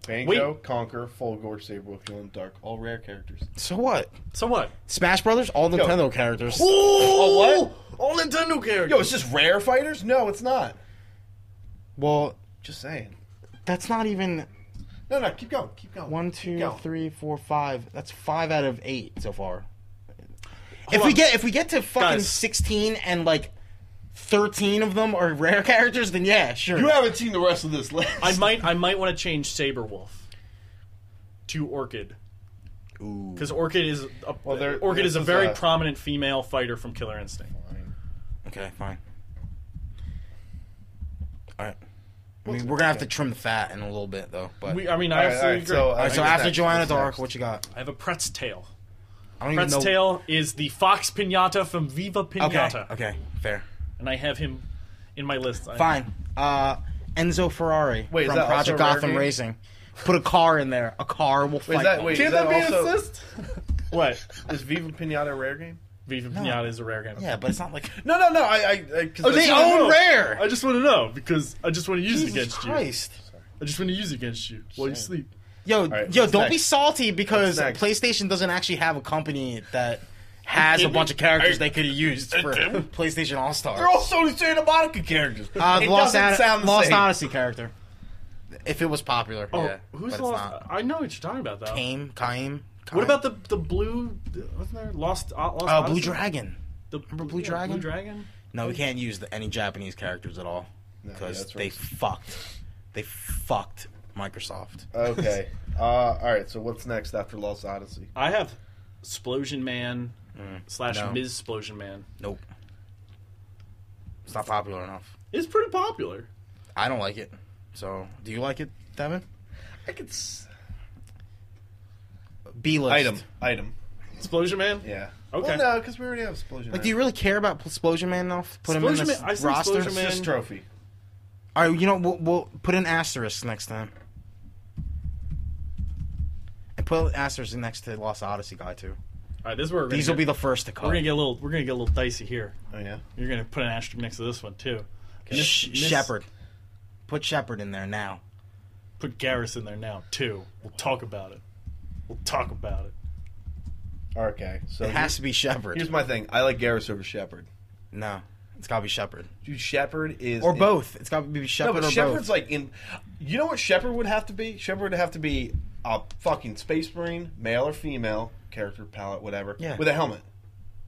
[SPEAKER 1] Banjo,
[SPEAKER 2] Wait.
[SPEAKER 1] Conquer, Fulgore, Saberwolf, Killing Dark, all rare characters.
[SPEAKER 5] So what?
[SPEAKER 2] So what?
[SPEAKER 5] Smash Brothers, all Nintendo characters.
[SPEAKER 1] Oh, what?
[SPEAKER 2] All Nintendo characters.
[SPEAKER 1] Yo, it's just rare fighters? No, it's not.
[SPEAKER 5] Well,
[SPEAKER 1] Just saying.
[SPEAKER 5] that's not even
[SPEAKER 1] No, no, keep going, keep going.
[SPEAKER 5] one,
[SPEAKER 1] Keep
[SPEAKER 5] two,
[SPEAKER 1] going.
[SPEAKER 5] three, four, five. That's five out of eight so far. if
[SPEAKER 2] Hold
[SPEAKER 5] we
[SPEAKER 2] on.
[SPEAKER 5] get if we get to fucking
[SPEAKER 2] Guys.
[SPEAKER 5] sixteen and like thirteen of them are rare characters, then yeah, sure.
[SPEAKER 1] You haven't seen the rest of this list.
[SPEAKER 2] I might I might want to change Saberwolf to Orchid. Because Orchid is a,
[SPEAKER 1] Well, there-
[SPEAKER 2] Orchid is a
[SPEAKER 1] this is
[SPEAKER 2] very
[SPEAKER 1] a-
[SPEAKER 2] prominent female fighter from Killer Instinct.
[SPEAKER 5] okay, fine. All right. I mean, we're gonna have to trim the fat in a little bit though. But
[SPEAKER 2] We, I mean, I
[SPEAKER 1] All right, all
[SPEAKER 2] absolutely
[SPEAKER 1] right,
[SPEAKER 2] agree.
[SPEAKER 1] so,
[SPEAKER 5] all right, so uh,
[SPEAKER 1] Who's
[SPEAKER 5] after
[SPEAKER 1] next?
[SPEAKER 5] Joanna
[SPEAKER 1] Who's
[SPEAKER 5] Dark,
[SPEAKER 1] next?
[SPEAKER 5] what you got?
[SPEAKER 2] I have a Pretz tail.
[SPEAKER 5] I don't
[SPEAKER 2] Pretz tail is the fox pinata from Viva
[SPEAKER 5] Okay.
[SPEAKER 2] Pinata,
[SPEAKER 5] Okay. Fair.
[SPEAKER 2] and I have him in my list. I-
[SPEAKER 5] Fine. Uh, Enzo Ferrari
[SPEAKER 1] Wait, is
[SPEAKER 5] from
[SPEAKER 1] that also
[SPEAKER 5] Project
[SPEAKER 1] a rare
[SPEAKER 5] Gotham
[SPEAKER 1] game?
[SPEAKER 5] Racing. Put a car in there. A car will fight.
[SPEAKER 1] Is that,
[SPEAKER 5] them.
[SPEAKER 1] wait,
[SPEAKER 2] Can't
[SPEAKER 1] is
[SPEAKER 2] that,
[SPEAKER 1] that,
[SPEAKER 2] be
[SPEAKER 1] also,
[SPEAKER 2] an assist? what?
[SPEAKER 1] is Viva Pinata a rare game?
[SPEAKER 2] Viva Pinata is a rare game.
[SPEAKER 5] Yeah, but it's not like
[SPEAKER 1] No, no, no. I, I, I 'cause
[SPEAKER 5] Oh,
[SPEAKER 1] I-
[SPEAKER 5] they
[SPEAKER 1] I don't
[SPEAKER 5] own
[SPEAKER 1] know.
[SPEAKER 5] rare.
[SPEAKER 2] I just want to know because I just want to use it
[SPEAKER 5] Jesus
[SPEAKER 2] against
[SPEAKER 5] Christ.
[SPEAKER 2] you. I just want to use it against you while you sleep.
[SPEAKER 5] Yo,
[SPEAKER 1] right,
[SPEAKER 5] yo,
[SPEAKER 1] what's
[SPEAKER 5] don't
[SPEAKER 1] next?
[SPEAKER 5] be salty because
[SPEAKER 1] What's next?
[SPEAKER 5] PlayStation doesn't actually have a company that has a bunch of characters they could have used for PlayStation All
[SPEAKER 1] They're
[SPEAKER 5] Star.
[SPEAKER 1] all Sony Santa Monica characters.
[SPEAKER 5] Uh, the
[SPEAKER 1] it
[SPEAKER 5] Lost,
[SPEAKER 1] doesn't
[SPEAKER 5] Ad-
[SPEAKER 1] sound the
[SPEAKER 5] Lost
[SPEAKER 1] same.
[SPEAKER 5] Odyssey character. If it was popular,
[SPEAKER 2] Oh,
[SPEAKER 5] yeah. but
[SPEAKER 2] who's
[SPEAKER 5] it's
[SPEAKER 2] lost?
[SPEAKER 5] not.
[SPEAKER 2] I know what you're talking about though.
[SPEAKER 5] Kaim, Kaim.
[SPEAKER 2] What about the the blue? Wasn't there lost? Uh, lost
[SPEAKER 5] uh, Blue
[SPEAKER 2] Odyssey?
[SPEAKER 5] Dragon?
[SPEAKER 2] The
[SPEAKER 5] Blue Dragon?
[SPEAKER 2] Blue Dragon.
[SPEAKER 5] No, we can't use the, any Japanese characters at all
[SPEAKER 1] yeah,
[SPEAKER 5] because
[SPEAKER 1] that's
[SPEAKER 5] they
[SPEAKER 1] right.
[SPEAKER 5] fucked. They fucked Microsoft.
[SPEAKER 1] Okay. Uh, all right. So what's next after Lost Odyssey?
[SPEAKER 2] I have Splosion Man slash
[SPEAKER 5] no.
[SPEAKER 2] Ms. Splosion Man.
[SPEAKER 5] Nope. It's not popular enough.
[SPEAKER 2] It's pretty popular.
[SPEAKER 5] I don't like it. So, do you like it, Devin?
[SPEAKER 1] I could. S-
[SPEAKER 5] B list.
[SPEAKER 1] item. Item.
[SPEAKER 2] Splosion Man.
[SPEAKER 1] Yeah.
[SPEAKER 2] Okay.
[SPEAKER 1] Well, no, because we already have explosion.
[SPEAKER 5] Like, do you really care about Explosion Man enough? Put him in
[SPEAKER 2] Explosion
[SPEAKER 5] this
[SPEAKER 2] Man- I see
[SPEAKER 5] roster.
[SPEAKER 2] Explosion
[SPEAKER 1] it's just
[SPEAKER 2] man?
[SPEAKER 1] trophy.
[SPEAKER 5] All right, you know we'll, we'll put an asterisk next time. And put an asterisk next to Lost Odyssey guy too.
[SPEAKER 2] All right, this is where we're
[SPEAKER 5] These will
[SPEAKER 2] gonna
[SPEAKER 5] be
[SPEAKER 2] get,
[SPEAKER 5] the first to
[SPEAKER 2] We're
[SPEAKER 5] come.
[SPEAKER 2] gonna get a little. We're gonna get a little dicey here.
[SPEAKER 1] Oh yeah.
[SPEAKER 2] You're gonna put an asterisk next to this one too. Miss-
[SPEAKER 5] Sh-
[SPEAKER 2] Miss-
[SPEAKER 5] Shepherd. Put Shepherd in there now.
[SPEAKER 2] Put Garrus in there now too. We'll talk about it. We'll talk about it.
[SPEAKER 1] Okay. So
[SPEAKER 5] It has to be Shepherd.
[SPEAKER 1] here's my thing. I like Garrus over Shepard.
[SPEAKER 5] No, it's gotta be Shepherd
[SPEAKER 1] Dude, Shepard is
[SPEAKER 5] or
[SPEAKER 1] in-
[SPEAKER 5] both. It's gotta be
[SPEAKER 1] No,
[SPEAKER 5] Shepherd
[SPEAKER 1] but
[SPEAKER 5] or
[SPEAKER 1] Shepard's
[SPEAKER 5] both.
[SPEAKER 1] like in. You know what Shepard would have to be? Shepard would have to be a fucking space marine, male or female, character palette, whatever.
[SPEAKER 5] Yeah.
[SPEAKER 1] With a helmet.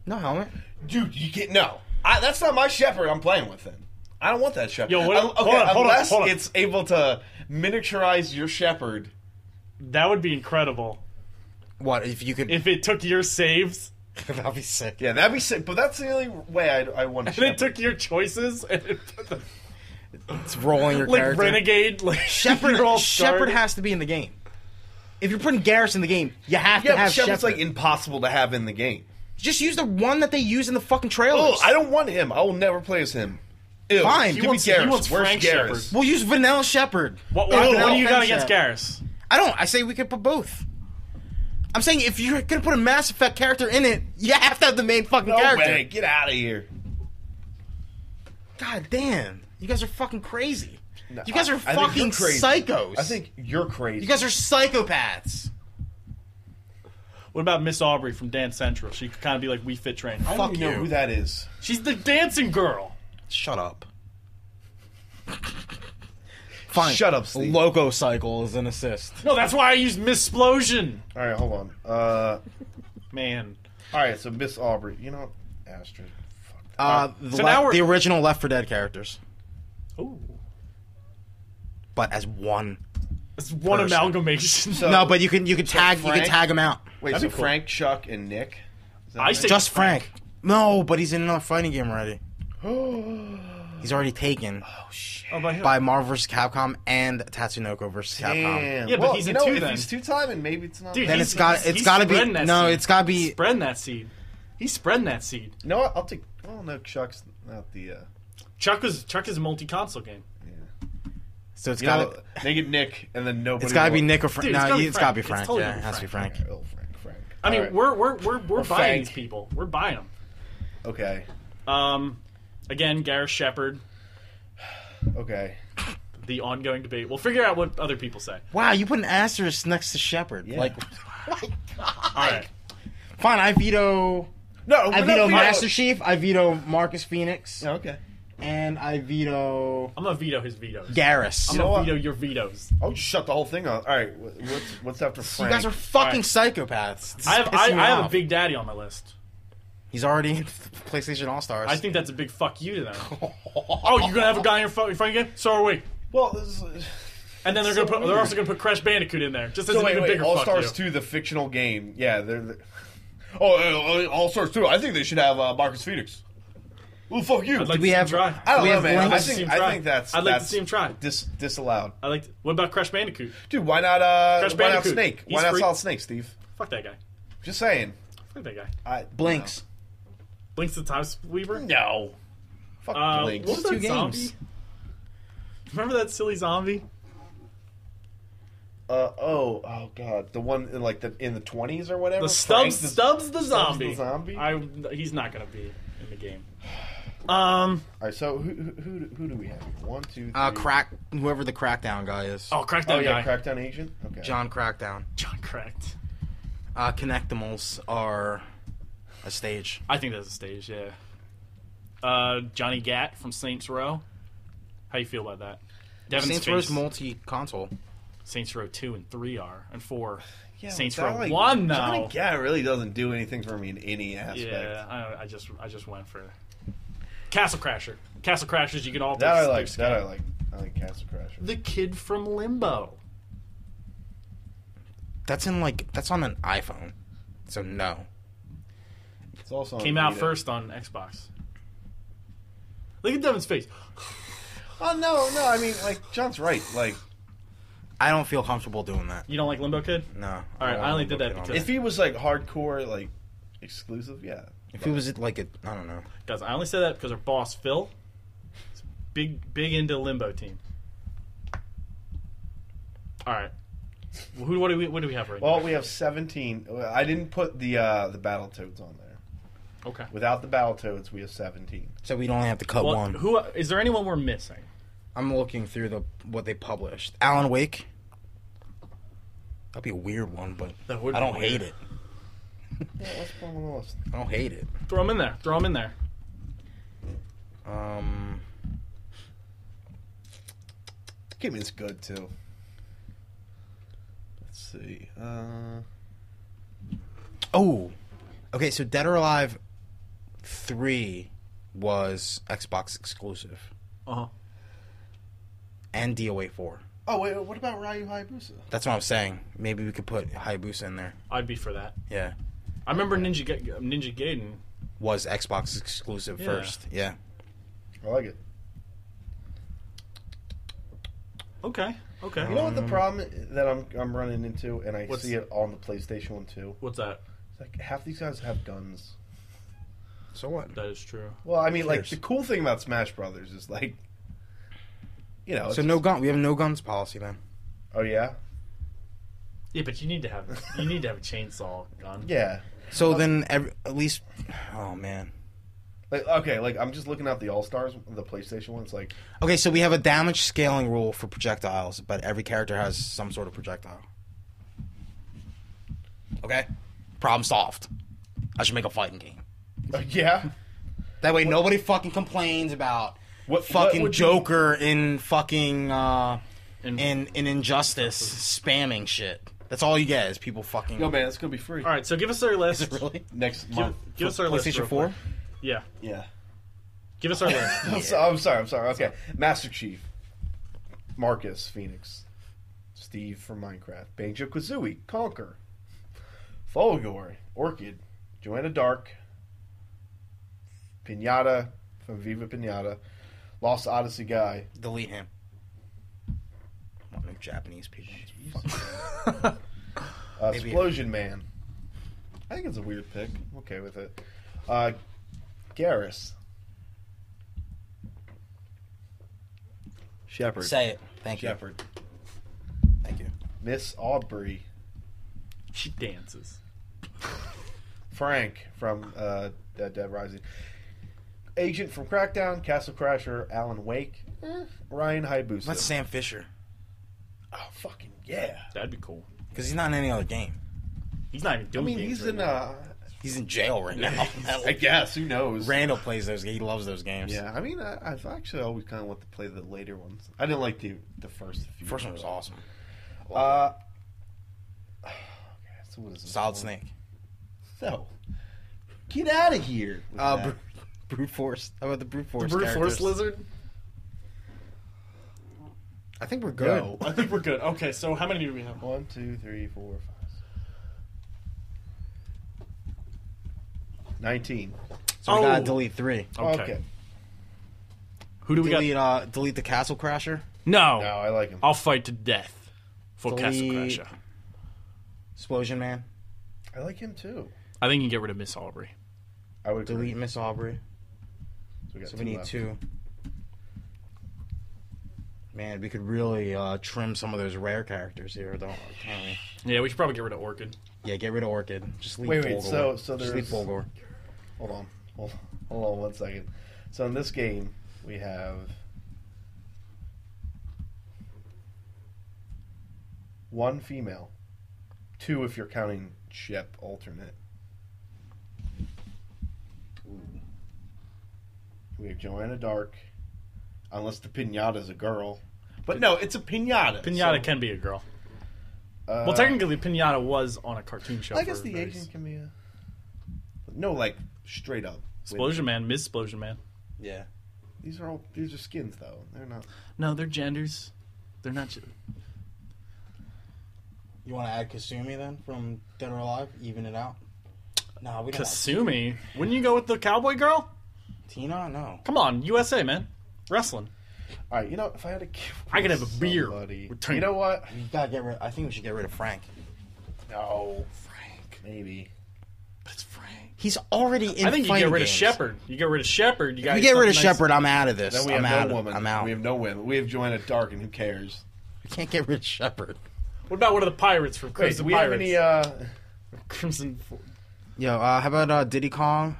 [SPEAKER 5] no helmet.
[SPEAKER 1] Dude, you can't. No, I, that's not my shepherd. I'm playing with then. I don't want that shepherd.
[SPEAKER 2] Yo, what-
[SPEAKER 1] Un-
[SPEAKER 2] hold on, hold on,
[SPEAKER 1] unless
[SPEAKER 2] hold on.
[SPEAKER 1] it's able to miniaturize your shepherd.
[SPEAKER 2] That would be incredible
[SPEAKER 5] What if you could?
[SPEAKER 2] if it took your saves
[SPEAKER 5] That'd be sick.
[SPEAKER 1] Yeah, that'd be sick. But that's the only way I, I want to.
[SPEAKER 2] and it took your choices and it put the,
[SPEAKER 5] It's rolling your
[SPEAKER 2] like
[SPEAKER 5] character.
[SPEAKER 2] renegade like you're all
[SPEAKER 5] Shepherd. Shepherd
[SPEAKER 2] starred.
[SPEAKER 5] has to be in the game. If you're putting Garrus in the game, you have
[SPEAKER 1] yeah,
[SPEAKER 5] to
[SPEAKER 1] but
[SPEAKER 5] have
[SPEAKER 1] shepherd's
[SPEAKER 5] Shepherd.
[SPEAKER 1] like impossible to have in the game.
[SPEAKER 5] Just use the one that they use in the fucking trailers.
[SPEAKER 1] Oh, I don't want him. I will never play as him. Ew.
[SPEAKER 5] Fine.
[SPEAKER 1] He
[SPEAKER 5] Give me
[SPEAKER 1] wants,
[SPEAKER 2] Garrus.
[SPEAKER 1] he wants
[SPEAKER 2] Where's
[SPEAKER 1] Frank
[SPEAKER 2] Garrus?
[SPEAKER 1] Garrus.
[SPEAKER 5] We'll use Vanilla Shepherd.
[SPEAKER 2] What,
[SPEAKER 5] Or
[SPEAKER 2] what, what
[SPEAKER 5] Vanilla
[SPEAKER 2] do you got
[SPEAKER 5] Fencer.
[SPEAKER 2] against Garrus?
[SPEAKER 5] I don't. I say we could put both. I'm saying if you're gonna put a Mass Effect character in it, you have to have the main fucking
[SPEAKER 1] No
[SPEAKER 5] character.
[SPEAKER 1] way. Get out of here.
[SPEAKER 5] God damn, you guys are fucking crazy. you guys are
[SPEAKER 1] I think
[SPEAKER 5] fucking
[SPEAKER 1] you're crazy.
[SPEAKER 5] psychos.
[SPEAKER 1] I think you're crazy.
[SPEAKER 5] you guys are psychopaths.
[SPEAKER 2] What about Miss Aubrey from Dance Central? She could kind of be like We Fit Trainer.
[SPEAKER 1] I don't
[SPEAKER 5] fuck
[SPEAKER 1] even know
[SPEAKER 5] you.
[SPEAKER 1] who that is.
[SPEAKER 2] She's the dancing girl.
[SPEAKER 5] Shut up. Fine.
[SPEAKER 1] Shut up, Steve.
[SPEAKER 5] Loco cycle is an assist.
[SPEAKER 2] No, that's why I used Missplosion.
[SPEAKER 1] All right, hold on. Uh,
[SPEAKER 2] Man.
[SPEAKER 1] all right, so Miss Aubrey. You know, what? Astrid. Fuck.
[SPEAKER 5] Uh, the,
[SPEAKER 2] So
[SPEAKER 5] le-
[SPEAKER 2] now we're-
[SPEAKER 5] the original Left 4 Dead characters,
[SPEAKER 2] Ooh.
[SPEAKER 5] but as one.
[SPEAKER 2] It's one
[SPEAKER 5] Person.
[SPEAKER 2] amalgamation.
[SPEAKER 1] So,
[SPEAKER 5] no, but you can you can tag you
[SPEAKER 1] Frank-
[SPEAKER 5] can tag him out.
[SPEAKER 1] wait. So
[SPEAKER 2] That'd be cool.
[SPEAKER 1] Frank, Chuck, and Nick. Is that
[SPEAKER 2] I
[SPEAKER 1] right?
[SPEAKER 2] say-
[SPEAKER 5] Just Frank. No, but he's in another fighting game already. he's already taken
[SPEAKER 2] Oh, by who?
[SPEAKER 5] by Marvel vs. Capcom and Tatsunoko vs. Capcom.
[SPEAKER 1] Damn.
[SPEAKER 2] Yeah, but
[SPEAKER 1] Well,
[SPEAKER 2] he's
[SPEAKER 1] you
[SPEAKER 2] in
[SPEAKER 1] know,
[SPEAKER 2] two
[SPEAKER 1] If
[SPEAKER 2] then.
[SPEAKER 1] he's two time, and maybe it's not.
[SPEAKER 2] Dude,
[SPEAKER 1] you
[SPEAKER 5] Then
[SPEAKER 2] he's-
[SPEAKER 5] it's got
[SPEAKER 2] he's-
[SPEAKER 5] it's
[SPEAKER 2] he's
[SPEAKER 5] got to be
[SPEAKER 2] spreading that
[SPEAKER 5] no,
[SPEAKER 2] seed.
[SPEAKER 5] it's got to be
[SPEAKER 2] Spreading that seed. He's spreading that seed.
[SPEAKER 1] know what? I'll take. Oh no, Chuck's not the. Uh,
[SPEAKER 2] Chuck is Chuck is a multi-console game.
[SPEAKER 5] so it's
[SPEAKER 1] you
[SPEAKER 5] got
[SPEAKER 1] know,
[SPEAKER 5] to
[SPEAKER 1] Naked Nick, and then nobody.
[SPEAKER 5] it's got to be
[SPEAKER 1] will-
[SPEAKER 5] Nick or Frank.
[SPEAKER 2] Dude, it's
[SPEAKER 5] no,
[SPEAKER 2] gotta be
[SPEAKER 5] it's got to be
[SPEAKER 2] Frank.
[SPEAKER 5] Frank.
[SPEAKER 2] It's totally
[SPEAKER 5] yeah, it
[SPEAKER 2] gonna be
[SPEAKER 5] has to be Frank.
[SPEAKER 1] Oh, Frank, Frank.
[SPEAKER 2] I mean,
[SPEAKER 1] All right.
[SPEAKER 2] we're we're we're we're buying
[SPEAKER 1] Frank.
[SPEAKER 2] these people. We're buying them.
[SPEAKER 1] okay.
[SPEAKER 2] Um, again, Gareth Shepard.
[SPEAKER 1] Okay.
[SPEAKER 2] The ongoing debate. We'll figure out what other people say.
[SPEAKER 5] Wow, you put an asterisk next to Shepard.
[SPEAKER 1] Yeah.
[SPEAKER 5] Like,
[SPEAKER 2] All right.
[SPEAKER 5] fine, I veto.
[SPEAKER 1] No,
[SPEAKER 5] I
[SPEAKER 1] we're
[SPEAKER 5] veto
[SPEAKER 1] not being-
[SPEAKER 5] Master Chief. I veto Marcus Phoenix,
[SPEAKER 1] Okay.
[SPEAKER 5] and I veto
[SPEAKER 2] I'm gonna veto his vetoes.
[SPEAKER 5] Garrus.
[SPEAKER 2] I'm
[SPEAKER 1] know
[SPEAKER 2] gonna
[SPEAKER 1] what?
[SPEAKER 2] veto your vetoes.
[SPEAKER 1] I'll just shut the whole thing off. All right. wh- What's what's after
[SPEAKER 5] you
[SPEAKER 1] Frank?
[SPEAKER 5] guys are fucking psychopaths. This is
[SPEAKER 2] I have I,
[SPEAKER 5] pissing me
[SPEAKER 2] I have a
[SPEAKER 5] off.
[SPEAKER 2] Big Daddy on my list.
[SPEAKER 5] He's already in PlayStation All Stars.
[SPEAKER 2] I think that's a big fuck you to them. oh, you're gonna have a guy in your fu- in front again? So are we.
[SPEAKER 1] well. This is,
[SPEAKER 2] And then they're gonna put. They're also gonna put Crash Bandicoot in there, just as
[SPEAKER 1] so
[SPEAKER 2] an
[SPEAKER 1] wait,
[SPEAKER 2] even
[SPEAKER 1] wait.
[SPEAKER 2] bigger
[SPEAKER 1] All
[SPEAKER 2] fuck
[SPEAKER 1] Stars
[SPEAKER 2] you.
[SPEAKER 1] Two, the fictional game. Yeah. They're. they're oh, All Stars Two. I think they should have uh, Marcus Phoenix. Well, fuck you.
[SPEAKER 2] I'd like
[SPEAKER 5] we
[SPEAKER 2] to
[SPEAKER 5] have-
[SPEAKER 2] see him try.
[SPEAKER 1] I don't
[SPEAKER 5] we
[SPEAKER 1] know,
[SPEAKER 5] have
[SPEAKER 1] man. I
[SPEAKER 5] links?
[SPEAKER 1] think,
[SPEAKER 2] I'd like to see him
[SPEAKER 1] I
[SPEAKER 2] try.
[SPEAKER 1] think that's.
[SPEAKER 2] I'd like to
[SPEAKER 1] that's
[SPEAKER 2] see him try.
[SPEAKER 1] Dis- disallowed,
[SPEAKER 2] I like. To, what about Crash Bandicoot?
[SPEAKER 1] dude. Why not? Uh,
[SPEAKER 2] Crash
[SPEAKER 1] why not
[SPEAKER 2] Bandicoot.
[SPEAKER 1] Snake?
[SPEAKER 2] He's
[SPEAKER 1] Why not
[SPEAKER 2] free.
[SPEAKER 1] Solid Snake, Steve?
[SPEAKER 2] Fuck that guy.
[SPEAKER 1] Just saying.
[SPEAKER 2] Fuck that guy.
[SPEAKER 1] I,
[SPEAKER 5] Blinks.
[SPEAKER 2] Blinks the Time Weaver.
[SPEAKER 1] No. Fuck
[SPEAKER 2] Uh, what
[SPEAKER 1] Blinks.
[SPEAKER 2] was
[SPEAKER 5] Two
[SPEAKER 2] that zombie?
[SPEAKER 5] games.
[SPEAKER 2] Remember that silly zombie?
[SPEAKER 1] Uh, oh, oh god, the one in like the in the twenties or whatever.
[SPEAKER 2] The
[SPEAKER 1] Frank,
[SPEAKER 2] Stubbs,
[SPEAKER 1] the-
[SPEAKER 2] Stubbs the zombie.
[SPEAKER 1] the zombie?
[SPEAKER 2] I, he's not gonna be in the game. Um.
[SPEAKER 1] All right, so who who, who, do- who do we have? One, two, three.
[SPEAKER 5] Uh, crack whoever the Crackdown guy is.
[SPEAKER 2] Oh, Crackdown
[SPEAKER 1] Oh yeah,
[SPEAKER 2] guy.
[SPEAKER 1] Crackdown Agent. Okay.
[SPEAKER 5] John Crackdown.
[SPEAKER 2] John Cracked.
[SPEAKER 5] Uh, Connectimals are a stage.
[SPEAKER 2] I think that's a stage. Yeah. Uh, Johnny Gat from Saints Row. How you feel about that? Devin's
[SPEAKER 5] Saints
[SPEAKER 2] face.
[SPEAKER 5] Row's multi-console.
[SPEAKER 2] Saints Row two and three are and four.
[SPEAKER 1] Yeah,
[SPEAKER 2] Saints
[SPEAKER 1] that,
[SPEAKER 2] Row one now.
[SPEAKER 1] Johnny Gat really doesn't do anything for me in any aspect.
[SPEAKER 2] Yeah, I, I just I just went for Castle Crasher. Castle Crashers, you can all
[SPEAKER 1] That
[SPEAKER 2] pick
[SPEAKER 1] I like.
[SPEAKER 2] sticks.
[SPEAKER 1] That I like. I like Castle Crasher.
[SPEAKER 2] The kid from Limbo.
[SPEAKER 5] That's in like that's on an iPhone. So no.
[SPEAKER 1] It's also on
[SPEAKER 2] Came out
[SPEAKER 1] Vita.
[SPEAKER 2] first on Xbox. Look at Devin's face.
[SPEAKER 1] Oh no, no. I mean, like John's right. Like
[SPEAKER 5] I don't feel comfortable doing that.
[SPEAKER 2] You don't like Limbo Kid?
[SPEAKER 5] No.
[SPEAKER 2] All right,
[SPEAKER 5] don't
[SPEAKER 2] I only
[SPEAKER 5] wanna
[SPEAKER 2] did
[SPEAKER 5] look
[SPEAKER 2] that
[SPEAKER 5] it on
[SPEAKER 2] because-
[SPEAKER 1] if he was like hardcore, like exclusive, yeah.
[SPEAKER 5] if it was like a I don't know.
[SPEAKER 2] Guys, I only say that because our boss Phil is big big into Limbo team. Alright. Well, who what do we what do we have right
[SPEAKER 1] Well, we have seventeen. I didn't put the uh the Battletoads on there.
[SPEAKER 2] now? Okay.
[SPEAKER 1] Without the Battletoads, we have seventeen.
[SPEAKER 5] So we'd only have to cut
[SPEAKER 2] Well,
[SPEAKER 5] one.
[SPEAKER 2] who is there anyone we're missing?
[SPEAKER 5] I'm looking through the what they published. Alan Wake. That'd be a weird one, but
[SPEAKER 2] That would
[SPEAKER 5] I
[SPEAKER 2] be
[SPEAKER 5] don't
[SPEAKER 2] weird.
[SPEAKER 5] hate it.
[SPEAKER 1] Yeah, let's put 'em on the list.
[SPEAKER 5] I don't hate it.
[SPEAKER 2] Throw them in there. Throw them in there.
[SPEAKER 5] Um,
[SPEAKER 1] Give me this good too. Let's see. Uh,
[SPEAKER 5] oh, okay. So Dead or Alive three was Xbox exclusive
[SPEAKER 2] Uh-huh.
[SPEAKER 5] and DOA four.
[SPEAKER 1] oh wait, what about Ryu Hayabusa?
[SPEAKER 5] That's what I'm saying. Maybe we could put Hayabusa in there.
[SPEAKER 2] I'd be for that.
[SPEAKER 5] Yeah,
[SPEAKER 2] I remember Ninja Ga- Ninja Gaiden
[SPEAKER 5] was Xbox exclusive
[SPEAKER 2] Yeah.
[SPEAKER 5] first. Yeah.
[SPEAKER 1] I like it.
[SPEAKER 2] Okay. Okay.
[SPEAKER 1] You know what the problem that I'm I'm running into, and I
[SPEAKER 2] Um, What's-
[SPEAKER 1] see it on the PlayStation One too.
[SPEAKER 2] What's that?
[SPEAKER 1] It's like half these guys have guns.
[SPEAKER 5] So what?
[SPEAKER 2] That is true.
[SPEAKER 1] Well, I mean, like
[SPEAKER 5] Cheers.
[SPEAKER 1] the cool thing about Smash Brothers is like, you know,
[SPEAKER 5] So
[SPEAKER 1] Oh, it's-
[SPEAKER 5] no gun. We have no guns policy, man.
[SPEAKER 1] Oh yeah,
[SPEAKER 2] Yeah, but you need to have you need to have a chainsaw gun.
[SPEAKER 1] yeah.
[SPEAKER 5] So then, every, at least, oh man.
[SPEAKER 1] Like okay, like I'm just looking out the All Stars, the PlayStation one. It's like
[SPEAKER 5] Okay, so we have a damage scaling rule for projectiles, but every character has some sort of projectile. Okay, problem solved. I should make a fighting game.
[SPEAKER 1] uh, yeah.
[SPEAKER 5] That way, nobody fucking complains about
[SPEAKER 1] What-
[SPEAKER 5] fucking
[SPEAKER 1] what would you-
[SPEAKER 5] Joker in fucking uh,
[SPEAKER 2] And,
[SPEAKER 5] in in Injustice spamming shit. That's all you get is people fucking.
[SPEAKER 7] Yo, man, it's gonna be free
[SPEAKER 2] all right, so give us our list.
[SPEAKER 5] Really?
[SPEAKER 7] next
[SPEAKER 2] Give,
[SPEAKER 7] month.
[SPEAKER 2] give us our list. real
[SPEAKER 5] PlayStation
[SPEAKER 2] quick.
[SPEAKER 5] Four.
[SPEAKER 2] Yeah,
[SPEAKER 7] Yeah.
[SPEAKER 2] give us our list.
[SPEAKER 1] I'm, so, I'm sorry. I'm sorry. Okay, Master Chief, Marcus Phoenix, Steve from Minecraft, Banjo Kazooie, Conquer, Folgore, Orchid, Joanna Dark, Pinata from Viva Pinata, Lost Odyssey guy.
[SPEAKER 5] Delete him. One of Japanese people.
[SPEAKER 1] Uh,
[SPEAKER 5] Maybe-
[SPEAKER 1] Explosion Man. I think it's a weird pick. I'm okay with it. Uh, Garrus. Shepard.
[SPEAKER 5] Say it. Thank you.
[SPEAKER 1] Shepard.
[SPEAKER 5] Thank you.
[SPEAKER 1] Miss Aubrey.
[SPEAKER 2] she dances.
[SPEAKER 1] Frank from uh, Dead, Dead Rising. Agent from Crackdown. Castle Crasher. Alan Wake. eh, Ryan Hayabusa.
[SPEAKER 5] That's Sam Fisher
[SPEAKER 1] Oh, fucking yeah.
[SPEAKER 2] That'd be cool.
[SPEAKER 5] because he's not in any other game.
[SPEAKER 2] He's not even
[SPEAKER 1] I
[SPEAKER 2] doing.
[SPEAKER 1] mean,
[SPEAKER 2] games
[SPEAKER 1] he's
[SPEAKER 2] right
[SPEAKER 1] in.
[SPEAKER 2] now.
[SPEAKER 1] Uh,
[SPEAKER 5] He's in jail right now.
[SPEAKER 1] I guess. Who knows?
[SPEAKER 5] Randall plays those. He loves those games.
[SPEAKER 1] Yeah, I mean, I, I've actually always kind of want to play the later ones. I didn't like the the first few.
[SPEAKER 5] First one was awesome.
[SPEAKER 1] Uh, okay, so what is this
[SPEAKER 5] Solid
[SPEAKER 1] one?
[SPEAKER 5] Snake.
[SPEAKER 1] So, get out of here. with
[SPEAKER 5] Uh,
[SPEAKER 1] that.
[SPEAKER 5] brute, brute force. How about the brute force?
[SPEAKER 2] brute force
[SPEAKER 5] characters?
[SPEAKER 2] lizard.
[SPEAKER 5] I think we're good.
[SPEAKER 1] No.
[SPEAKER 2] I think we're good. Okay, so how many do we have?
[SPEAKER 1] One, two, three, four, five. six. Nineteen.
[SPEAKER 5] So we gotta
[SPEAKER 2] Oh.
[SPEAKER 5] delete three.
[SPEAKER 1] Okay.
[SPEAKER 2] Who do we
[SPEAKER 5] delete
[SPEAKER 2] got?
[SPEAKER 5] uh, delete the Castle Crasher.
[SPEAKER 2] No.
[SPEAKER 1] No, I like
[SPEAKER 5] Oh.
[SPEAKER 1] him.
[SPEAKER 2] I'll fight to death for Castle
[SPEAKER 5] Delete.
[SPEAKER 2] Crasher.
[SPEAKER 5] Explosion Man.
[SPEAKER 1] I like him too.
[SPEAKER 2] I think you can get rid of Miss Aubrey.
[SPEAKER 1] I would agree.
[SPEAKER 5] Delete Miss Aubrey.
[SPEAKER 1] got
[SPEAKER 5] So we need
[SPEAKER 1] left.
[SPEAKER 5] two. Man, we could really uh, trim some of those rare characters here, though, can't we?
[SPEAKER 2] Yeah, we should probably get rid of Orchid.
[SPEAKER 5] Yeah, get rid of Orchid. Just leave
[SPEAKER 1] Wait, wait,
[SPEAKER 5] Bulgor.
[SPEAKER 1] so- so
[SPEAKER 5] Just leave
[SPEAKER 1] there's-
[SPEAKER 5] Bulgor.
[SPEAKER 1] Hold on. Hold, hold on one second. So in this game, we have one female, two if you're counting Shep alternate. We have Joanna Dark, unless the pinata's a girl. But no, it's a pinata.
[SPEAKER 2] Pinata can be a girl.
[SPEAKER 1] Uh,
[SPEAKER 2] well, technically, Pinata was on a cartoon show.
[SPEAKER 1] I guess
[SPEAKER 2] for
[SPEAKER 1] the
[SPEAKER 2] various-
[SPEAKER 1] agent can be a. No, like straight up.
[SPEAKER 2] Explosion Man, Miss Explosion Man.
[SPEAKER 5] Yeah.
[SPEAKER 1] These are all these are skins though. They're not.
[SPEAKER 2] No, they're genders. They're not. gen-
[SPEAKER 5] You want to add Kasumi then from Dead or Alive? Even it out. No, we don't. Want
[SPEAKER 2] Kasumi. Wouldn't you go with the cowboy girl?
[SPEAKER 5] Tina, no.
[SPEAKER 2] Come on, USA man, wrestling.
[SPEAKER 1] All right, you know, if I had a kid,
[SPEAKER 2] I could have a beer. Return.
[SPEAKER 1] You know what?
[SPEAKER 5] We gotta get rid. I think we should get rid of Frank.
[SPEAKER 1] No, Frank. Maybe.
[SPEAKER 2] But it's Frank.
[SPEAKER 5] He's already in.
[SPEAKER 2] I think you
[SPEAKER 5] fighting
[SPEAKER 2] get rid
[SPEAKER 5] games.
[SPEAKER 2] of Shepard. You get rid of Shepard. You,
[SPEAKER 5] If
[SPEAKER 2] got
[SPEAKER 5] you get rid of
[SPEAKER 2] yourself a nice-
[SPEAKER 5] Shepard, I'm out of this.
[SPEAKER 1] Then we
[SPEAKER 5] I'm
[SPEAKER 1] have
[SPEAKER 5] out.
[SPEAKER 1] no
[SPEAKER 5] of-
[SPEAKER 1] women.
[SPEAKER 5] I'm out.
[SPEAKER 1] We
[SPEAKER 5] We,
[SPEAKER 1] have no women. We have Joanna Dark, and who cares?
[SPEAKER 5] can't get rid of Shepard.
[SPEAKER 2] What about one of the pirates from
[SPEAKER 1] Wait,
[SPEAKER 2] Crimson
[SPEAKER 1] do we have
[SPEAKER 2] Pirates?
[SPEAKER 1] any? Uh,
[SPEAKER 2] Crimson. Fo-
[SPEAKER 5] Yo, uh, how about uh, Diddy Kong?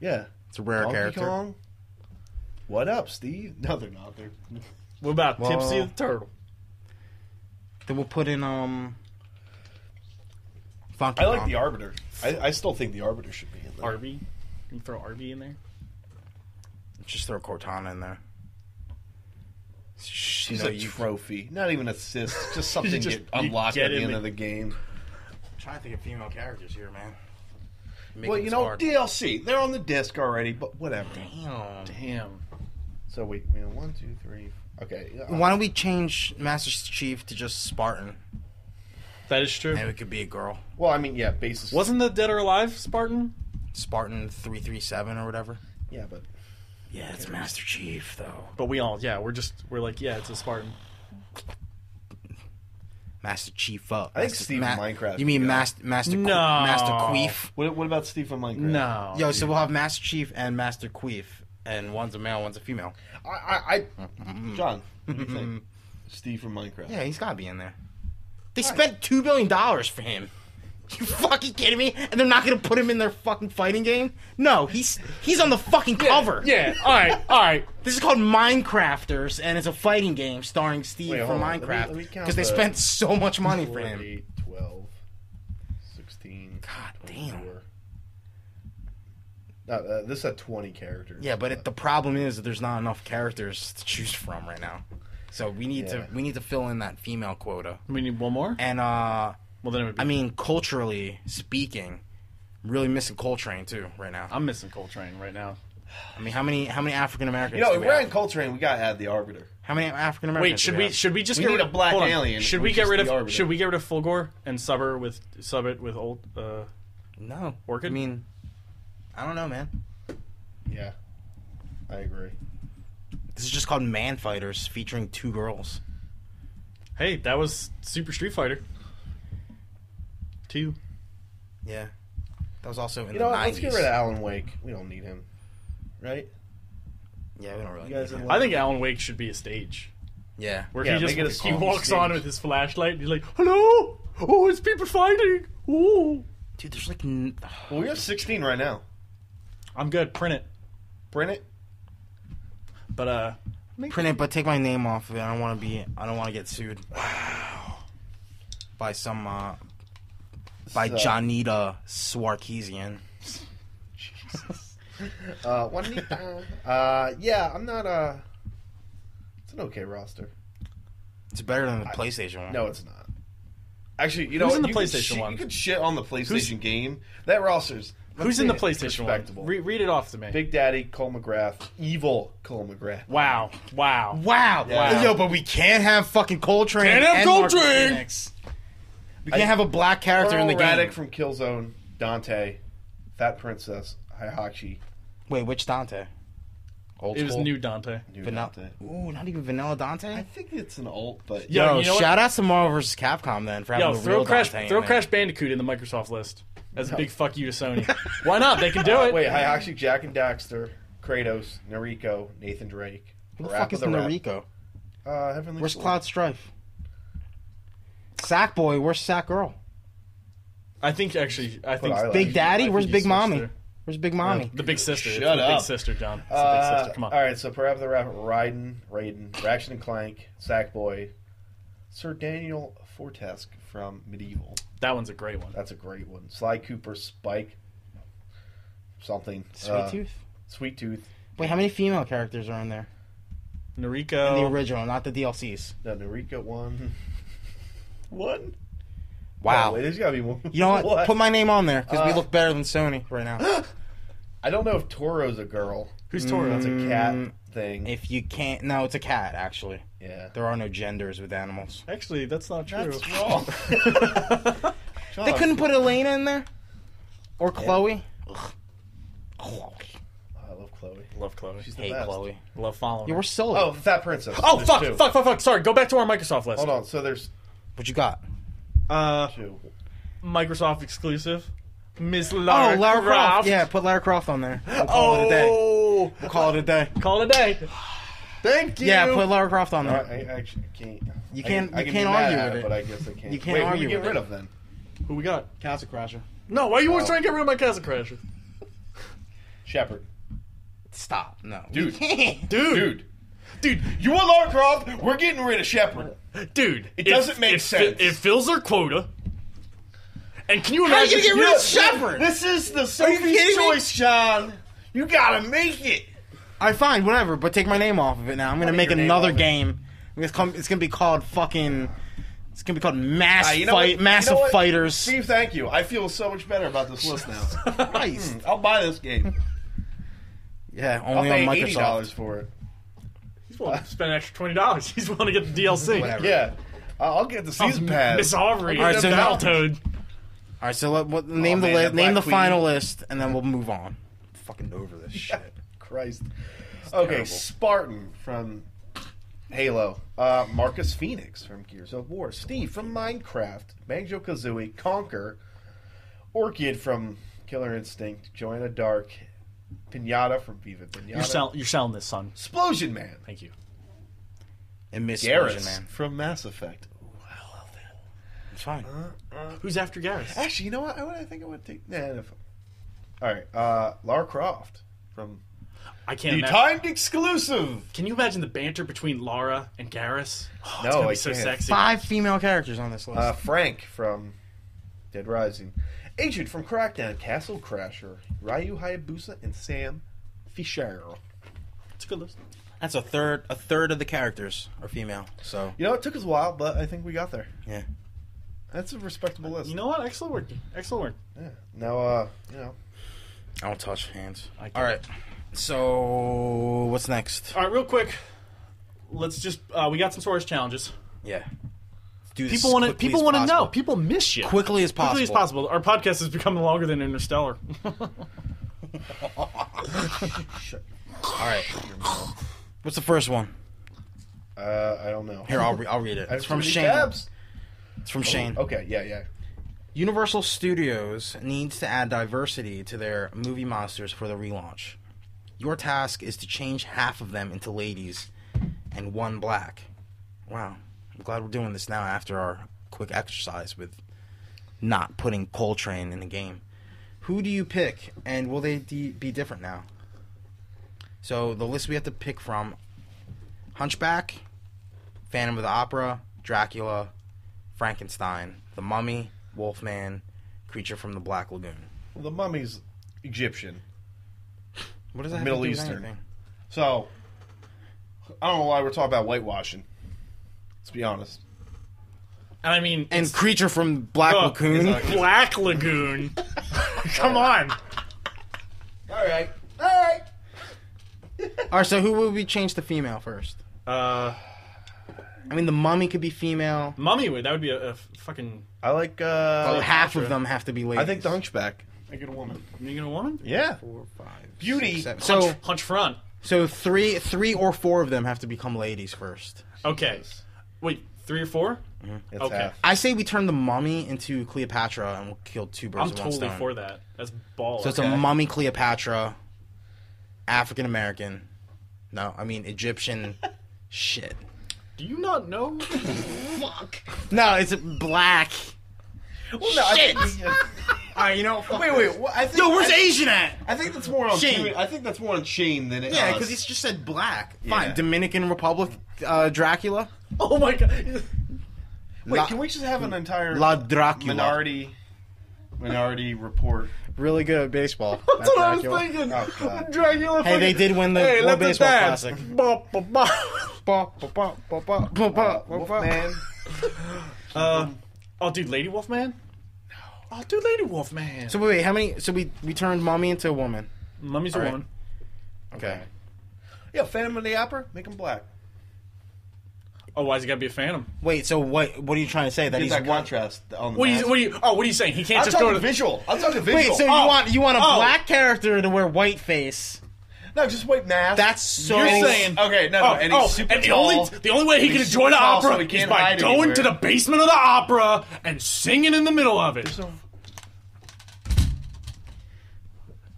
[SPEAKER 1] yeah,
[SPEAKER 5] It's a rare
[SPEAKER 1] Donkey
[SPEAKER 5] character.
[SPEAKER 1] Kong. What up, Steve? No, they're not. They're
[SPEAKER 2] What about
[SPEAKER 5] Well-
[SPEAKER 2] Tipsy the Turtle?
[SPEAKER 5] Then we'll put in um. Funky
[SPEAKER 1] I like
[SPEAKER 5] Kong.
[SPEAKER 1] the Arbiter. I, I still think the Arbiter should be in there.
[SPEAKER 2] Arby. Can you throw Arby in there?
[SPEAKER 5] Just throw Cortana in there.
[SPEAKER 1] She's
[SPEAKER 5] No,
[SPEAKER 1] a
[SPEAKER 5] you-
[SPEAKER 1] trophy, not even assist. Just something
[SPEAKER 2] just-
[SPEAKER 1] you unlock
[SPEAKER 2] you get
[SPEAKER 1] at the
[SPEAKER 2] in
[SPEAKER 1] end
[SPEAKER 2] the-
[SPEAKER 1] of the game.
[SPEAKER 5] trying to think of female characters here, man. Making
[SPEAKER 1] Well, you
[SPEAKER 5] this
[SPEAKER 1] know,
[SPEAKER 5] hard.
[SPEAKER 1] DLC. They're on the disc already, but whatever.
[SPEAKER 5] Damn.
[SPEAKER 2] Damn.
[SPEAKER 1] So wait, we have one, two, three. Okay. uh,
[SPEAKER 5] Why don't we change Master Chief to just Spartan?
[SPEAKER 2] That is true.
[SPEAKER 5] And it could be a girl.
[SPEAKER 1] Well, I mean, yeah, basis.
[SPEAKER 2] Wasn't the Dead or Alive Spartan?
[SPEAKER 5] Spartan 337 or whatever.
[SPEAKER 1] Yeah, but
[SPEAKER 5] Yeah, it's Master Chief, though.
[SPEAKER 2] But we all, yeah, we're just, we're like, yeah, it's a Spartan.
[SPEAKER 5] Master Chief up.
[SPEAKER 7] I think
[SPEAKER 5] Master-
[SPEAKER 7] Steve from Minecraft
[SPEAKER 5] You mean
[SPEAKER 7] would go.
[SPEAKER 5] Master Master
[SPEAKER 2] No.
[SPEAKER 5] Qu- Master Queef?
[SPEAKER 7] What, what about Steve from Minecraft?
[SPEAKER 2] No.
[SPEAKER 5] Yo, so we'll have Master Chief and Master Queef, and one's a male, one's a female.
[SPEAKER 7] I, I,
[SPEAKER 1] Mm-hmm.
[SPEAKER 7] I John, what do you think? Steve from Minecraft.
[SPEAKER 5] Mm-hmm. Yeah, he's got to be in there. They spent two billion dollars for him. You fucking kidding me? And they're not gonna put him in their fucking fighting game? No, he's he's on the fucking cover.
[SPEAKER 2] yeah. All right. All right.
[SPEAKER 5] This is called Minecrafters, and it's a fighting game starring Steve
[SPEAKER 1] Wait,
[SPEAKER 5] from
[SPEAKER 1] hold on. Let me- let me
[SPEAKER 5] Minecraft
[SPEAKER 1] count
[SPEAKER 5] because they
[SPEAKER 1] the-
[SPEAKER 5] spent so much money
[SPEAKER 1] Four,
[SPEAKER 5] for him.
[SPEAKER 1] eight, 12, 16.
[SPEAKER 5] God damn.
[SPEAKER 1] 24. Uh, uh, this had 20 characters. Uh,
[SPEAKER 5] Yeah, but it, the problem is that there's not enough characters to choose from right now. So we need
[SPEAKER 1] Yeah.
[SPEAKER 5] to we need to fill in that female quota.
[SPEAKER 2] We need one more.
[SPEAKER 5] And uh
[SPEAKER 2] Well, then it would be.
[SPEAKER 5] I mean culturally speaking, really missing Coltrane too right now.
[SPEAKER 2] I'm missing Coltrane right now.
[SPEAKER 5] I mean, how many how many African Americans?
[SPEAKER 7] You know,
[SPEAKER 5] do
[SPEAKER 7] if
[SPEAKER 5] we
[SPEAKER 7] we're
[SPEAKER 5] have?
[SPEAKER 7] in Coltrane, we gotta add the Arbiter.
[SPEAKER 5] How many African Americans?
[SPEAKER 2] Wait,
[SPEAKER 5] do
[SPEAKER 2] should we?
[SPEAKER 5] have?
[SPEAKER 2] Should we just
[SPEAKER 7] We
[SPEAKER 2] get
[SPEAKER 7] need
[SPEAKER 2] rid
[SPEAKER 7] a
[SPEAKER 2] of
[SPEAKER 7] black
[SPEAKER 2] hold on.
[SPEAKER 7] alien,
[SPEAKER 2] Should we
[SPEAKER 7] which
[SPEAKER 2] get
[SPEAKER 7] is
[SPEAKER 2] rid
[SPEAKER 7] the
[SPEAKER 2] of?
[SPEAKER 7] Arbiter.
[SPEAKER 2] Should we get rid of Fulgore and sub her with sub it with old? Uh,
[SPEAKER 5] No.
[SPEAKER 2] Orchid?
[SPEAKER 5] I mean, I don't know, man.
[SPEAKER 1] Yeah. I agree.
[SPEAKER 5] This is just called Man Fighters featuring two girls.
[SPEAKER 2] hey, that was Super Street Fighter. Two.
[SPEAKER 5] Yeah. That was also in
[SPEAKER 1] You
[SPEAKER 5] the
[SPEAKER 1] know what?
[SPEAKER 5] 90s.
[SPEAKER 1] Let's get rid of Alan Wake. We don't need him. Right?
[SPEAKER 5] Yeah, we don't really.
[SPEAKER 1] You guys
[SPEAKER 5] need
[SPEAKER 1] in
[SPEAKER 5] that.
[SPEAKER 1] love?
[SPEAKER 2] I think Alan Wake should be a stage
[SPEAKER 5] yeah.
[SPEAKER 2] where
[SPEAKER 1] Yeah,
[SPEAKER 2] he
[SPEAKER 1] make it a
[SPEAKER 2] just he
[SPEAKER 1] song
[SPEAKER 2] walks
[SPEAKER 1] stage.
[SPEAKER 2] on with his flashlight. and He's like, "Hello, oh, it's people fighting. Ooh,
[SPEAKER 5] Dude, there's like n-
[SPEAKER 7] Well, we have 16 right now.
[SPEAKER 2] I'm good. Print it,
[SPEAKER 7] Print it.
[SPEAKER 2] but uh,
[SPEAKER 5] print it, but take my name off of it. I don't want to be. I don't want to get sued. Wow. By some. uh By
[SPEAKER 1] So-
[SPEAKER 5] Janita Swarkeesian.
[SPEAKER 1] Uh, Juanita. uh, yeah, I'm not. Uh, it's an okay roster.
[SPEAKER 5] It's better than the PlayStation one.
[SPEAKER 1] No, it's not.
[SPEAKER 7] Actually, you know,
[SPEAKER 2] Who's
[SPEAKER 7] what?
[SPEAKER 2] in the
[SPEAKER 7] you could
[SPEAKER 2] PlayStation
[SPEAKER 7] shi-
[SPEAKER 2] one?
[SPEAKER 7] You could shit on the PlayStation game. That roster's
[SPEAKER 2] who's in the PlayStation
[SPEAKER 1] respectable.
[SPEAKER 2] one? Re- read it off to me.
[SPEAKER 1] Big Daddy, Cole McGrath, evil Cole McGrath.
[SPEAKER 2] Wow, wow.
[SPEAKER 5] Wow.
[SPEAKER 1] Yeah.
[SPEAKER 5] Yo, but we can't have fucking Coltrane.
[SPEAKER 2] Can't have
[SPEAKER 5] and Marcus
[SPEAKER 2] Coltrane!
[SPEAKER 5] Phoenix. We can't have a black character in
[SPEAKER 1] Earl
[SPEAKER 5] the game.
[SPEAKER 1] Raddick from Killzone, Dante, Fat Princess, Hihachi,
[SPEAKER 5] Wait, which Dante? Old
[SPEAKER 2] It was new Dante.
[SPEAKER 1] New
[SPEAKER 5] Vanilla.
[SPEAKER 1] Dante.
[SPEAKER 5] Ooh, not even Vanilla
[SPEAKER 7] I
[SPEAKER 5] Dante.
[SPEAKER 7] think it's an alt, but
[SPEAKER 2] Yo,
[SPEAKER 5] Yo,
[SPEAKER 2] you know what?
[SPEAKER 5] shout out to Marvel vs. Capcom then for having
[SPEAKER 2] Yo,
[SPEAKER 5] the
[SPEAKER 2] throw
[SPEAKER 5] real
[SPEAKER 2] Crash,
[SPEAKER 5] Dante. in
[SPEAKER 2] throw
[SPEAKER 5] it.
[SPEAKER 2] Crash Bandicoot in the Microsoft list as a big fuck you to Sony. Why not? They can do it.
[SPEAKER 1] Wait, Hihachi, Jack and Daxter, Kratos, Nariko, Nathan Drake.
[SPEAKER 5] Who the
[SPEAKER 1] Rap
[SPEAKER 5] fuck
[SPEAKER 1] of
[SPEAKER 5] is
[SPEAKER 1] the Rap.
[SPEAKER 5] Noriko?
[SPEAKER 1] Uh, Heavenly
[SPEAKER 5] Where's
[SPEAKER 1] Sword.
[SPEAKER 5] Cloud Strife? Sackboy, where's Sack Girl?
[SPEAKER 2] I think actually, I think
[SPEAKER 1] I like.
[SPEAKER 5] Big
[SPEAKER 1] you-
[SPEAKER 5] Daddy,
[SPEAKER 2] I think
[SPEAKER 5] where's
[SPEAKER 2] you
[SPEAKER 5] Big
[SPEAKER 2] switched
[SPEAKER 5] Mommy?
[SPEAKER 2] there.
[SPEAKER 5] Where's Big Mommy?
[SPEAKER 2] the big sister. It's
[SPEAKER 7] Shut
[SPEAKER 2] the
[SPEAKER 7] up.
[SPEAKER 2] Big sister, John. It's the big
[SPEAKER 1] Uh,
[SPEAKER 2] sister. Come on.
[SPEAKER 1] All right, so Parappa the Rabbit, Raiden, Raiden, Ratchet and Clank, Sackboy, Sir Daniel Fortesque from Medieval.
[SPEAKER 2] That one's a great one.
[SPEAKER 1] That's a great one. Sly Cooper, Spike, something.
[SPEAKER 5] Sweet
[SPEAKER 1] Uh,
[SPEAKER 5] Tooth.
[SPEAKER 1] Sweet Tooth.
[SPEAKER 5] Wait, how many female characters are in there? In the
[SPEAKER 2] Noriko.
[SPEAKER 5] original, not the DLCs.
[SPEAKER 1] No, Narika one. One.
[SPEAKER 5] Wow.
[SPEAKER 1] Oh, wait, there's gotta be one.
[SPEAKER 5] you know what?
[SPEAKER 1] What?
[SPEAKER 5] Put my name on there because we
[SPEAKER 1] Uh,
[SPEAKER 5] look better than Sony right now.
[SPEAKER 1] I don't know if Toro's a girl.
[SPEAKER 2] Who's Toro?
[SPEAKER 1] That's a cat
[SPEAKER 5] Mm.
[SPEAKER 1] thing.
[SPEAKER 5] if you can't, no, it's a cat actually.
[SPEAKER 1] yeah.
[SPEAKER 5] There are no genders with animals.
[SPEAKER 2] Actually, that's not true.
[SPEAKER 1] wrong.
[SPEAKER 5] They couldn't put Elena in there, or Chloe. Ugh. Chloe.
[SPEAKER 1] I love Chloe.
[SPEAKER 2] Love Chloe.
[SPEAKER 1] She's the
[SPEAKER 5] Hey,
[SPEAKER 1] best.
[SPEAKER 5] Chloe.
[SPEAKER 2] Love following.
[SPEAKER 5] You
[SPEAKER 2] her.
[SPEAKER 5] were solo.
[SPEAKER 1] Oh, Fat Princess.
[SPEAKER 2] Oh
[SPEAKER 1] There's
[SPEAKER 2] fuck!
[SPEAKER 1] two.
[SPEAKER 2] Fuck! Fuck! Fuck! Sorry. Go back to our Microsoft list.
[SPEAKER 1] Hold on. So there's
[SPEAKER 5] what you got?
[SPEAKER 2] Uh,
[SPEAKER 1] two.
[SPEAKER 2] Microsoft exclusive. Miss
[SPEAKER 5] Oh,
[SPEAKER 2] Lara.
[SPEAKER 5] Lara Croft.
[SPEAKER 2] Croft.
[SPEAKER 5] Yeah, put Lara Croft on there. We'll call it a day.
[SPEAKER 2] Oh.
[SPEAKER 5] We'll call it a day.
[SPEAKER 2] Call it a day.
[SPEAKER 1] Thank you.
[SPEAKER 5] Yeah, put Lara Croft on
[SPEAKER 1] I,
[SPEAKER 5] there.
[SPEAKER 1] I actually can't.
[SPEAKER 5] You
[SPEAKER 1] I
[SPEAKER 5] can't.
[SPEAKER 1] I
[SPEAKER 5] you
[SPEAKER 1] be
[SPEAKER 5] can't
[SPEAKER 1] mad
[SPEAKER 5] argue
[SPEAKER 1] at
[SPEAKER 5] with it.
[SPEAKER 1] but I guess I can't.
[SPEAKER 5] You can't
[SPEAKER 1] Wait, who
[SPEAKER 5] argue
[SPEAKER 1] you get
[SPEAKER 5] with
[SPEAKER 1] rid
[SPEAKER 5] it.
[SPEAKER 1] of then?
[SPEAKER 2] Who we got? Oh.
[SPEAKER 5] Castle Crasher.
[SPEAKER 2] No, why you always trying to get rid of my Castle Crasher?
[SPEAKER 1] Shepard.
[SPEAKER 5] Stop. No,
[SPEAKER 1] Dude.
[SPEAKER 5] We can't.
[SPEAKER 1] Dude.
[SPEAKER 2] Dude,
[SPEAKER 1] You want Lara Croft? We're getting rid of Shepard.
[SPEAKER 2] dude, it
[SPEAKER 1] doesn't make
[SPEAKER 2] it, fi-
[SPEAKER 1] sense.
[SPEAKER 2] It fills their quota. And can you
[SPEAKER 5] How are you
[SPEAKER 2] imagine?
[SPEAKER 5] gonna get rid of Shepard?
[SPEAKER 1] This is the
[SPEAKER 5] you
[SPEAKER 1] Sophie's
[SPEAKER 5] kidding me?
[SPEAKER 1] choice, John. You gotta make it.
[SPEAKER 5] I fine, whatever. But take my name off of it now. I'm gonna
[SPEAKER 1] need
[SPEAKER 5] make
[SPEAKER 1] your name
[SPEAKER 5] another
[SPEAKER 1] off it.
[SPEAKER 5] game. It's, com- it's gonna be called fucking. It's gonna be called Mass
[SPEAKER 1] Ah, you know
[SPEAKER 5] Fight.
[SPEAKER 1] what?
[SPEAKER 5] Massive
[SPEAKER 1] You know what?
[SPEAKER 5] Fighters.
[SPEAKER 1] Steve, thank you. I feel so much better about this list now. Mm,
[SPEAKER 5] Christ.
[SPEAKER 1] I'll buy this game.
[SPEAKER 5] Yeah,
[SPEAKER 1] I'll
[SPEAKER 5] only
[SPEAKER 1] pay
[SPEAKER 5] on
[SPEAKER 1] eighty dollars
[SPEAKER 5] Microsoft.
[SPEAKER 1] for it.
[SPEAKER 2] He's willing to spend an extra twenty dollars. He's willing to get the DLC.
[SPEAKER 5] Uh, Whatever.
[SPEAKER 1] Yeah, I- I'll get the season pass.
[SPEAKER 2] Miss Aubrey,
[SPEAKER 5] Alright,
[SPEAKER 2] and
[SPEAKER 5] so now-
[SPEAKER 2] Battletoad.
[SPEAKER 5] All right, so let, what, name the
[SPEAKER 1] Oh, man,
[SPEAKER 5] list.
[SPEAKER 1] the
[SPEAKER 5] Name
[SPEAKER 1] Black
[SPEAKER 5] the
[SPEAKER 1] Queen.
[SPEAKER 5] final list, and then we'll move on. Fucking over this shit.
[SPEAKER 1] Christ. Okay,
[SPEAKER 5] terrible.
[SPEAKER 1] Spartan from Halo, uh, Marcus Phoenix from Gears of War, Steve from Minecraft, Banjo Kazooie, Conquer, Orchid from Killer Instinct, Joanna Dark, Pinata from Viva Pinata,
[SPEAKER 2] You're, sell- you're selling this, son.
[SPEAKER 1] Explosion Man,
[SPEAKER 2] Thank you.
[SPEAKER 5] And Miss Explosion
[SPEAKER 1] Garrus
[SPEAKER 5] Man.
[SPEAKER 1] from Mass Effect. Ooh, I love that.
[SPEAKER 5] It's fine.
[SPEAKER 2] Who's after Garrus?
[SPEAKER 5] Eh,
[SPEAKER 1] Actually, you know what? I, would- I think I would take. Nah, no, fuck. All right, uh, Lara Croft from
[SPEAKER 2] I can't.
[SPEAKER 1] the
[SPEAKER 2] Imagine-
[SPEAKER 1] timed exclusive.
[SPEAKER 2] Can you imagine the banter between Lara and Garrus? Oh,
[SPEAKER 1] No,
[SPEAKER 2] it's gonna
[SPEAKER 1] I
[SPEAKER 2] be so
[SPEAKER 1] can't.
[SPEAKER 2] sexy.
[SPEAKER 5] Five female characters on this list.
[SPEAKER 1] Uh, Frank from Dead Rising, Agent from Crackdown, Castle Crasher, Ryu Hayabusa, and Sam Fisher.
[SPEAKER 2] It's a good list.
[SPEAKER 5] That's a third. A third of the characters are female. So
[SPEAKER 1] You know, it took us a while, but I think we got there.
[SPEAKER 5] yeah.
[SPEAKER 1] That's a respectable list.
[SPEAKER 2] Uh, You know what? Excellent work. Excellent work.
[SPEAKER 1] yeah. Now, uh, you know,
[SPEAKER 5] I don't touch hands.
[SPEAKER 2] I get
[SPEAKER 5] All right. So what's next?
[SPEAKER 2] All right, real quick. Let's just. Uh, we got some Swords challenges.
[SPEAKER 5] Yeah. Do this
[SPEAKER 2] People want to.
[SPEAKER 5] quickly
[SPEAKER 2] People
[SPEAKER 5] as
[SPEAKER 2] want to
[SPEAKER 5] possible.
[SPEAKER 2] know. People miss you.
[SPEAKER 5] quickly as possible.
[SPEAKER 2] Quickly as possible. Our podcast is becoming longer than Interstellar.
[SPEAKER 5] All right. What's the first one?
[SPEAKER 1] uh, I don't know.
[SPEAKER 5] Here, I'll, re- I'll read Oh, it.
[SPEAKER 1] I have
[SPEAKER 5] It's from
[SPEAKER 1] too many
[SPEAKER 5] Shane.
[SPEAKER 1] tabs.
[SPEAKER 5] It's from Shane.
[SPEAKER 1] Okay, yeah, yeah.
[SPEAKER 5] Universal Studios needs to add diversity to their movie monsters for the relaunch. Your task is to change half of them into ladies and one black. Wow. I'm glad we're doing this now after our quick exercise with not putting Coltrane in the game. Who do you pick and will they de- be different now? So the list we have to pick from Hunchback, Phantom of the Opera, Dracula, Frankenstein, The Mummy, Wolfman, Creature from the Black Lagoon.
[SPEAKER 1] Well, the mummy's Egyptian,
[SPEAKER 5] What does that have
[SPEAKER 1] Middle
[SPEAKER 5] to do with
[SPEAKER 1] Eastern.
[SPEAKER 5] anything?
[SPEAKER 1] so I don't know why we're talking about whitewashing. Let's be honest.
[SPEAKER 2] and I mean,
[SPEAKER 5] And Creature from Black
[SPEAKER 2] oh,
[SPEAKER 5] Lagoon.
[SPEAKER 2] it's Black Lagoon. Come on.
[SPEAKER 1] All right, all right.
[SPEAKER 5] All right, so who would we change to female first?
[SPEAKER 2] Uh,
[SPEAKER 5] I mean, The Mummy could be female.
[SPEAKER 2] Mummy would. That would be a, a fucking.
[SPEAKER 1] I like. uh
[SPEAKER 5] half of them have to be ladies.
[SPEAKER 1] I think the hunchback.
[SPEAKER 2] Make it a woman. Make it a woman.
[SPEAKER 1] Yeah,
[SPEAKER 5] Four, five,
[SPEAKER 1] beauty.
[SPEAKER 5] seven.
[SPEAKER 2] Punch,
[SPEAKER 5] So,
[SPEAKER 2] punch front.
[SPEAKER 5] so three, three or four of them have to become ladies first.
[SPEAKER 2] Okay. Wait, three or four?
[SPEAKER 1] It's
[SPEAKER 2] Okay.
[SPEAKER 1] half.
[SPEAKER 5] I say we turn the mummy into Cleopatra and we'll kill two birds
[SPEAKER 2] I'm
[SPEAKER 5] with one
[SPEAKER 2] totally
[SPEAKER 5] stone.
[SPEAKER 2] for that. That's ball.
[SPEAKER 5] So it's a mummy Cleopatra, African American. No, I mean Egyptian shit.
[SPEAKER 2] Do you not know?
[SPEAKER 5] No, it's black.
[SPEAKER 1] Well, no, shit. I think,
[SPEAKER 5] All right, you know. fuck
[SPEAKER 7] Wait,
[SPEAKER 5] this.
[SPEAKER 7] wait. What, I think,
[SPEAKER 5] Yo, where's
[SPEAKER 7] I,
[SPEAKER 5] Asian at?
[SPEAKER 7] I think that's more on
[SPEAKER 5] Shane.
[SPEAKER 7] Shane. I think that's more on Shane than it.
[SPEAKER 2] Uh,
[SPEAKER 5] Yeah,
[SPEAKER 7] us.
[SPEAKER 5] because he's just said black. Fine.
[SPEAKER 7] Yeah.
[SPEAKER 5] Dominican Republic, uh, Dracula,
[SPEAKER 2] oh my god.
[SPEAKER 7] Wait,
[SPEAKER 5] La-
[SPEAKER 7] can we just have an entire
[SPEAKER 5] La Dracula.
[SPEAKER 7] minority minority report?
[SPEAKER 5] Really good at baseball.
[SPEAKER 2] That's what
[SPEAKER 5] Dracula.
[SPEAKER 2] I was thinking.
[SPEAKER 1] Oh, God.
[SPEAKER 2] Dracula.
[SPEAKER 5] Hey, they did win the
[SPEAKER 2] Hey,
[SPEAKER 5] World
[SPEAKER 2] let the
[SPEAKER 5] Baseball
[SPEAKER 2] dance.
[SPEAKER 5] Classic.
[SPEAKER 1] Wolfman.
[SPEAKER 2] Uh, oh, dude, Lady Wolfman. Oh, dude, Lady Wolfman.
[SPEAKER 5] So wait, wait, how many? So we we turned mommy into a woman.
[SPEAKER 2] Mummy's a
[SPEAKER 5] All right.
[SPEAKER 2] woman.
[SPEAKER 5] Okay.
[SPEAKER 1] Yeah, Phantom of the Opera, make him black.
[SPEAKER 2] Oh, why's he gotta be a phantom?
[SPEAKER 5] Wait, so what? What are you trying to say? That
[SPEAKER 7] Get
[SPEAKER 5] he's
[SPEAKER 7] that
[SPEAKER 5] one?
[SPEAKER 7] contrast on the
[SPEAKER 2] What are
[SPEAKER 7] mask.
[SPEAKER 2] you? What are you? Oh, what are you saying? He can't
[SPEAKER 7] I'm
[SPEAKER 2] just
[SPEAKER 7] talking
[SPEAKER 2] go to the.
[SPEAKER 7] visual. I'm talking
[SPEAKER 5] Wait,
[SPEAKER 7] visual.
[SPEAKER 5] so you
[SPEAKER 2] Oh.
[SPEAKER 5] want you want a
[SPEAKER 2] Oh.
[SPEAKER 5] black character to wear white face?
[SPEAKER 7] no, just wait, mask.
[SPEAKER 5] That's so.
[SPEAKER 2] You're
[SPEAKER 7] And he's-
[SPEAKER 2] saying-
[SPEAKER 7] okay. No, no,
[SPEAKER 2] Oh,
[SPEAKER 7] and
[SPEAKER 2] oh,
[SPEAKER 7] he's super
[SPEAKER 2] and the
[SPEAKER 7] tall.
[SPEAKER 2] only the only way he
[SPEAKER 7] and
[SPEAKER 2] can
[SPEAKER 7] he's
[SPEAKER 2] enjoy the
[SPEAKER 7] super tall, so
[SPEAKER 2] opera
[SPEAKER 7] he can't
[SPEAKER 2] is by
[SPEAKER 7] hide
[SPEAKER 2] going to the
[SPEAKER 7] anywhere.
[SPEAKER 2] basement of the opera and singing in the middle of it.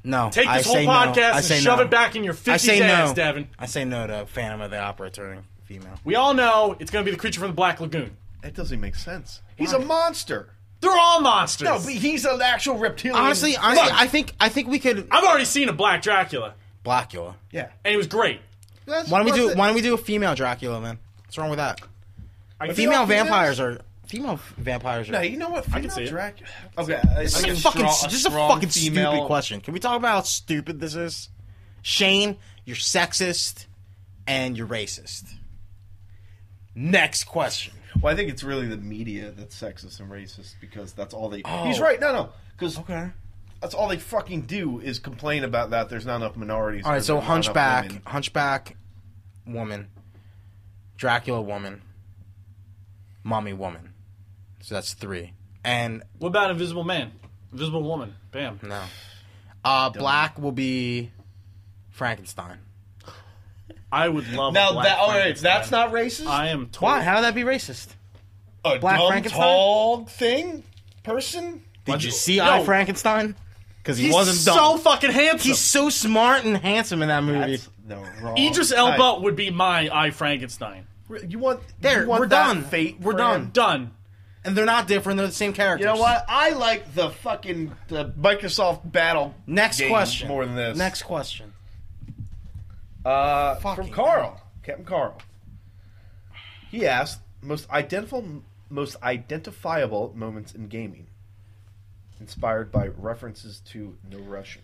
[SPEAKER 5] No,
[SPEAKER 2] Take
[SPEAKER 5] I
[SPEAKER 2] this whole
[SPEAKER 5] say no.
[SPEAKER 2] podcast
[SPEAKER 5] I
[SPEAKER 2] and
[SPEAKER 5] say
[SPEAKER 2] shove
[SPEAKER 5] no.
[SPEAKER 2] it back in your 50s
[SPEAKER 5] I say
[SPEAKER 2] ass,
[SPEAKER 5] no.
[SPEAKER 2] Devin.
[SPEAKER 5] I say no to Phantom of the Opera turning female.
[SPEAKER 2] We all know it's gonna be the creature from the Black Lagoon.
[SPEAKER 1] That doesn't make sense. He's a monster.
[SPEAKER 2] They're all monsters.
[SPEAKER 1] No, but he's an actual reptilian.
[SPEAKER 5] Honestly, honestly, I think I think we could
[SPEAKER 2] I've already seen a black Dracula,
[SPEAKER 5] Blackula.
[SPEAKER 1] yeah.
[SPEAKER 2] and it was great.
[SPEAKER 1] That's-
[SPEAKER 5] Why don't we
[SPEAKER 1] that's
[SPEAKER 5] do
[SPEAKER 1] it.
[SPEAKER 5] Why don't we do a female Dracula, man? What's wrong with that?
[SPEAKER 2] I
[SPEAKER 5] Female
[SPEAKER 1] all females?
[SPEAKER 5] vampires are female f- vampires are.
[SPEAKER 1] No, you know what?
[SPEAKER 2] can
[SPEAKER 1] Female
[SPEAKER 2] see it.
[SPEAKER 1] Dracula. Okay,
[SPEAKER 5] This
[SPEAKER 1] I
[SPEAKER 5] is a
[SPEAKER 1] guess
[SPEAKER 5] fucking
[SPEAKER 1] strong-
[SPEAKER 5] just a
[SPEAKER 1] strong
[SPEAKER 5] fucking
[SPEAKER 1] female-
[SPEAKER 5] stupid question. Can we talk about how stupid this is? Shane, you're sexist and you're racist. Next question.
[SPEAKER 7] Well, I think it's really the media that's sexist and racist because that's all they.
[SPEAKER 5] Oh.
[SPEAKER 7] He's right. No, no, because
[SPEAKER 5] Okay.
[SPEAKER 7] that's all they fucking do is complain about that. There's not enough minorities.
[SPEAKER 5] All right,
[SPEAKER 7] there's
[SPEAKER 5] so
[SPEAKER 7] not enough
[SPEAKER 5] hunchback,
[SPEAKER 7] women.
[SPEAKER 5] hunchback, woman, Dracula woman, mommy woman. So that's three. And
[SPEAKER 2] What about Invisible Man? Invisible Woman. Bam.
[SPEAKER 5] no, uh, black will be Frankenstein.
[SPEAKER 2] I would love
[SPEAKER 1] Now
[SPEAKER 2] a Black
[SPEAKER 3] Oh,
[SPEAKER 1] that all right, that's
[SPEAKER 2] Frankenstein.
[SPEAKER 1] not racist.
[SPEAKER 2] I am totally,
[SPEAKER 5] Why? How would that be racist?
[SPEAKER 1] a
[SPEAKER 5] Black
[SPEAKER 1] dumb,
[SPEAKER 5] Frankenstein?
[SPEAKER 1] tall thing person.
[SPEAKER 5] Did you see
[SPEAKER 2] No.
[SPEAKER 5] I Frankenstein? Because he
[SPEAKER 2] He's
[SPEAKER 5] wasn't
[SPEAKER 2] so
[SPEAKER 5] dumb.
[SPEAKER 2] fucking handsome.
[SPEAKER 5] He's so smart and handsome in that movie.
[SPEAKER 1] That's the wrong.
[SPEAKER 2] Idris Elba would be my I Frankenstein.
[SPEAKER 1] You want
[SPEAKER 5] there,
[SPEAKER 1] you want
[SPEAKER 5] we're
[SPEAKER 1] that
[SPEAKER 5] done.
[SPEAKER 1] Fate. for
[SPEAKER 5] we're
[SPEAKER 1] him?
[SPEAKER 5] done.
[SPEAKER 2] Done.
[SPEAKER 5] And they're not different. They're the same characters.
[SPEAKER 1] You know what? I like the fucking the Microsoft battle
[SPEAKER 5] Next
[SPEAKER 1] game
[SPEAKER 5] question.
[SPEAKER 1] more than this.
[SPEAKER 5] Next question.
[SPEAKER 1] uh, from
[SPEAKER 5] Fucking
[SPEAKER 1] Carl, Captain Carl. He asked most identifiable most identifiable moments in gaming, inspired by references to No Russian.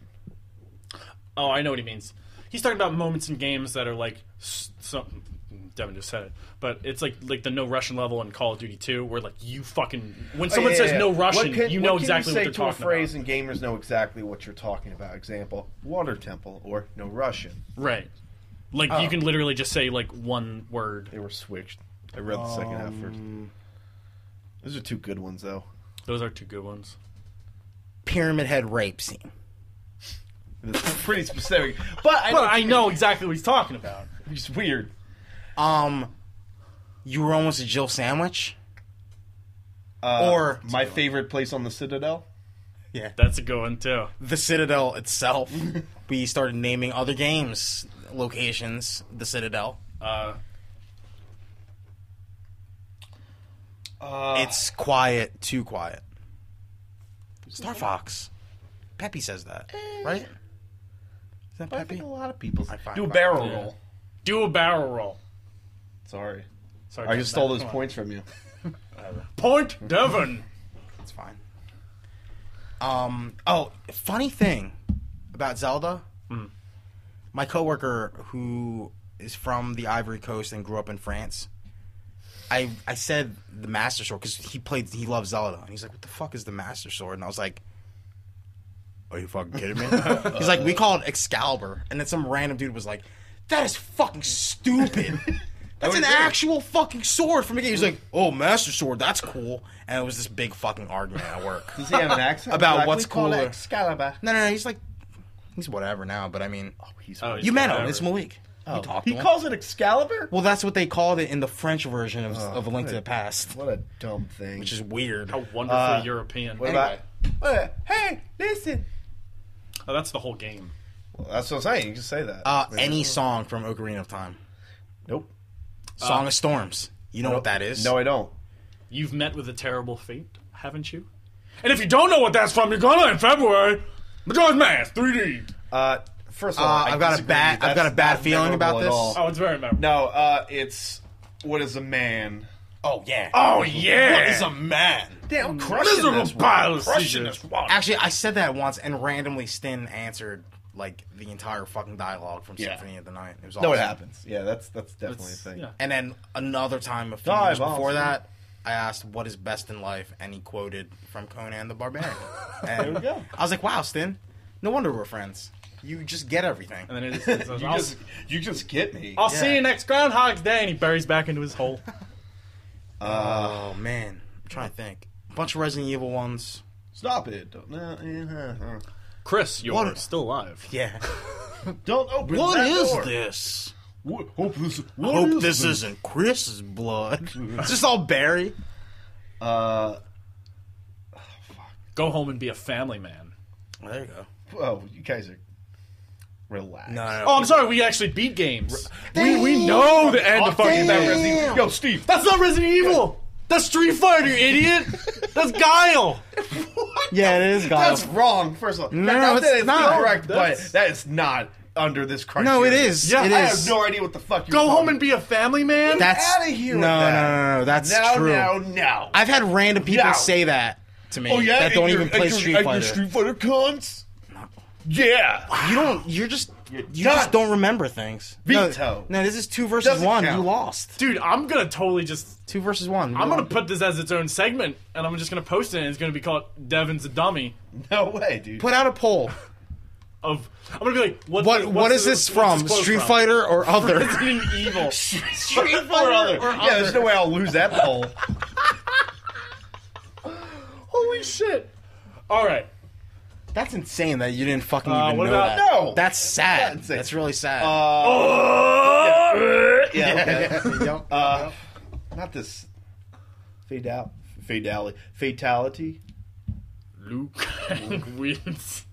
[SPEAKER 2] Oh, I know what he means. He's talking about moments in games that are like s- some. Devin just said it, but it's like like the no Russian level in Call of Duty 2, where like you fucking when someone
[SPEAKER 1] Oh, Yeah,
[SPEAKER 2] says
[SPEAKER 1] yeah,
[SPEAKER 2] no
[SPEAKER 1] yeah.
[SPEAKER 2] Russian,
[SPEAKER 1] What can-
[SPEAKER 2] you
[SPEAKER 1] what
[SPEAKER 2] know
[SPEAKER 1] can
[SPEAKER 2] exactly
[SPEAKER 1] say
[SPEAKER 2] what they're
[SPEAKER 1] to a
[SPEAKER 2] talking
[SPEAKER 1] phrase and gamers know exactly what you're talking about. Example: Water Temple or No Russian.
[SPEAKER 2] about. Right. Like you can literally just say like one word.
[SPEAKER 1] They were switched. I read the second half first. Those are two good ones though.
[SPEAKER 2] Those are two good ones.
[SPEAKER 5] Pyramid Head rape scene.
[SPEAKER 1] It's pretty specific, but I
[SPEAKER 2] But I know exactly what he's talking about.
[SPEAKER 1] it's weird.
[SPEAKER 5] Um, you were almost a Jill sandwich. or
[SPEAKER 1] My favorite place on the Citadel.
[SPEAKER 2] That's a good one too.
[SPEAKER 5] the Citadel itself. we started naming other games locations. The Citadel.
[SPEAKER 2] Uh,
[SPEAKER 1] Uh,
[SPEAKER 5] it's quiet, too quiet. Star Fox. Peppy says that, right? Is that
[SPEAKER 1] I
[SPEAKER 5] Peppy?
[SPEAKER 1] think a lot of people
[SPEAKER 5] find-
[SPEAKER 1] do a barrel
[SPEAKER 2] Yeah.
[SPEAKER 1] roll.
[SPEAKER 2] do a barrel roll.
[SPEAKER 1] Sorry,
[SPEAKER 2] Sorry,
[SPEAKER 1] I
[SPEAKER 2] Devin,
[SPEAKER 1] just stole
[SPEAKER 2] that-
[SPEAKER 1] those
[SPEAKER 2] come on.
[SPEAKER 1] points from you.
[SPEAKER 2] Point Devon.
[SPEAKER 5] It's fine. Um. Oh, funny thing about Zelda. My coworker, who is from the Ivory Coast and grew up in France, I I said the Master Sword because he played. He loves Zelda, and he's like, "What the fuck is the Master Sword?" And I was like. Are you fucking kidding me? He's like, we call it Excalibur, and then some random dude was like, "That is fucking stupid. That's an actual fucking sword from a game." He's like, "Oh, Master Sword, that's cool." And it was this big fucking argument at work.
[SPEAKER 1] Does he have an accent
[SPEAKER 5] About
[SPEAKER 1] Like,
[SPEAKER 5] what's
[SPEAKER 1] we call it
[SPEAKER 5] cooler.
[SPEAKER 1] Excalibur.
[SPEAKER 5] No, no, no. He's like, he's whatever now. But I mean,
[SPEAKER 1] He's-
[SPEAKER 2] Oh, he's
[SPEAKER 5] you met him.
[SPEAKER 2] whatever.
[SPEAKER 5] It's Malik. You talked to
[SPEAKER 1] he
[SPEAKER 5] him.
[SPEAKER 1] calls it Excalibur.
[SPEAKER 5] well, that's what they called it in the French version of, of A Link to the Past,
[SPEAKER 1] What a dumb thing.
[SPEAKER 5] which is weird.
[SPEAKER 2] How wonderfully European.
[SPEAKER 1] Uh, what about? What? Hey, listen.
[SPEAKER 2] Oh, that's the whole game.
[SPEAKER 1] Well, that's what I'm saying. You can say that.
[SPEAKER 5] Uh, any song from Ocarina of Time,
[SPEAKER 1] nope.
[SPEAKER 5] Song of Storms. You know what that is?
[SPEAKER 1] Uh, No, I don't.
[SPEAKER 2] You've met with a terrible fate, haven't you? And if you don't know what that's from, you're gonna in February. Majora's Mask 3D.
[SPEAKER 1] Uh, first of all,
[SPEAKER 5] Uh,
[SPEAKER 1] I
[SPEAKER 5] I've got a
[SPEAKER 1] disagree with
[SPEAKER 5] bad-
[SPEAKER 1] you.
[SPEAKER 5] I've
[SPEAKER 1] That's
[SPEAKER 5] got a bad
[SPEAKER 1] not
[SPEAKER 5] feeling about
[SPEAKER 1] memorable at
[SPEAKER 5] this.
[SPEAKER 1] all.
[SPEAKER 2] Oh, it's very memorable.
[SPEAKER 1] No, uh, it's what is a man?
[SPEAKER 5] Oh yeah.
[SPEAKER 2] Oh yeah,
[SPEAKER 5] He's a man.
[SPEAKER 1] Damn, I'm crushing
[SPEAKER 2] miserable
[SPEAKER 1] this one.
[SPEAKER 2] pile of
[SPEAKER 1] Crushing
[SPEAKER 2] seizures.
[SPEAKER 1] this one.
[SPEAKER 5] Actually, I said that once, and randomly Stin answered like the entire fucking dialogue from
[SPEAKER 1] Yeah.
[SPEAKER 5] Symphony of the Night. It was
[SPEAKER 1] No, it
[SPEAKER 5] awesome.
[SPEAKER 1] happens. Yeah, that's that's definitely a thing.
[SPEAKER 2] yeah.
[SPEAKER 5] And then another time, a few
[SPEAKER 1] Dive
[SPEAKER 5] years before
[SPEAKER 1] on.
[SPEAKER 5] that, I asked what is best in life, and he quoted from Conan the Barbarian. And there we
[SPEAKER 1] go.
[SPEAKER 5] I was like, wow, Stin, no wonder we're friends. You just get everything.
[SPEAKER 2] And then it is, it's-
[SPEAKER 1] You
[SPEAKER 2] I'll,
[SPEAKER 1] just you just get me.
[SPEAKER 2] I'll see you next Groundhog's Day, and he buries back into his hole.
[SPEAKER 5] oh man, I'm trying to think. A bunch of Resident Evil ones.
[SPEAKER 1] Stop it! Don't, no, uh, uh, uh.
[SPEAKER 2] Chris, you're
[SPEAKER 5] What?
[SPEAKER 2] still alive.
[SPEAKER 5] Yeah.
[SPEAKER 1] don't open
[SPEAKER 5] What
[SPEAKER 1] that
[SPEAKER 5] is
[SPEAKER 1] door.
[SPEAKER 5] this?
[SPEAKER 1] Wh- Hope this.
[SPEAKER 5] I
[SPEAKER 1] what
[SPEAKER 5] hope
[SPEAKER 1] is
[SPEAKER 5] this isn't Chris's blood. it's just all Barry.
[SPEAKER 1] Uh,
[SPEAKER 2] Go home and be a family man.
[SPEAKER 5] There you go.
[SPEAKER 1] oh, you guys are relaxed.
[SPEAKER 5] No, no, no.
[SPEAKER 2] Oh, I'm sorry, we actually beat games. We, we know the end
[SPEAKER 1] Oh,
[SPEAKER 2] of fucking that Resident Evil.
[SPEAKER 1] Yo, Steve.
[SPEAKER 2] That's not Resident Evil. That's Street Fighter, you idiot. That's Guile.
[SPEAKER 5] yeah, it is God.
[SPEAKER 1] That's wrong. First of all,
[SPEAKER 5] No,
[SPEAKER 1] that, that-
[SPEAKER 5] it's
[SPEAKER 1] that is
[SPEAKER 5] not.
[SPEAKER 1] correct, but
[SPEAKER 2] That's-
[SPEAKER 1] that is not under this criteria.
[SPEAKER 5] No, it is.
[SPEAKER 2] Yeah,
[SPEAKER 5] it
[SPEAKER 1] I
[SPEAKER 5] is.
[SPEAKER 1] have no idea what the fuck you.
[SPEAKER 2] Go home and be a family man.
[SPEAKER 5] That's
[SPEAKER 1] outta here
[SPEAKER 5] No,
[SPEAKER 1] with
[SPEAKER 5] no,
[SPEAKER 1] that.
[SPEAKER 5] no, no, no. That's
[SPEAKER 1] now,
[SPEAKER 5] true.
[SPEAKER 1] now, now.
[SPEAKER 5] I've had random people
[SPEAKER 1] No.
[SPEAKER 5] say that to me
[SPEAKER 1] oh yeah,
[SPEAKER 5] that
[SPEAKER 1] and
[SPEAKER 5] don't
[SPEAKER 1] your-
[SPEAKER 5] even play
[SPEAKER 1] and your-
[SPEAKER 5] Street
[SPEAKER 1] and your
[SPEAKER 5] Fighter.
[SPEAKER 1] Street Fighter cons. Yeah.
[SPEAKER 5] You don't. You're just. you
[SPEAKER 1] done.
[SPEAKER 5] just don't remember things. No,
[SPEAKER 1] Veto.
[SPEAKER 5] No, this is two versus
[SPEAKER 1] Doesn't
[SPEAKER 5] one.
[SPEAKER 1] count.
[SPEAKER 5] You lost.
[SPEAKER 2] Dude, I'm gonna totally just
[SPEAKER 5] Two versus one. You
[SPEAKER 2] I'm gonna
[SPEAKER 5] lost.
[SPEAKER 2] put this as its own segment, and I'm just gonna post it, and it's gonna be called "Devin's a Dummy."
[SPEAKER 1] No way, dude.
[SPEAKER 5] put out a poll.
[SPEAKER 2] Of I'm gonna be like, what?
[SPEAKER 5] What?
[SPEAKER 2] what's
[SPEAKER 5] what is
[SPEAKER 2] the-
[SPEAKER 5] this
[SPEAKER 2] what's
[SPEAKER 5] from?
[SPEAKER 2] quote
[SPEAKER 5] Street
[SPEAKER 2] from?
[SPEAKER 5] Fighter or other?
[SPEAKER 2] Resident Evil.
[SPEAKER 1] Street Fighter other.
[SPEAKER 2] or
[SPEAKER 1] Yeah, there's
[SPEAKER 2] other.
[SPEAKER 1] no way I'll lose that poll.
[SPEAKER 2] Holy shit! All right.
[SPEAKER 5] That's insane that you didn't fucking
[SPEAKER 2] Uh,
[SPEAKER 5] even
[SPEAKER 2] what
[SPEAKER 5] know
[SPEAKER 2] about-
[SPEAKER 5] that.
[SPEAKER 1] No. Uh,
[SPEAKER 5] That's sad.
[SPEAKER 1] That's insane.
[SPEAKER 5] That's really sad.
[SPEAKER 1] Uh,
[SPEAKER 2] Oh,
[SPEAKER 1] Uh, not this fade out, fatality, fatality.
[SPEAKER 2] Luke and wins.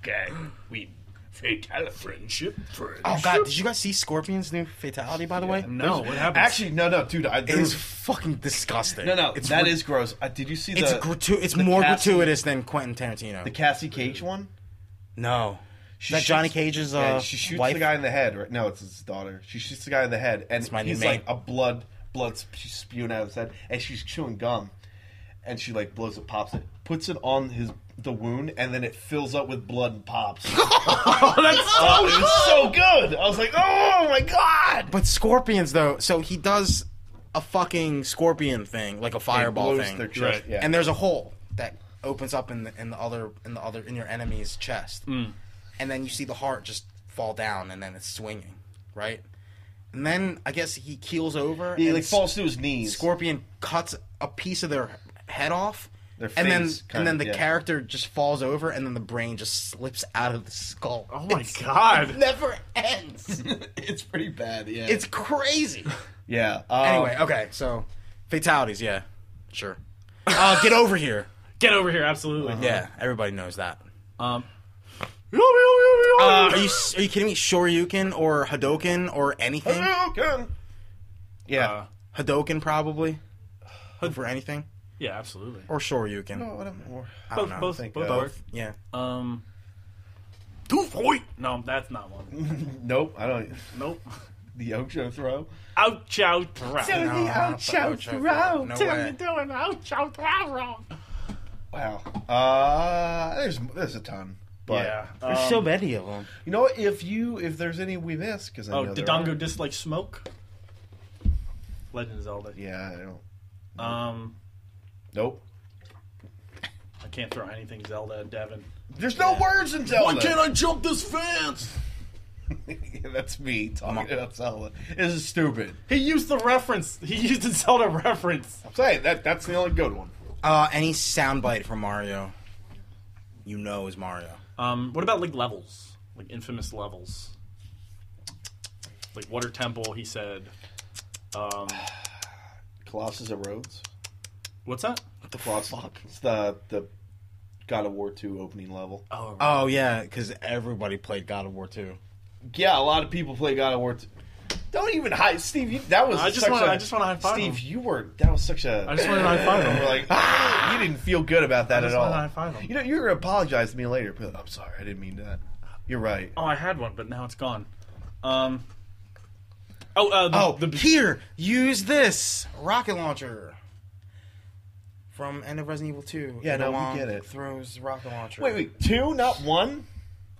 [SPEAKER 2] Okay. We fatality friendship.
[SPEAKER 5] Oh god, did you guys see Scorpion's new fatality? By the way,
[SPEAKER 2] No, what happened?
[SPEAKER 1] Actually, no, no, dude. I, there
[SPEAKER 5] it is
[SPEAKER 1] was,
[SPEAKER 5] fucking disgusting.
[SPEAKER 1] no, no, that
[SPEAKER 5] it's
[SPEAKER 1] is
[SPEAKER 5] ri-
[SPEAKER 1] gross. Uh, did you see
[SPEAKER 5] it's
[SPEAKER 1] the
[SPEAKER 5] gratu- It's
[SPEAKER 1] the
[SPEAKER 5] more
[SPEAKER 1] Cassie-
[SPEAKER 5] gratuitous than Quentin Tarantino.
[SPEAKER 1] the Cassie Cage one?
[SPEAKER 5] no, is
[SPEAKER 1] She
[SPEAKER 5] that Johnny
[SPEAKER 1] shoots-
[SPEAKER 5] Cage's uh,
[SPEAKER 1] Yeah, she shoots
[SPEAKER 5] wife?
[SPEAKER 1] the guy in the head. Right? No, it's his daughter. She shoots the guy in the head, and
[SPEAKER 5] It's my new
[SPEAKER 1] he's
[SPEAKER 5] mate.
[SPEAKER 1] like a blood, blood. sp- She's spewing out of his head, and she's chewing gum, and she like blows it, pops it, puts it on his the wound, and then it fills up with blood and pops. oh, it was so good. I was like, oh my god.
[SPEAKER 5] But scorpions though, so he does a fucking scorpion thing, like a fireball
[SPEAKER 1] Blows
[SPEAKER 5] thing,
[SPEAKER 1] their chest, yeah.
[SPEAKER 5] and there's a hole that opens up in the in the other in the other in your enemy's chest,
[SPEAKER 1] Mm.
[SPEAKER 5] and then you see the heart just fall down, and then it's swinging, right? And then I guess he keels over.
[SPEAKER 1] he
[SPEAKER 5] and
[SPEAKER 1] like
[SPEAKER 5] s-
[SPEAKER 1] falls to his knees.
[SPEAKER 5] Scorpion cuts a piece of their head off.
[SPEAKER 1] Their
[SPEAKER 5] and then,
[SPEAKER 1] face,
[SPEAKER 5] and
[SPEAKER 1] kinda,
[SPEAKER 5] then the
[SPEAKER 1] yeah.
[SPEAKER 5] character just falls over, and then the brain just slips out of the skull.
[SPEAKER 2] oh my god.
[SPEAKER 5] Never ends.
[SPEAKER 1] it's pretty bad. Yeah.
[SPEAKER 5] it's crazy.
[SPEAKER 1] yeah. um,
[SPEAKER 5] Anyway, okay, so fatalities, yeah, sure. Uh, get over here.
[SPEAKER 2] Get over here, absolutely.
[SPEAKER 5] Yeah, everybody knows that.
[SPEAKER 2] Um,
[SPEAKER 5] Uh, are you s- are you kidding me? Shoryuken or Hadoken or anything?
[SPEAKER 1] Uh, Hadouken. um, Yeah.
[SPEAKER 2] uh,
[SPEAKER 5] Hadoken probably. For anything
[SPEAKER 2] yeah, absolutely.
[SPEAKER 5] or Shoryuken.
[SPEAKER 1] Oh, what a- or-
[SPEAKER 5] I don't
[SPEAKER 2] Both,
[SPEAKER 5] know.
[SPEAKER 2] both,
[SPEAKER 1] think,
[SPEAKER 2] both
[SPEAKER 1] uh,
[SPEAKER 2] work.
[SPEAKER 5] Yeah.
[SPEAKER 2] Um,
[SPEAKER 5] Two point.
[SPEAKER 2] no, that's not one.
[SPEAKER 1] nope. I don't.
[SPEAKER 2] Nope.
[SPEAKER 1] The Ocho throw.
[SPEAKER 2] Out, chow,
[SPEAKER 5] No,
[SPEAKER 2] out.
[SPEAKER 5] not the Ocho Throw. No way.
[SPEAKER 2] doing out, chow, wrong.
[SPEAKER 1] Wow. Uh, there's there's a ton. But
[SPEAKER 2] Yeah.
[SPEAKER 5] There's
[SPEAKER 2] Um,
[SPEAKER 5] so many of them.
[SPEAKER 1] you know, what, if you if there's any we miss, because
[SPEAKER 2] oh, did Dongo dislike smoke? Legend of Zelda.
[SPEAKER 1] Yeah, I don't.
[SPEAKER 2] Um,
[SPEAKER 1] Nope.
[SPEAKER 2] I can't throw anything Zelda at Devin.
[SPEAKER 1] There's no words in Zelda.
[SPEAKER 2] I jump this fence?
[SPEAKER 1] Yeah, that's me talking about Zelda. This is stupid.
[SPEAKER 2] He used the reference. He used the Zelda reference.
[SPEAKER 1] I'm saying that that's the only good one.
[SPEAKER 5] Uh, any soundbite from Mario, you know is Mario.
[SPEAKER 2] Um, what about like levels? Like infamous levels? Like Water Temple, he said. Um,
[SPEAKER 1] Colossus erodes.
[SPEAKER 2] what's that?
[SPEAKER 1] The Colossus. It's the the God of War two opening level.
[SPEAKER 2] Oh,
[SPEAKER 5] Oh yeah, because everybody played God of War 2.
[SPEAKER 1] Yeah, a lot of people play God of War. Two. Don't even high Steve. You, that was
[SPEAKER 2] I just
[SPEAKER 1] such
[SPEAKER 2] wanna-
[SPEAKER 1] a-
[SPEAKER 2] I just wanna high five
[SPEAKER 1] Steve,
[SPEAKER 2] him.
[SPEAKER 1] you were that was such a.
[SPEAKER 2] I just wanted to high five
[SPEAKER 1] We're
[SPEAKER 2] him.
[SPEAKER 1] like, ah, you didn't feel good about that
[SPEAKER 2] I just
[SPEAKER 1] at all.
[SPEAKER 2] wanted to high five him.
[SPEAKER 1] You know, you're gonna apologize to me later. But I'm sorry, I didn't mean that. You're right.
[SPEAKER 2] Oh, I had one, but now it's gone. Um. Oh, uh, the,
[SPEAKER 5] Oh,
[SPEAKER 2] the
[SPEAKER 5] here, use this rocket launcher from End of Resident Evil 2.
[SPEAKER 1] Yeah, no, we
[SPEAKER 5] Illuang
[SPEAKER 1] get it.
[SPEAKER 5] Throws rocket launcher.
[SPEAKER 1] Wait, wait, two, not one.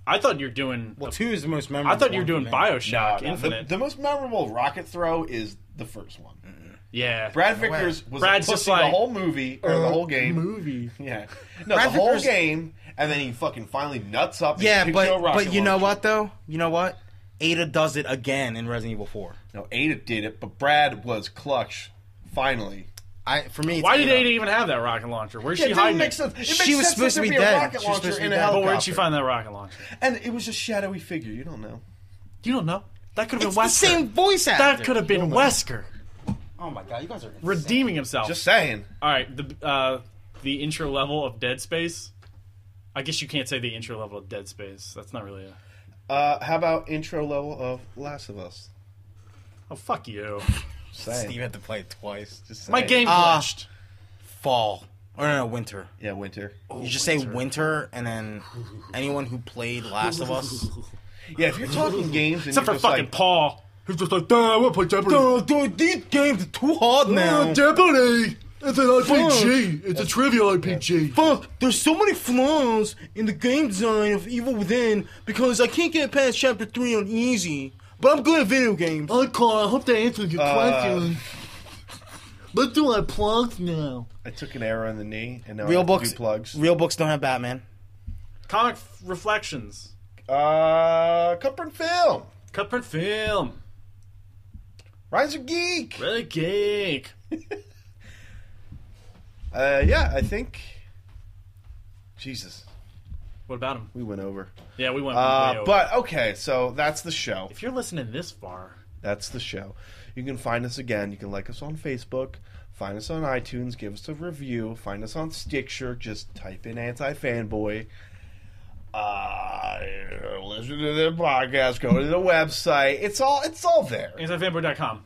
[SPEAKER 2] I thought you were doing.
[SPEAKER 5] Well, two is the most memorable.
[SPEAKER 2] I thought you were doing
[SPEAKER 5] one for me.
[SPEAKER 2] Bioshock
[SPEAKER 1] The-
[SPEAKER 2] Infinite.
[SPEAKER 1] The, most memorable rocket throw is the first one.
[SPEAKER 5] Mm.
[SPEAKER 2] yeah,
[SPEAKER 1] Brad Vickers was
[SPEAKER 2] Brad's
[SPEAKER 1] a pussy
[SPEAKER 2] just like,
[SPEAKER 1] the whole movie or the whole game.
[SPEAKER 2] movie.
[SPEAKER 1] Yeah, no,
[SPEAKER 5] uh, Brad
[SPEAKER 1] the whole
[SPEAKER 5] Vickers-
[SPEAKER 1] game, and then he fucking finally nuts up. And
[SPEAKER 5] Yeah,
[SPEAKER 1] picks
[SPEAKER 5] but
[SPEAKER 1] a rocket
[SPEAKER 5] but you know
[SPEAKER 1] launcher.
[SPEAKER 5] what though? You know what? Ada does it again in Resident Evil 4.
[SPEAKER 1] No, Ada did it, but Brad was clutch. Finally,
[SPEAKER 5] I for me, it's
[SPEAKER 2] Why did
[SPEAKER 5] Ada.
[SPEAKER 2] Ada even have that rocket launcher? Where's
[SPEAKER 1] Yeah,
[SPEAKER 2] she
[SPEAKER 1] it
[SPEAKER 2] hiding
[SPEAKER 1] didn't
[SPEAKER 2] it?
[SPEAKER 1] make sense. It makes
[SPEAKER 5] She was
[SPEAKER 1] sense
[SPEAKER 5] supposed to
[SPEAKER 1] there'd
[SPEAKER 5] be
[SPEAKER 1] a
[SPEAKER 5] dead.
[SPEAKER 1] rocket
[SPEAKER 5] She was
[SPEAKER 1] launcher
[SPEAKER 5] supposed to
[SPEAKER 1] in a
[SPEAKER 5] be dead.
[SPEAKER 2] But
[SPEAKER 1] helicopter.
[SPEAKER 2] where'd she find that rocket launcher?
[SPEAKER 1] And it was a shadowy figure. You don't know.
[SPEAKER 2] You don't know. That could have
[SPEAKER 5] It's
[SPEAKER 2] been
[SPEAKER 5] the
[SPEAKER 2] Wesker.
[SPEAKER 5] same voice actor.
[SPEAKER 2] that could have been Wesker
[SPEAKER 5] Oh my god, you guys are insane.
[SPEAKER 2] redeeming himself.
[SPEAKER 1] Just saying.
[SPEAKER 2] All right, the uh, the intro level of Dead Space. I guess you can't say the intro level of Dead Space. That's not really a.
[SPEAKER 1] Uh, how about intro level of Last of Us?
[SPEAKER 2] Oh fuck you!
[SPEAKER 1] Just saying.
[SPEAKER 5] Steve had to play it twice. Just
[SPEAKER 2] My game
[SPEAKER 5] Uh,
[SPEAKER 1] Ah.
[SPEAKER 2] glitched.
[SPEAKER 5] fall or no, no winter.
[SPEAKER 1] Yeah, winter.
[SPEAKER 2] Oh,
[SPEAKER 5] you just say winter, and then anyone who played Last of Us.
[SPEAKER 1] Yeah, if you're talking games, and
[SPEAKER 2] Except
[SPEAKER 1] you're
[SPEAKER 2] for
[SPEAKER 1] just
[SPEAKER 2] fucking
[SPEAKER 1] like,
[SPEAKER 2] Paul, who's just like, "Damn, I want to play Jeopardy."
[SPEAKER 5] dude, these games are too hard
[SPEAKER 2] Jeopardy. It's an
[SPEAKER 5] RPG.
[SPEAKER 2] It's a trivial RPG.
[SPEAKER 5] Fuck, there's so many flaws in the game design of Evil Within because I can't get past chapter three on easy. But I'm good at video games.
[SPEAKER 2] I hope they answered your
[SPEAKER 1] uh,
[SPEAKER 2] question. Let's do our plugs now.
[SPEAKER 1] I took an arrow in the knee, and now I
[SPEAKER 5] Real
[SPEAKER 1] have to do
[SPEAKER 5] books-
[SPEAKER 1] plugs.
[SPEAKER 5] Real books don't have Batman.
[SPEAKER 2] Comic f- reflections.
[SPEAKER 1] uh, Cumprint Film,
[SPEAKER 2] Cutprint film.
[SPEAKER 1] Rise of Geek.
[SPEAKER 2] Really geek.
[SPEAKER 1] Uh, yeah, I think. Jesus,
[SPEAKER 2] What about him?
[SPEAKER 1] we went over.
[SPEAKER 2] Yeah, we went. way
[SPEAKER 1] Uh,
[SPEAKER 2] over.
[SPEAKER 1] but okay, so that's the show.
[SPEAKER 2] if you're listening this far,
[SPEAKER 1] That's the show. You can find us again. You can like us on Facebook. Find us on iTunes. Give us a review. Find us on Stitcher. Just type in anti fanboy. Uh, listen to their podcast. Go to the website. It's all. It's all there.
[SPEAKER 2] AntiFanboy.com.